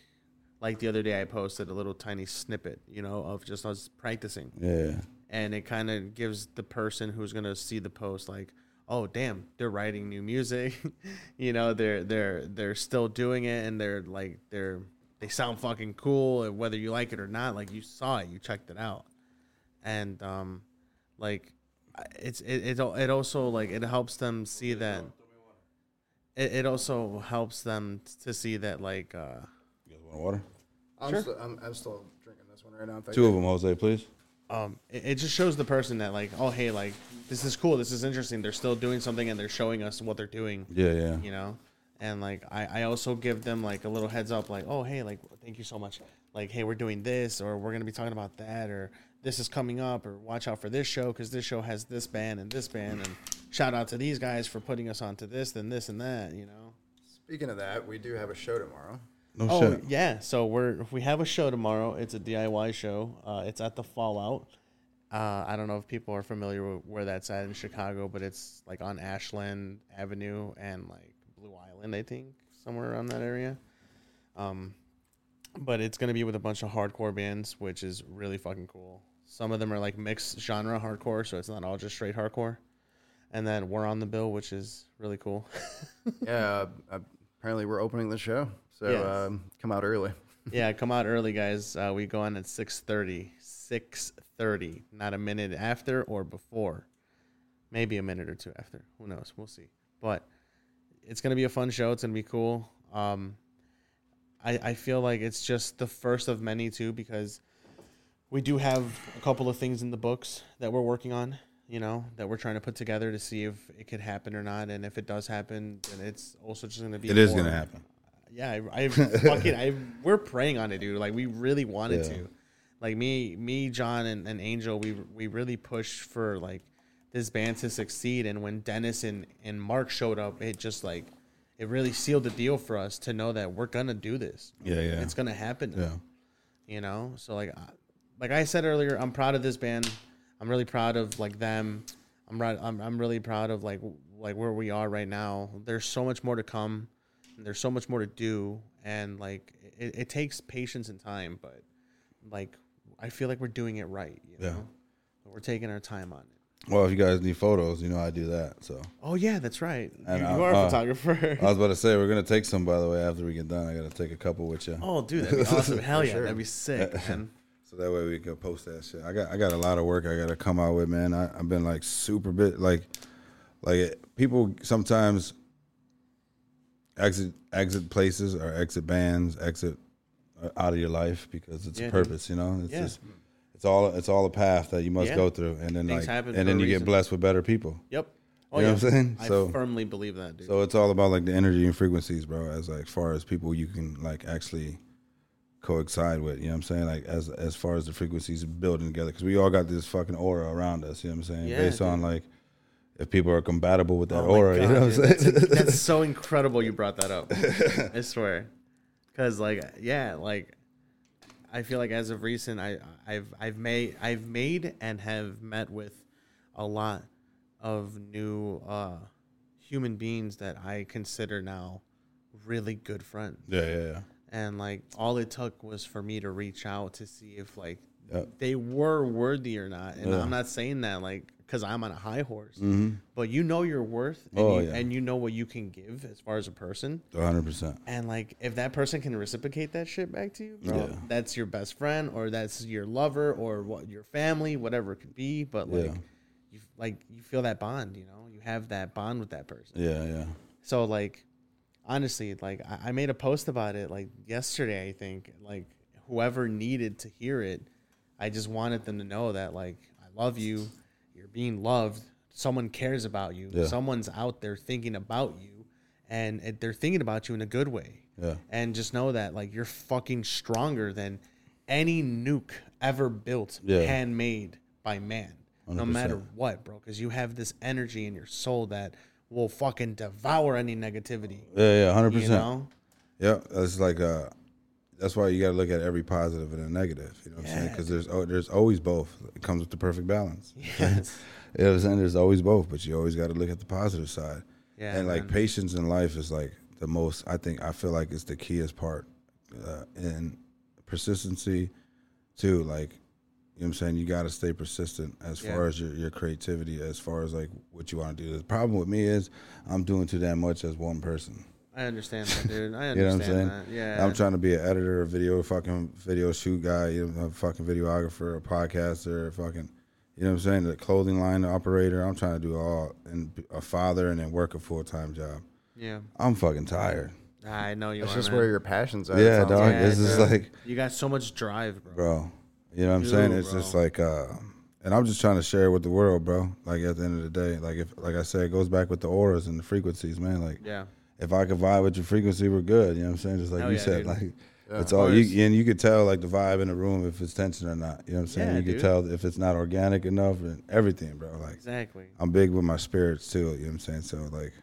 S2: like the other day I posted a little tiny snippet, you know, of just us practicing.
S1: Yeah,
S2: and it kind of gives the person who's gonna see the post like, oh damn, they're writing new music, you know, they're they're they're still doing it, and they're like they're they sound fucking cool, and whether you like it or not, like you saw it, you checked it out, and um, like I- it's it it, al- it also like it helps them see that. It, it also helps them to see that like uh
S1: you guys want water?
S4: I'm, sure. still, I'm, I'm still drinking this one right now.
S1: Two of them, Jose, please.
S2: um, it, it just shows the person that like, oh hey, like this is cool, this is interesting. They're still doing something and they're showing us what they're doing.
S1: Yeah, yeah.
S2: You know, and like I, I also give them like a little heads up, like oh hey, like thank you so much, like hey we're doing this or we're gonna be talking about that or this is coming up or watch out for this show because this show has this band and this band and shout out to these guys for putting us onto this, then this and that, you know.
S4: Speaking of that, we do have a show tomorrow.
S1: No
S2: Oh
S1: shit.
S2: yeah, so we're we have a show tomorrow. It's a DIY show. Uh, it's at the Fallout. Uh, I don't know if people are familiar with where that's at in Chicago, but it's like on Ashland Avenue and like Blue Island, I think, somewhere around that area. Um, but it's gonna be with a bunch of hardcore bands, which is really fucking cool. Some of them are like mixed genre hardcore, so it's not all just straight hardcore. And then we're on the bill, which is really cool.
S4: yeah, uh, apparently we're opening the show, so
S2: Yes.
S4: um, come out early.
S2: yeah come out early guys uh, we go on at 6.30 6.30 not a minute after or before maybe a minute or two after who knows we'll see but it's going to be a fun show it's going to be cool um, I, I feel like it's just the first of many too because we do have a couple of things in the books that we're working on you know that we're trying to put together to see if it could happen or not and if it does happen then it's also just going to be
S1: It is
S2: more-
S1: gonna happen.
S2: yeah, I, I fucking, I we're praying on it, dude. Like we really wanted
S1: Yeah.
S2: to. Like me, me, John, and, and Angel, we we really pushed for like this band to succeed. And when Dennis and and Mark showed up, it just like it really sealed the deal for us to know that we're gonna do this.
S1: Yeah, yeah.
S2: It's gonna happen. now,
S1: Yeah.
S2: You know, so like, I- like I said earlier, I'm proud of this band. I'm really proud of like them. I'm right. I'm I'm really proud of like like where we are right now. There's so much more to come there's so much more to do and like it, it takes patience and time but like i feel like we're doing it right you
S1: Yeah.
S2: know we're taking our time on it
S1: Well, if you guys need photos, you know I do that. So
S2: oh yeah that's right you,
S1: And
S2: you
S1: I'm-
S2: are a
S1: uh,
S2: photographer
S1: I was about to say we're gonna take some. By the way, after we get done, I gotta take a couple with you.
S2: oh dude that'd be awesome hell yeah that'd be sick man
S1: So that way we can post that shit. I got I got a lot of work I gotta come out with, man. I, I've been like super bit like like it, people sometimes exit exit places or exit bands, exit uh, out of your life because it's
S2: Yeah,
S1: a
S2: dude.
S1: purpose, you know? It's
S2: Yeah.
S1: just it's all it's all a path that you must
S2: Yeah.
S1: go through and then
S2: Things
S1: like
S2: happen
S1: and
S2: for
S1: then
S2: a
S1: you
S2: reason.
S1: get blessed with better people.
S2: yep oh
S1: You know
S2: yeah
S1: what I'm saying?
S2: i
S1: So-
S2: firmly believe that dude
S1: So it's all about like the energy and frequencies, bro. As like far as people you can like actually coincide with, you know what I'm saying? Like as as far as the frequencies building together, because we all got this fucking aura around us. You know what I'm saying?
S2: Yeah,
S1: Based on like if people are compatible with that
S2: Oh my
S1: aura, you
S2: God,
S1: know what
S2: dude,
S1: I'm saying?
S2: That's, that's so incredible you brought that up. I swear. Cause like yeah, like I feel like as of recent I I've I've made I've made and have met with a lot of new uh human beings that I consider now really good friends.
S1: yeah, yeah, yeah.
S2: And like all it took was for me to reach out to see if like
S1: Yeah.
S2: they were worthy or not. And
S1: Yeah. Mm-hmm.
S2: I'm not saying that like because I'm on a high horse, but you know your worth and,
S1: Oh,
S2: you,
S1: yeah.
S2: and you know what you can give as far as a person.
S1: 100. percent
S2: And like if that person can reciprocate that shit back to you, bro,
S1: Yeah.
S2: that's your best friend or that's your lover or what your family, whatever it could be. But like
S1: Yeah.
S2: you like you feel that bond, you know, you have that bond with that person.
S1: Yeah, yeah.
S2: So like, honestly, like I, I made a post about it like yesterday. I think like whoever needed to hear it, I just wanted them to know that like I love you, you're being loved. Someone cares about you.
S1: Yeah.
S2: Someone's out there thinking about you, and it- they're thinking about you in a good way.
S1: Yeah.
S2: And just know that like you're fucking stronger than any nuke ever built,
S1: Yeah.
S2: handmade by man. No
S1: 100%.
S2: matter what, bro, because you have this energy in your soul that will fucking devour any negativity.
S1: Yeah, yeah, hundred
S2: You
S1: percent.
S2: know?
S1: Yeah, that's like uh, that's why you got to look at every positive and a negative. You know what I'm saying?
S2: Yeah,
S1: Because there's al- there's always both. It comes with the perfect balance.
S2: Yes.
S1: You know what I'm saying? There's always both, but you always got to look at the positive side.
S2: Yeah,
S1: and like
S2: man.
S1: patience in life is like the most. I think I feel like it's the keyest part, uh, and persistency, too. Like, you know what I'm saying? You got to stay persistent as
S2: Yeah.
S1: far as your, your creativity, as far as like what you want to do. The problem with me is I'm doing too damn much as one person.
S2: I understand that, dude. I
S1: You know what I'm
S2: understand
S1: saying?
S2: that. Yeah.
S1: I'm trying to be an editor, a video fucking video shoot guy, you know, a fucking videographer, a podcaster, a fucking, you know what I'm saying? The clothing line operator. I'm trying to do all and be a father and then work a full time job.
S2: yeah.
S1: I'm fucking tired.
S2: I know you
S4: It's
S2: are.
S4: just
S2: man.
S4: where your passions are.
S1: yeah,
S4: it sounds
S1: dog.
S4: like.
S1: It's just
S2: dude.
S1: like,
S2: You got so much drive, bro.
S1: bro. You know what I'm
S2: Dude,
S1: saying? It's
S2: bro.
S1: just like, uh, and I'm just trying to share it with the world, bro. Like at the end of the day, like if, like I said, it goes back with the auras and the frequencies, man. Like,
S2: Yeah.
S1: if I could vibe with your frequency, we're good. You know what I'm saying? Just like
S2: Hell
S1: you
S2: yeah,
S1: said,
S2: dude.
S1: like it's all you and you could tell like the vibe in the room if it's tension or not. You know what I'm saying?
S2: Yeah,
S1: you could
S2: dude.
S1: tell if it's not organic enough and everything, bro. Like
S2: Exactly.
S1: I'm big with my spirits too. You know what I'm saying? So like,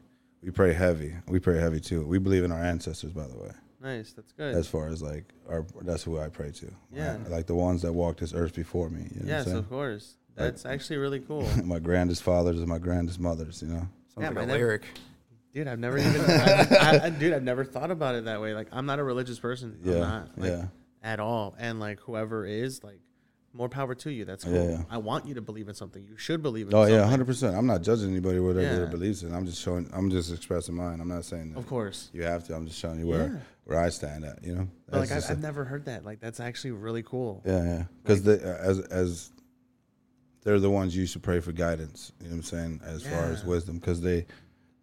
S1: we pray heavy. We pray heavy too. We believe in our ancestors, by the way.
S2: Nice. That's good.
S1: As far as like our, that's who I pray to. right?
S2: Yeah.
S1: Like the ones that walked this earth before me. You know
S2: yes,
S1: what I'm
S2: of course. That's actually really cool.
S1: saying? my grandest fathers and my grandest mothers. You know.
S4: Sounds
S2: Yeah,
S4: like
S2: man,
S4: a
S2: that-
S4: lyric.
S2: Dude, I've never even, I, I, dude, I've never thought about it that way. Like, I'm not a religious person. I'm
S1: Yeah,
S2: not, like,
S1: yeah.
S2: At all. And like, whoever is, like, more power to you. That's cool.
S1: Yeah, yeah.
S2: I want you to believe in something. You should believe in.
S1: Oh
S2: something.
S1: yeah, hundred percent. I'm not judging anybody whatever their
S2: Yeah.
S1: beliefs in. I'm just showing. I'm just expressing mine. I'm not saying that
S2: Of course.
S1: you have to. I'm just showing you where
S2: Yeah.
S1: where I stand at. You know.
S2: But like,
S1: That's just
S2: I've,
S1: a-
S2: I've never heard that. Like, that's actually really cool.
S1: Yeah, yeah. Because as as they're the ones you should pray for guidance. You know what I'm saying? As far as
S2: Yeah.
S1: wisdom, because they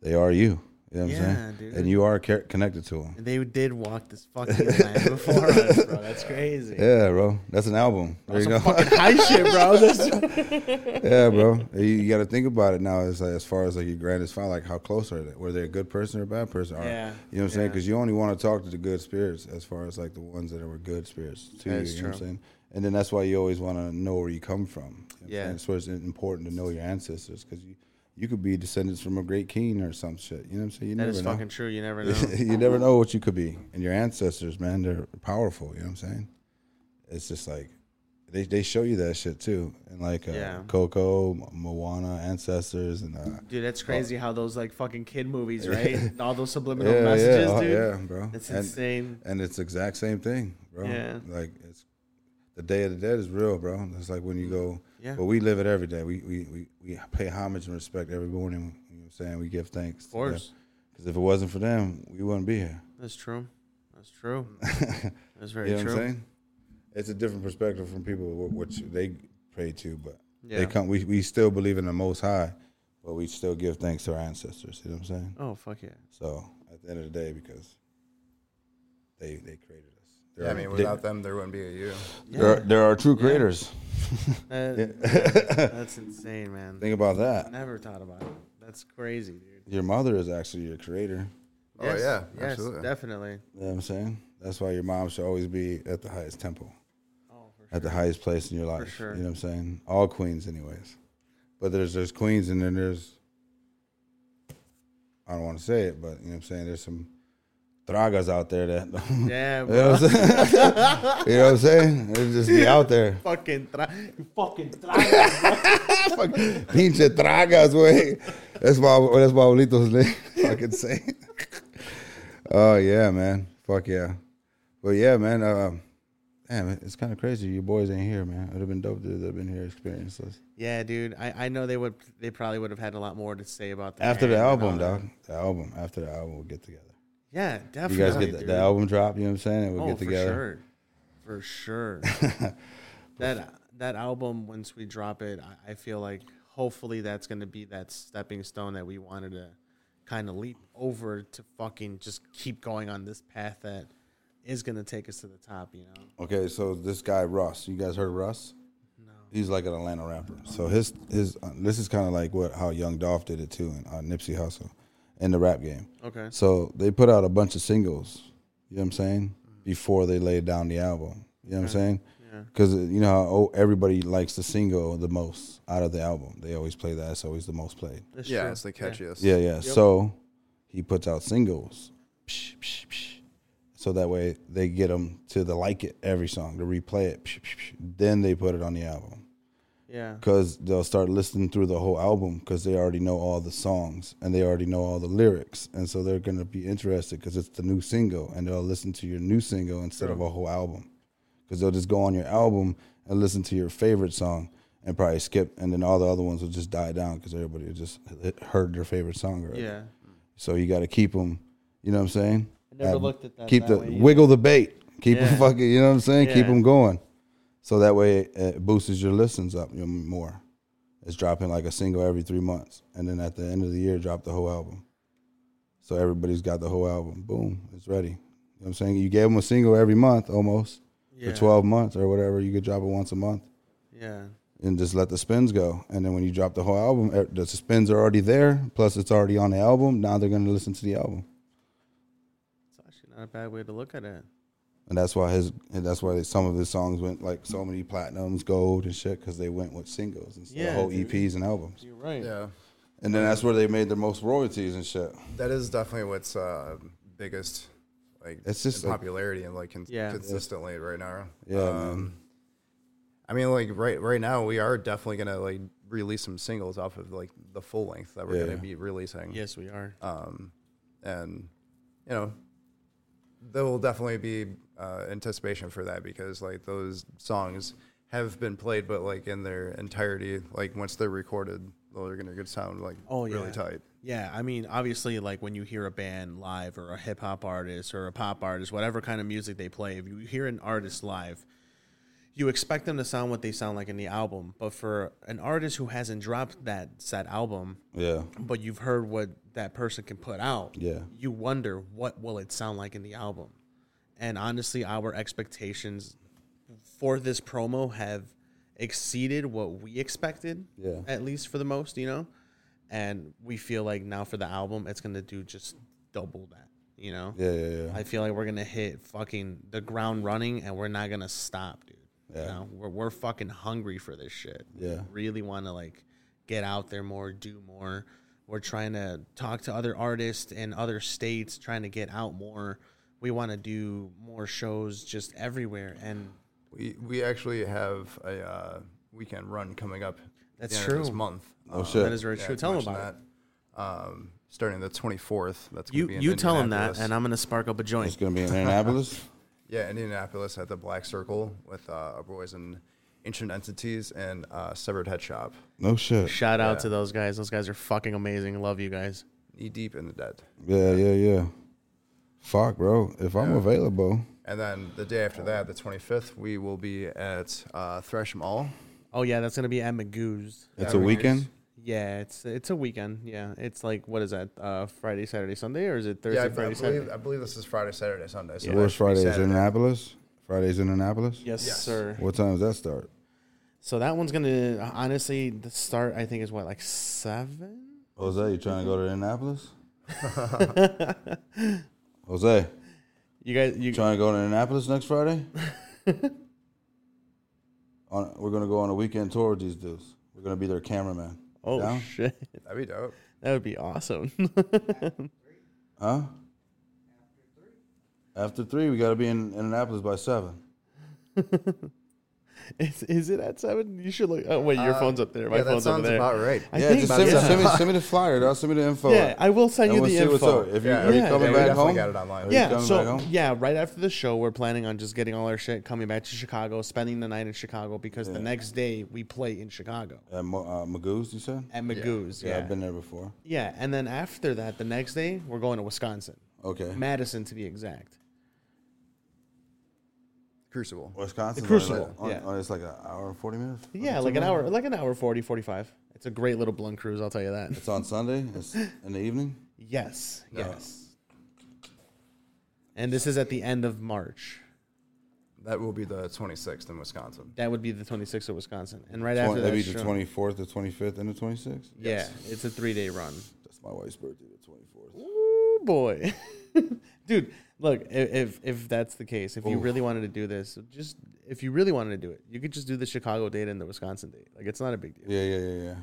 S1: they are you. You know what I'm
S2: Yeah,
S1: saying?
S2: dude.
S1: And you are ca- connected to them.
S2: And they did walk this fucking land before us, bro. That's crazy.
S1: Yeah, bro. That's an album. There you go.
S2: High shit, bro. That's-
S1: yeah, bro. You, you got to think about it now. As like, as far as like your grandest father, like how close are they? Were they a good person or a bad person? Or-
S2: Yeah,
S1: You know what I'm saying?
S2: yeah.
S1: Because you only want to talk to the good spirits, as far as like the ones that were good spirits to you.
S2: That's
S1: You know what I'm
S2: true.
S1: saying? And then that's why you always want to know where you come from. You know what I'm
S2: Yeah.
S1: saying? That's why it's important to know your ancestors because you you could be descendants from a great king or some shit. You know what I'm saying? You
S2: that
S1: never
S2: is
S1: know.
S2: fucking true. You never know.
S1: you never know what you could be. And your ancestors, man, they're powerful. You know what I'm saying? It's just like they they show you that shit too. And like uh,
S2: Yeah.
S1: Coco, Moana, ancestors, and uh,
S2: Dude, that's crazy how those like fucking kid movies, right? All those subliminal
S1: yeah,
S2: messages,
S1: yeah, oh,
S2: dude.
S1: yeah, bro.
S2: That's
S1: And-
S2: insane.
S1: and it's the exact same thing, bro.
S2: Yeah.
S1: Like it's the Day of the Dead is real, bro. It's like when you go,
S2: Yeah.
S1: but we live it every day. We we we, we pay homage and respect every morning. You know what I'm saying? We give thanks.
S2: Of course.
S1: Because if it wasn't for them, we wouldn't be here.
S2: That's true. That's true. That's very
S1: You know
S2: true.
S1: what I'm saying? It's a different perspective from people wh- which they pray to, but
S2: Yeah.
S1: they come. We we still believe in the Most High, but we still give thanks to our ancestors. You know what I'm saying?
S2: Oh fuck yeah.
S1: So at the end of the day, because they they created us. They're
S4: Yeah, I
S1: our-
S4: mean,
S1: they-
S4: without them, there wouldn't be a you.
S1: There are, there are true creators.
S2: That- that's insane, man.
S1: Think about that.
S2: Never thought about it. That's crazy, dude.
S1: Your mother is actually your creator.
S4: Oh, yeah,
S2: Yes,
S4: absolutely.
S2: definitely.
S1: You know what I'm saying? That's why your mom should always be at the highest temple,
S2: Oh, for
S1: at the highest place in your life.
S2: sure.
S1: You know what I'm saying? All queens, anyways. But there's there's queens and then there's I don't want to say it, but you know what I'm saying? There's some dragas out there that you,
S2: Yeah, bro.
S1: know what I'm saying? you know what I'm saying? They just be out there.
S2: Fucking tra- you fucking tra-
S1: Pinche tragas, güey. That's my that's my abuelito's name. Fucking say. Oh yeah, man. Fuck yeah. But yeah, man. Uh, damn, it's kind of crazy. You boys ain't here, man. It'd have been dope if they'd been here, experience this
S2: Yeah, dude. I, I know they would they probably would have had a lot more to say about that. uh,
S1: after the album, dog. The album after the album, we'll get together.
S2: Yeah,
S1: You
S2: definitely.
S1: guys get the,
S2: dude.
S1: the album drop. You know what I'm saying? And we'll
S2: oh,
S1: get together.
S2: for sure. For sure. that that album, once we drop it, I, I feel like hopefully that's gonna be that stepping stone that we wanted to kind of leap over to fucking just keep going on this path that is gonna take us to the top, you know.
S1: Okay, so this guy Russ. You guys heard of Russ? He's like an Atlanta rapper. So his his uh, this is kind of like what how Young Dolph did it too, and uh, Nipsey Hussle, in the rap game.
S2: Okay.
S1: So they put out a bunch of singles. You know what I'm saying? Before they laid down the album. You know what I'm saying? Because you know how oh, everybody likes the single the most out of the album. They always play that. It's always the most played.
S4: Yeah, it's the catchiest.
S1: Yeah, yeah. So he puts out singles. Psh, psh, psh. So that way they get them to the like it every song to replay it. Psh, psh, psh. Then they put it on the album
S2: Yeah.
S1: because they'll start listening through the whole album because they already know all the songs and they already know all the lyrics and so they're gonna be interested because it's the new single and they'll listen to your new single instead of a whole album because they'll just go on your album and listen to your favorite song and probably skip and then all the other ones will just die down because everybody just heard their favorite song already.
S2: Yeah.
S1: So you got to keep them. You know what I'm saying?
S2: I never looked at that
S1: Keep
S2: that
S1: the
S2: way either.
S1: wiggle the bait. Keep
S2: Yeah.
S1: them fucking. You know what I'm saying? Keep 'em Keep
S2: Yeah.
S1: them going. So that way it, it boosts your listens up you know, more. It's dropping like a single every three months, and then at the end of the year, drop the whole album. So everybody's got the whole album. Boom, it's ready. You know what I'm saying? You gave them a single every month almost
S2: Yeah.
S1: for 12 months or whatever. You could drop it once a month
S2: Yeah.
S1: and just let the spins go. And then when you drop the whole album, er, the spins are already there. Plus, it's already on the album. Now they're going to listen to the album.
S2: It's actually not a bad way to look at it.
S1: and that's why his and that's why some of his songs went like so many platinums, gold, and shit because they went with singles instead
S2: Yeah,
S1: of whole
S2: dude.
S1: EPs and albums.
S2: You're right.
S4: Yeah,
S1: And then that's where they made the most royalties and shit.
S4: that is definitely what's uh, biggest, like
S1: It's just,
S4: in
S1: like-
S4: popularity and like con-
S2: Yeah.
S4: consistently right now. Um,
S1: Yeah,
S4: I mean, like right right now, we are definitely gonna like release some singles off of like the full length that we're
S1: Yeah.
S4: gonna be releasing.
S2: Yes, we are.
S4: Um, and you know, there will definitely be uh, anticipation for that because like those songs have been played, but like in their entirety, like once they're recorded, they're gonna get sound like
S2: Oh, yeah.
S4: really tight.
S2: Yeah, I mean, obviously, like when you hear a band live or a hip hop artist or a pop artist, whatever kind of music they play, if you hear an artist live, you expect them to sound what they sound like in the album. But for an artist who hasn't dropped that set album,
S1: yeah,
S2: but you've heard what that person can put out,
S1: Yeah.
S2: you wonder what will it sound like in the album. And honestly, our expectations for this promo have exceeded what we expected,
S1: Yeah.
S2: at least for the most, you know. And we feel like now for the album, it's gonna do just double that, you know.
S1: yeah, yeah, yeah.
S2: I feel like we're gonna hit fucking the ground running, and we're not gonna stop, dude. You know, we're we're fucking hungry for this shit.
S1: Yeah.
S2: really want to like get out there more, do more. We're trying to talk to other artists in other states, trying to get out more. We want to do more shows just everywhere, and
S4: We we actually have a uh, weekend run coming up. at the
S2: That's
S4: end of This
S2: true.
S4: month.
S1: oh
S4: Um,
S1: shit.
S2: that is very
S4: yeah,
S2: true.
S4: to
S2: Tell them
S4: mention
S2: about it.
S4: that. Um, starting the 24th. That's gonna
S2: You
S4: be in
S2: you tell them that,
S4: Indianapolis.
S2: and I'm gonna spark up a
S1: it's
S2: joint.
S1: gonna be in Indianapolis.
S4: yeah, Indianapolis at the Black Circle with uh, our boys and Ancient Entities and uh, Severed Head Shop.
S1: No shit.
S2: Shout out to those guys. Those guys are fucking amazing. Love you guys.
S4: Knee deep in the dead.
S1: Yeah, yeah, yeah. Fuck, bro. If I'm available,
S4: And then the day after that, the 25th, we will be at uh, Thresham All.
S2: Oh yeah, that's gonna be at Magoo's.
S1: it's
S4: That'd
S1: a
S4: be nice.
S1: weekend.
S2: Yeah, it's it's a weekend. Yeah, it's like what is that? Uh, Friday, Saturday, Sunday, or is it Thursday,
S4: yeah, I, I
S2: Friday,
S4: believe,
S2: Saturday?
S4: I believe this is Friday, Saturday, Sunday. So
S1: So
S4: that
S1: where's
S4: should be
S1: Friday? Is
S4: Saturday.
S1: Indianapolis? Friday's in Annapolis.
S2: Yes,
S4: Yes.
S2: sir.
S1: What time does that start?
S2: So that one's gonna honestly the start. I think is what like seven.
S1: Jose, you trying to go to Indianapolis? Jose,
S2: You guys, you
S1: you trying to go to Indianapolis next Friday? on, we're gonna go on a weekend tour with these dudes. We're gonna be their cameraman.
S2: oh
S1: down?
S2: shit,
S4: That'd be dope.
S2: that would be awesome.
S1: Huh? After three, we gotta be in Indianapolis by seven.
S2: is, is it at seven? You should look. Oh wait, your phone's up there. My
S4: Uh, yeah, that
S2: phone's up
S4: sounds
S2: there.
S4: about right.
S2: I
S1: yeah,
S2: think-
S1: just send,
S2: yeah.
S1: send me, send me the flyer. dog. Send me the info.
S2: Yeah, I will send
S1: And
S2: you
S1: we'll
S2: the
S1: see what's
S2: info.
S1: up. If you,
S4: Yeah,
S1: are you
S2: yeah,
S1: coming
S4: we
S1: back
S4: definitely
S1: home?
S4: got it online.
S1: Are you
S2: Yeah,
S1: coming back
S2: so
S1: home?
S2: yeah, right after the show, we're planning on just getting all our shit, coming back to Chicago, spending the night in Chicago because the next day we play in Chicago
S1: At Mo- uh, Magoo's, you said?
S2: at Magoo's. Yeah,
S1: Yeah,
S2: yeah.
S1: I've been there before.
S2: and then after that, the next day we're going to Wisconsin,
S1: Okay.
S2: Madison to be exact.
S4: Crucible.
S1: Wisconsin's
S2: Crucible,
S1: only like,
S2: yeah.
S1: on- on- it's like an hour and 40 minutes.
S2: Yeah, like an hour, like an hour 40, 45. It's a great little blunt cruise, I'll tell you that.
S1: It's on Sunday. It's in the evening.
S2: Yes, yes. And this is at the end of March.
S4: That will be the 26th in Wisconsin.
S2: That would be the 26th of Wisconsin, and right
S1: Twen-
S2: after that,
S1: That'd be the
S2: show-
S1: 24th, the 25th, and the 26th.
S2: yeah, it's a three day run.
S1: That's my wife's birthday, the 24th.
S2: Ooh, boy, dude. Look, i- if if that's the case, if you really wanted to do this, just if you really wanted to do it, you could just do the Chicago date and the Wisconsin date. Like it's not a big deal.
S1: Yeah, yeah, yeah, yeah.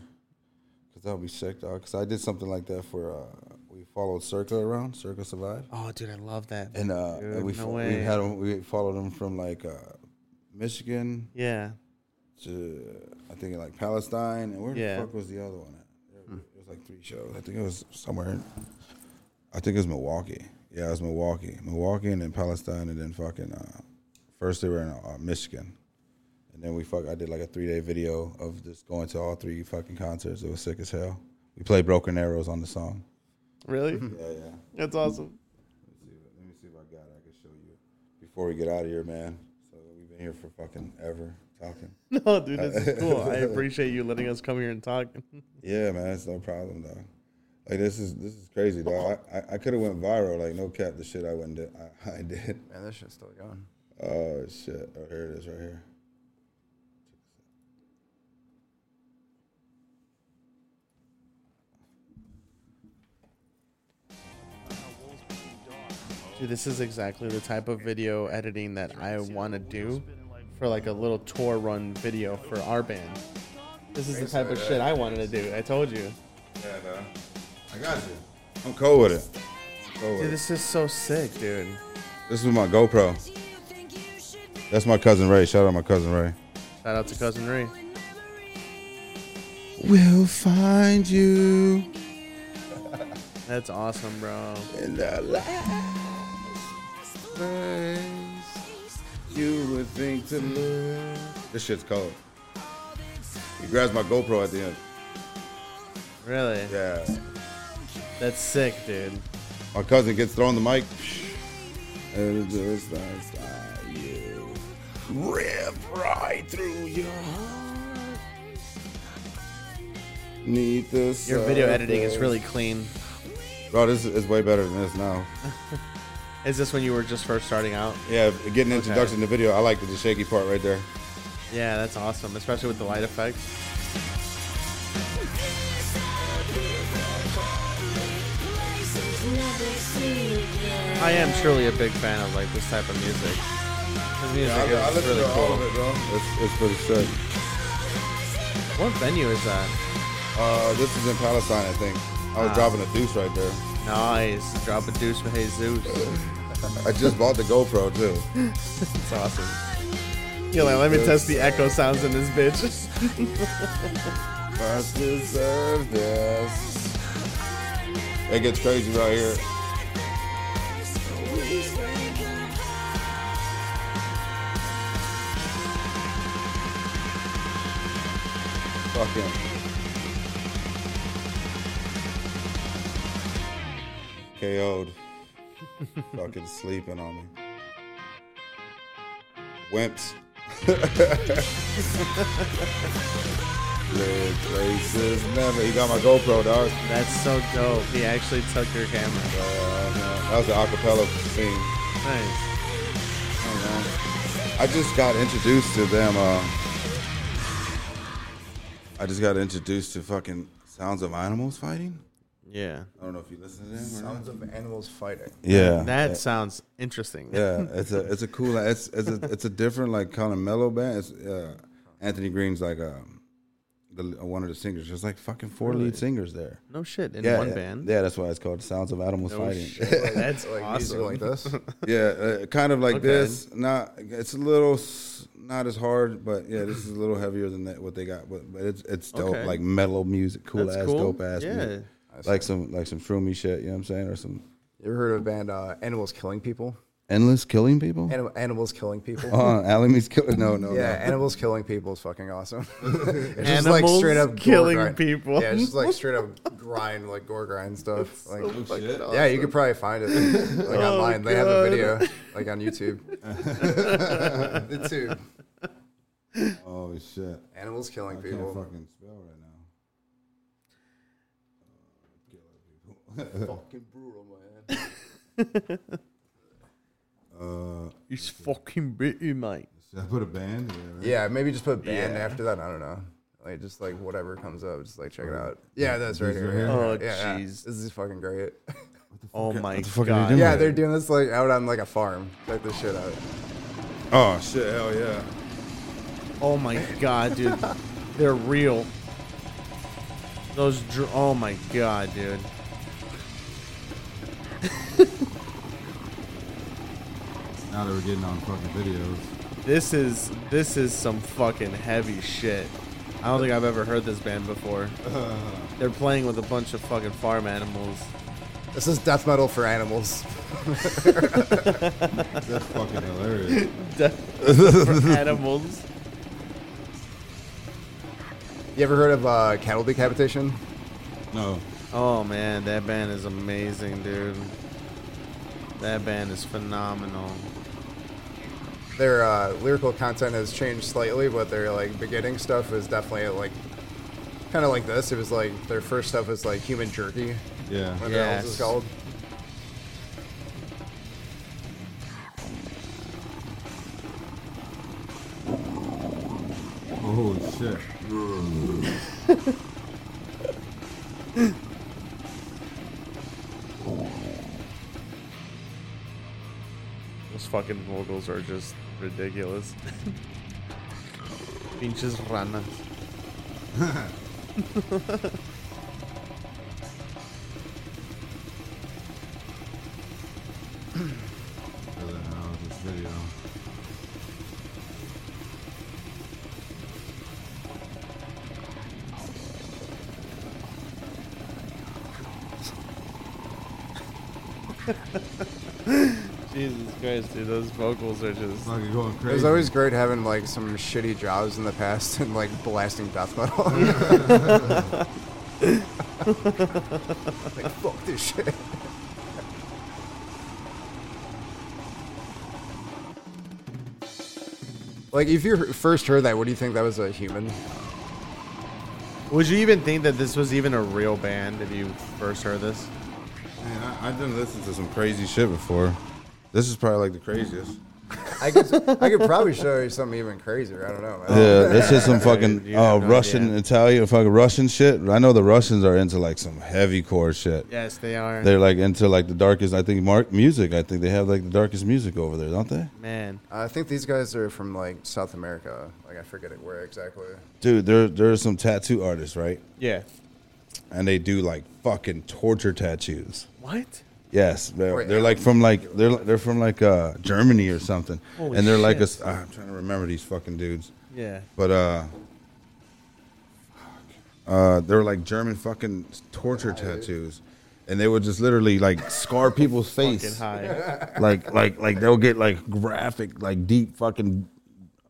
S1: Because that would be sick, dog. Because I did something like that for, uh, we followed Circa around, Circa Survive.
S2: Oh, dude, I love that.
S1: And uh,
S2: Dude,
S1: we,
S2: no
S1: fo- we
S2: way.
S1: had 'em- we followed them from like uh, Michigan
S2: yeah,
S1: to I think like Palestine and where
S2: Yeah.
S1: the fuck was the other one at? It was like three shows. I think it was somewhere. I think it was Milwaukee. Yeah, it was Milwaukee, Milwaukee, and then Palestine, and then fucking. Uh, first they were in uh, Michigan, and then we fuck. I did like a three day video of just going to all three fucking concerts. It was sick as hell. We played Broken Arrows on the song.
S2: really,
S1: Yeah, yeah.
S2: that's awesome.
S1: Let me see if I got it. I can show you before we get out of here, man. So we've been here for fucking ever talking.
S2: No, dude, this is cool. I appreciate you letting us come here and talk.
S1: Yeah, man, it's no problem, dog. Like this is this is crazy, dog. I, I, I could have went viral, like no cap, the shit I went did I, I did.
S4: Man, this shit's still going.
S1: Oh shit! Oh, here it is, right here.
S2: Dude, this is exactly the type of video editing that I want to do for like a little tour run video for our band. This is the type of shit I wanted to do. I told you.
S1: Yeah, nah. I got you. I'm cool with it. I'm cool with
S2: Dude,
S1: it.
S2: this is so sick, dude.
S1: This is my GoPro. That's my cousin Ray. Shout out my cousin Ray.
S2: Shout out to cousin Ray.
S1: We'll find you
S2: That's awesome, bro.
S1: in the last place you would think to live. This shit's cold. He grabs my GoPro at the end.
S2: Really,
S1: Yeah.
S2: that's sick, dude.
S1: My cousin gets thrown the mic. And it just nice by you. Rip right through your heart. Need this.
S2: Your video editing is really clean.
S1: Bro, this is way better than this now.
S2: Is this when you were just first starting out?
S1: Yeah, getting introduction to video, I like the shaky part right there.
S2: Yeah, that's awesome, especially with the light effects. I am truly a big fan of like this type of music. His music is really cool.
S1: it, bro. It's, it's pretty sick.
S2: What venue is that?
S1: Uh, this is in Palestine, I think. I was dropping a deuce right there.
S2: Nice. Drop a deuce with Jesus.
S1: I just bought the GoPro too.
S2: It's awesome. You're like, let me test the echo sounds in this bitch.
S1: Must deserve this. It gets crazy right here. Fuck him. KO'd. Fucking sleeping on me. Wimps. Red places never. He got my GoPro, dog.
S2: That's so dope. He actually took your camera.
S1: That was the acapella scene.
S2: Nice.
S1: I just got introduced to them. Uh, I just got introduced to fucking sounds of animals fighting.
S2: Yeah.
S1: I don't know if you listen to them. Or not.
S4: Sounds of animals fighting.
S1: Yeah,
S2: That sounds interesting.
S1: yeah. It's a it's a cool. It's it's a it's a different like kind of mellow band. It's, uh, Anthony Green's like um, the, one of the singers. There's like fucking four lead singers there.
S2: No shit. In
S1: Yeah,
S2: one
S1: yeah,
S2: band.
S1: Yeah, that's why it's called Sounds of Animals
S2: No
S1: Fighting.
S2: shit. That's
S4: Like music
S2: awesome.
S4: like this.
S1: Yeah, uh, kind of like
S2: Okay.
S1: this. Not it's a little s- not as hard, but yeah, this is a little heavier than that, what they got. But, but it's it's dope,
S2: Okay.
S1: like metal music, cool
S2: That's
S1: ass,
S2: cool.
S1: dope ass,
S2: Yeah.
S1: music. like some like some shroomy shit. You know what I'm saying, or some
S4: You ever heard of a band uh, Animals Killing People?
S1: endless killing people.
S4: Anim- animals Killing People.
S1: Oh, Alamy's killing. No, no,
S4: Yeah,
S1: yeah.
S4: animals killing people is fucking awesome. it's
S2: Animals
S4: gore
S2: killing
S4: grind.
S2: people.
S4: Yeah, it's just like straight up grind, like gore grind stuff. Like,
S1: shit.
S4: yeah, you could probably find it like
S1: Oh,
S4: online. They have a video like on YouTube. the two
S1: No. Oh shit!
S4: animals killing
S1: I can't
S4: people.
S1: fucking spell right now.
S4: Fucking brutal, man.
S2: He's fucking bit you, mate.
S1: Uh, Should I put a band? Yeah, right?
S4: Yeah, maybe just put band after that. I don't know. Like just like whatever comes up, just like check it out. Yeah, that's right
S1: These
S4: here.
S1: right here?
S4: yeah.
S2: Oh,
S4: yeah, yeah.
S2: jeez.
S4: this is fucking great.
S2: Oh my
S1: the fuck are you
S2: god.
S1: doing?
S4: yeah, they're doing this like out on like a farm. Check this shit out.
S1: Oh shit! Hell yeah!
S2: Oh my god, dude. They're real. Those dr- Oh my god, dude.
S1: Now they were getting on fucking videos.
S2: This is this is some fucking heavy shit. I don't think I've ever heard this band before. They're playing with a bunch of fucking farm animals.
S4: This is death metal for animals.
S1: That's fucking hilarious.
S2: animals.
S4: You ever heard of uh, cattle decapitation?
S1: No.
S2: Oh man, that band is amazing, dude. That band is phenomenal.
S4: Their uh, lyrical content has changed slightly, but their like beginning stuff is definitely like kind of like this. It was like their first stuff was like human jerky.
S1: Yeah.
S4: Whatever
S2: Yes.
S4: else is called.
S1: Oh shit.
S2: fucking vocals are just ridiculous. Pinches ranas.
S1: Really, now with this video.
S2: Jesus Christ, dude, those vocals are just.
S1: Fucking going
S4: It
S1: crazy.
S4: was always great having like some shitty jobs in the past and like blasting death metal. like fuck this shit. Like if you first heard that, what do you think that was a human?
S2: Would you even think that this was even a real band if you first heard this?
S1: Man, I, I've done listened to some crazy shit before. This is probably like the craziest.
S4: I could I could probably show you something even crazier. I don't know. Man.
S1: Yeah, this is some fucking
S2: you
S1: uh,
S2: have no
S1: Russian,
S2: idea.
S1: Italian, fucking Russian shit. I know the Russians are into like some heavy core shit.
S2: Yes, they are.
S1: They're like into like the darkest, I think, mark music. I think they have like the darkest music over there, don't they?
S2: Man,
S4: I think these guys are from like South America. Like I forget it where exactly.
S1: Dude, there there are some tattoo artists, right?
S2: yeah.
S1: And they do like fucking torture tattoos.
S2: What?
S1: Yes, they're,
S4: Wait,
S1: they're
S4: I
S1: like
S4: don't
S1: from like they're they're from like uh, Germany or something,
S2: Holy
S1: and they're like a,
S2: shit.
S1: s- ah, I'm trying to remember these fucking dudes,
S2: Yeah.
S1: but uh, uh, they're like German fucking torture tattoos, and they would just literally like scar people's
S2: Fucking
S1: face,
S2: high.
S1: like like like they'll get like graphic like deep fucking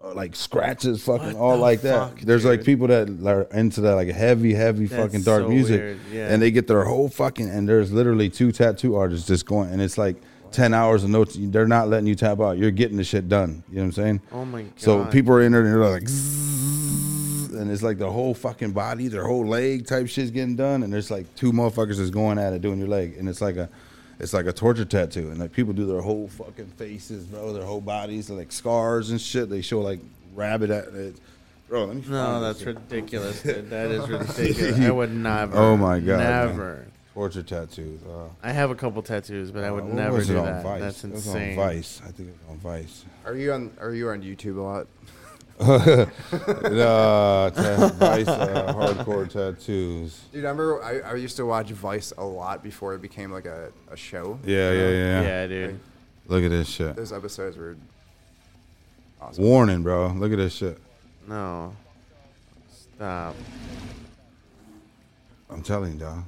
S1: uh, like scratches fucking
S2: What
S1: all
S2: the
S1: like that
S2: fuck,
S1: there's like
S2: dude?
S1: people that are into that like heavy heavy
S2: That's
S1: fucking dark
S2: so
S1: music
S2: weird, yeah.
S1: and they get their whole fucking and there's literally two tattoo artists just going and it's like 10 hours of no they're not letting you tap out you're getting the shit done you know what i'm saying
S2: Oh my god.
S1: so people are in there and they're like "Zzzz," and it's like the whole fucking body their whole leg type shit's getting done and there's like two motherfuckers is going at it doing your leg and it's like a it's like a torture tattoo and like people do their whole fucking faces bro their whole bodies like scars and shit they show like rabbit at it bro let me
S2: No,
S1: find this
S2: that's
S1: shit.
S2: ridiculous. Dude. That is ridiculous. I would never.
S1: oh my god man.
S2: Never.
S1: torture tattoos oh.
S2: I have a couple tattoos, but I would
S1: What
S2: never
S1: was
S2: do
S1: it on
S2: that.
S1: Vice?
S2: That's
S1: It was
S2: insane.
S1: on Vice. I think it was on Vice.
S4: Are you on Are you on YouTube a lot?
S1: uh, ta- Vice uh, hardcore tattoos.
S4: Dude, I remember I, I used to watch Vice a lot before it became like a, a show.
S1: Yeah, yeah, yeah,
S2: Yeah, dude.
S1: Look at this shit.
S4: Those episodes were awesome.
S1: Warning, bro. Look at this shit.
S2: No. Stop.
S1: I'm telling you, dog.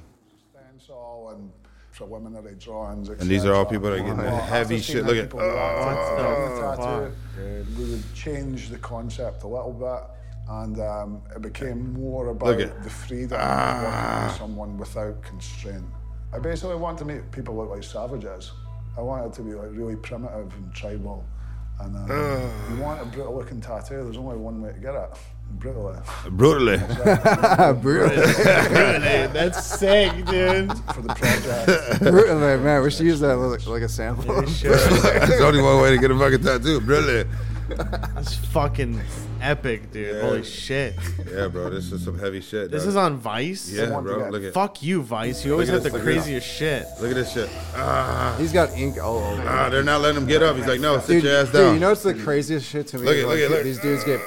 S9: stand tall and for women that they draw and
S1: And these are all people that are getting heavy shit. Look at- Oh.
S2: What the fuck?
S9: we would change the concept a little bit and um, it became more about
S1: Look at-
S9: the freedom
S1: Ah.
S9: of working with someone without constraint. I basically want to make people look like savages. I want it to be like really primitive and tribal. And um,
S1: Ah.
S9: you want a brutal looking tattoo, there's only one way to get it. Brutally.
S1: Brutally.
S2: That's sick, dude.
S9: For the project.
S4: Brutally, man. We should use that like, like a sample.
S1: That's only one way to get a fucking tattoo. Brutally.
S2: That's fucking epic, dude.
S1: Yeah.
S2: Holy shit.
S1: Yeah, bro. This is some heavy shit.
S2: This
S1: dog.
S2: is on Vice?
S1: Yeah, bro. Look at.
S2: Fuck you, Vice. You always
S1: at
S2: have the
S1: this, look at this.
S2: craziest shit.
S1: Look at this shit. Ah,
S4: He's got ink all over. him.
S1: ah, they're not letting him get up. He's like, no, sit
S4: Dude,
S1: your ass
S4: dude,
S1: down.
S4: you know what's the craziest shit to me?
S1: Look at-
S4: Like,
S1: look at- look.
S4: These dudes get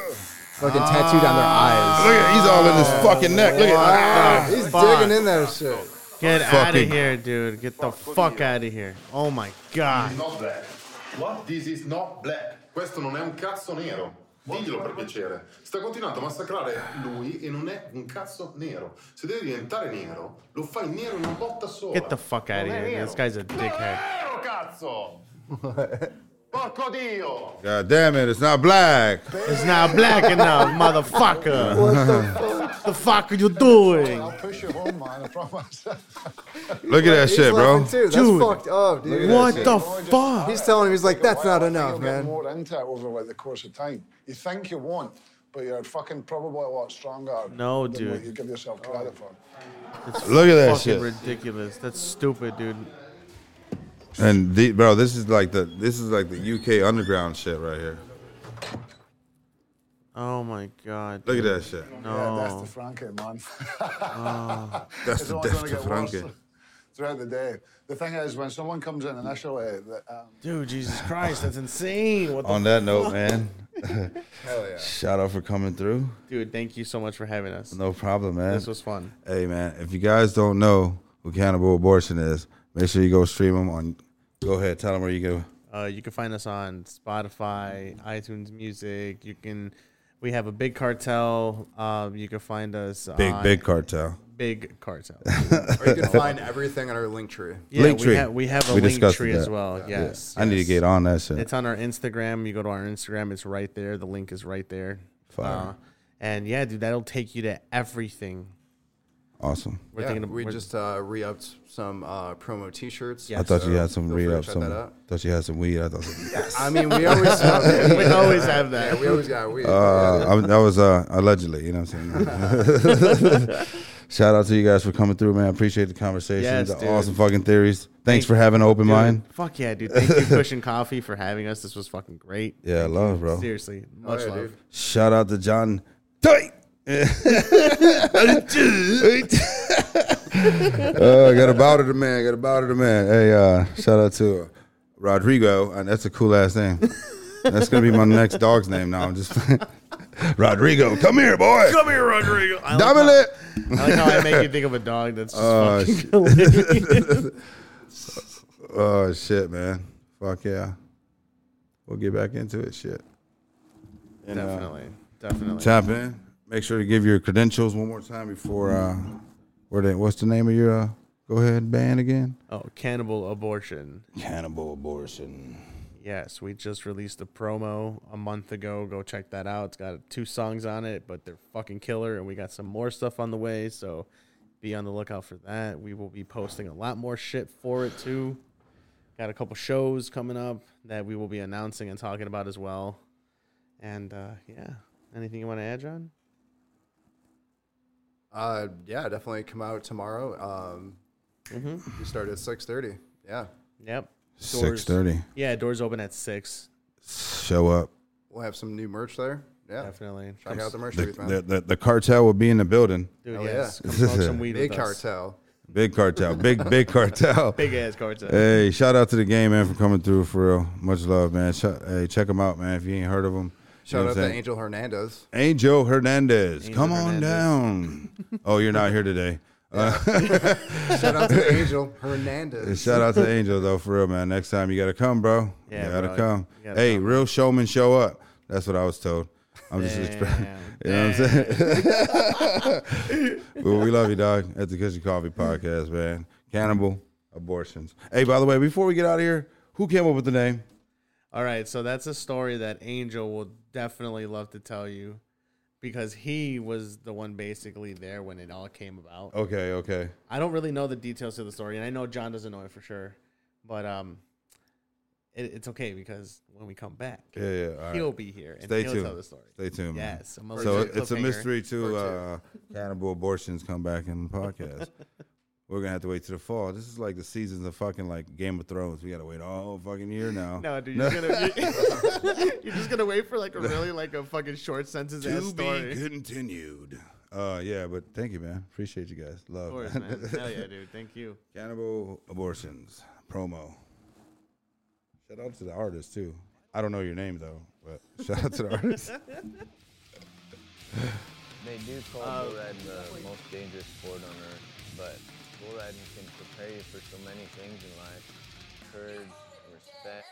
S4: fucking tattooed on their eyes.
S1: Look at he's all in his fucking neck. Look at ah.
S4: He's
S2: Fuck.
S4: digging in that shit.
S2: Get out
S1: Fucking-
S2: of here, dude. Get the fuck out of here. Oh my god.
S10: Not black. What? This is not black. Questo non è un cazzo nero. Diglielo per piacere. Sta continuando a massacrare lui e non è un cazzo nero. Se deve diventare nero, lo fai nero in una botta sola.
S2: Get the fuck out of
S10: Non è
S2: here.
S10: nero.
S2: This guy's a dickhead.
S10: Nero, cazzo! Porco Dio!
S1: God damn it, it's not black.
S2: It's not black enough, motherfucker. What the fuck are you doing?
S9: I'll push you home, man, I promise.
S1: Look at that
S4: He's
S1: shit, bro.
S4: laughing Too. That's
S2: Dude.
S4: fucked up, dude.
S2: What the
S9: Oh,
S2: fuck?
S9: just-
S4: He's telling him, he's like, that's not
S9: You'll
S4: enough,
S9: get
S4: man.
S9: more into it over like the course of time. You think you won't, but you're fucking probably a lot stronger.
S2: No,
S9: than what
S2: dude.
S9: you give yourself credit for.
S1: Look at that
S2: Fucking
S1: shit.
S2: ridiculous. That's stupid, dude.
S1: And the, bro, this is like the this is like the UK underground shit right here.
S2: Oh my god.
S1: Look at
S2: dude.
S1: that shit.
S9: Yeah, that's
S2: No.
S9: the Frankie, man.
S1: That's
S9: It's
S1: the
S9: only
S1: death to
S9: gonna get worse.
S1: Frankie.
S9: throughout the day. The thing is, when someone comes in initially, the, um,
S2: Dude, Jesus Christ, that's insane. What the
S1: On that note,
S2: fuck?
S1: man.
S2: Hell yeah.
S1: Shout out for coming through.
S2: Dude, thank you so much for having us.
S1: No problem, man.
S2: This was fun.
S1: Hey, man. If you guys don't know who Cannibal Abortion is, make sure you go stream them on. Go ahead, tell them where you go.
S2: Uh, you can find us on Spotify, iTunes Music. You can, we have a big cartel. Um, you can find us
S1: Big,
S2: on-
S1: big cartel.
S2: Big cartel.
S1: Or you can
S4: find everything on our link tree.
S2: Yeah,
S1: Link
S2: we,
S1: tree.
S2: ha- we have a
S1: We
S2: link
S1: discussed
S2: tree
S1: that.
S2: as well.
S1: Yeah.
S2: Yes,
S1: Yeah. I need to
S2: yes.
S1: get on that shit.
S2: It's on our Instagram. You go to our Instagram. It's right there. The link is right there.
S1: Fire.
S2: Uh, and yeah, dude, that'll take you to everything.
S1: Awesome.
S2: We're
S4: yeah,
S2: thinking of-
S4: we
S2: we're-
S4: just uh, re-upped some uh, promo T-shirts.
S1: I thought you
S4: so
S1: had some
S4: feel free
S1: read
S4: to
S1: up.
S4: check
S1: Some,
S4: that out.
S1: thought you had some weed. I thought.
S4: I mean, we always have
S2: We always have that.
S4: Yeah, we always got weed.
S1: Uh, I, that was uh, allegedly, you know what I'm saying? Shout out to you guys for coming through, man. Appreciate the conversation,
S2: Yes,
S1: the
S2: dude.
S1: awesome fucking theories. Thanks
S2: Thank-
S1: for having an open
S2: Dude,
S1: mind.
S2: Fuck yeah, dude. Thank you, Cushion Coffee, for having us. This was fucking great.
S1: Yeah,
S2: Thank
S1: love,
S2: you.
S1: bro.
S2: Seriously, much
S4: Oh, yeah,
S2: love.
S4: dude.
S1: Shout out to John Tight. Uh, oh, I got a bow to the man. Got a bow to the man. Hey, uh, shout out to Rodrigo. And that's a cool ass name. That's gonna be my next dog's name now. I'm just Rodrigo. Come here, boy.
S2: Come here, Rodrigo. I like, how,
S1: Dominic.
S2: I like how I make you think of a dog. That's just
S1: Oh,
S2: fucking
S1: shit.
S2: hilarious.
S1: Oh shit, man. Fuck yeah. We'll get back into it. Shit. And, uh,
S2: definitely, definitely.
S1: Tap in. Make sure to give your credentials one more time before. Uh, where the, what's the name of your? Uh, go ahead, band again.
S2: Oh, cannibal abortion.
S1: Cannibal abortion.
S2: Yes, we just released a promo a month ago. Go check that out. It's got two songs on it, but they're fucking killer, and we got some more stuff on the way. So be on the lookout for that. We will be posting a lot more shit for it too. Got a couple shows coming up that we will be announcing and talking about as well. And uh, yeah, anything you want to add, John?
S4: Uh, yeah, definitely come out tomorrow. Um,
S2: Mm-hmm.
S4: We start at six thirty. Yeah,
S2: Yep.
S1: Six thirty.
S2: Yeah, doors open at six.
S1: Show up.
S4: we'll have some new merch there. Yeah,
S2: Definitely.
S4: check out the merch
S1: The,
S4: booth, man.
S1: the, the, the cartel will be in the building.
S2: Dude,
S4: Hell
S2: yes.
S4: yeah.
S2: Come smoke some weed
S4: Big
S2: with us.
S4: cartel.
S1: Big cartel. Big big cartel.
S2: Big ass cartel.
S1: Hey, shout out to the game man for coming through for real. Much love, man. Sh- hey, check them out, man. If you ain't heard of them,
S4: Shout out to Angel Hernandez.
S1: Angel Hernandez.
S2: Angel
S1: Come on
S2: Hernandez.
S1: down. oh, you're not here today.
S4: Shout out to Angel Hernandez.
S1: Shout out to Angel though, for real, man. Next time you gotta come, bro.
S2: Yeah,
S1: you gotta
S2: bro.
S1: come.
S2: You gotta
S1: hey,
S2: come,
S1: real showmen show up. That's what I was told. I'm just expressing. You know what I'm saying? well, we love you, dog. At the Kitchen Coffee Podcast, man. Cannibal abortions. Hey, by the way, before we get out of here, who came up with the name?
S2: All right, so that's a story that Angel will definitely love to tell you because he was the one basically there when it all came about.
S1: Okay, okay.
S2: I don't really know the details of the story, and I know John doesn't know it for sure, but um, it, it's okay because when we come back,
S1: Yeah, yeah. All right.
S2: he'll be here and
S1: Stay
S2: he'll
S1: tuned.
S2: tell the story.
S1: Stay tuned. man.
S2: Yes, I'm gonna
S1: So
S2: leave it
S1: it's a
S2: cliffhanger.
S1: mystery to uh, cannibal abortions come back in the podcast. We're gonna have to wait till the fall. This is like the seasons of fucking like Game of Thrones. We gotta wait all fucking year now.
S2: No, dude, you're, Gonna, you're, you're just gonna wait for like a really like a fucking short sentence ass
S1: to be
S2: story.
S1: continued. Uh, yeah, but thank you, man. Appreciate you guys. Love.
S2: Of course, man. Hell yeah, dude. Thank you.
S1: Cannibal abortions promo. Shout out to the artist too. I don't know your name though, but shout out to the artist.
S11: They do call
S2: Uh,
S11: bull riding the most dangerous sport on earth, but bull riding can prepare you for so many things in life. Courage, respect.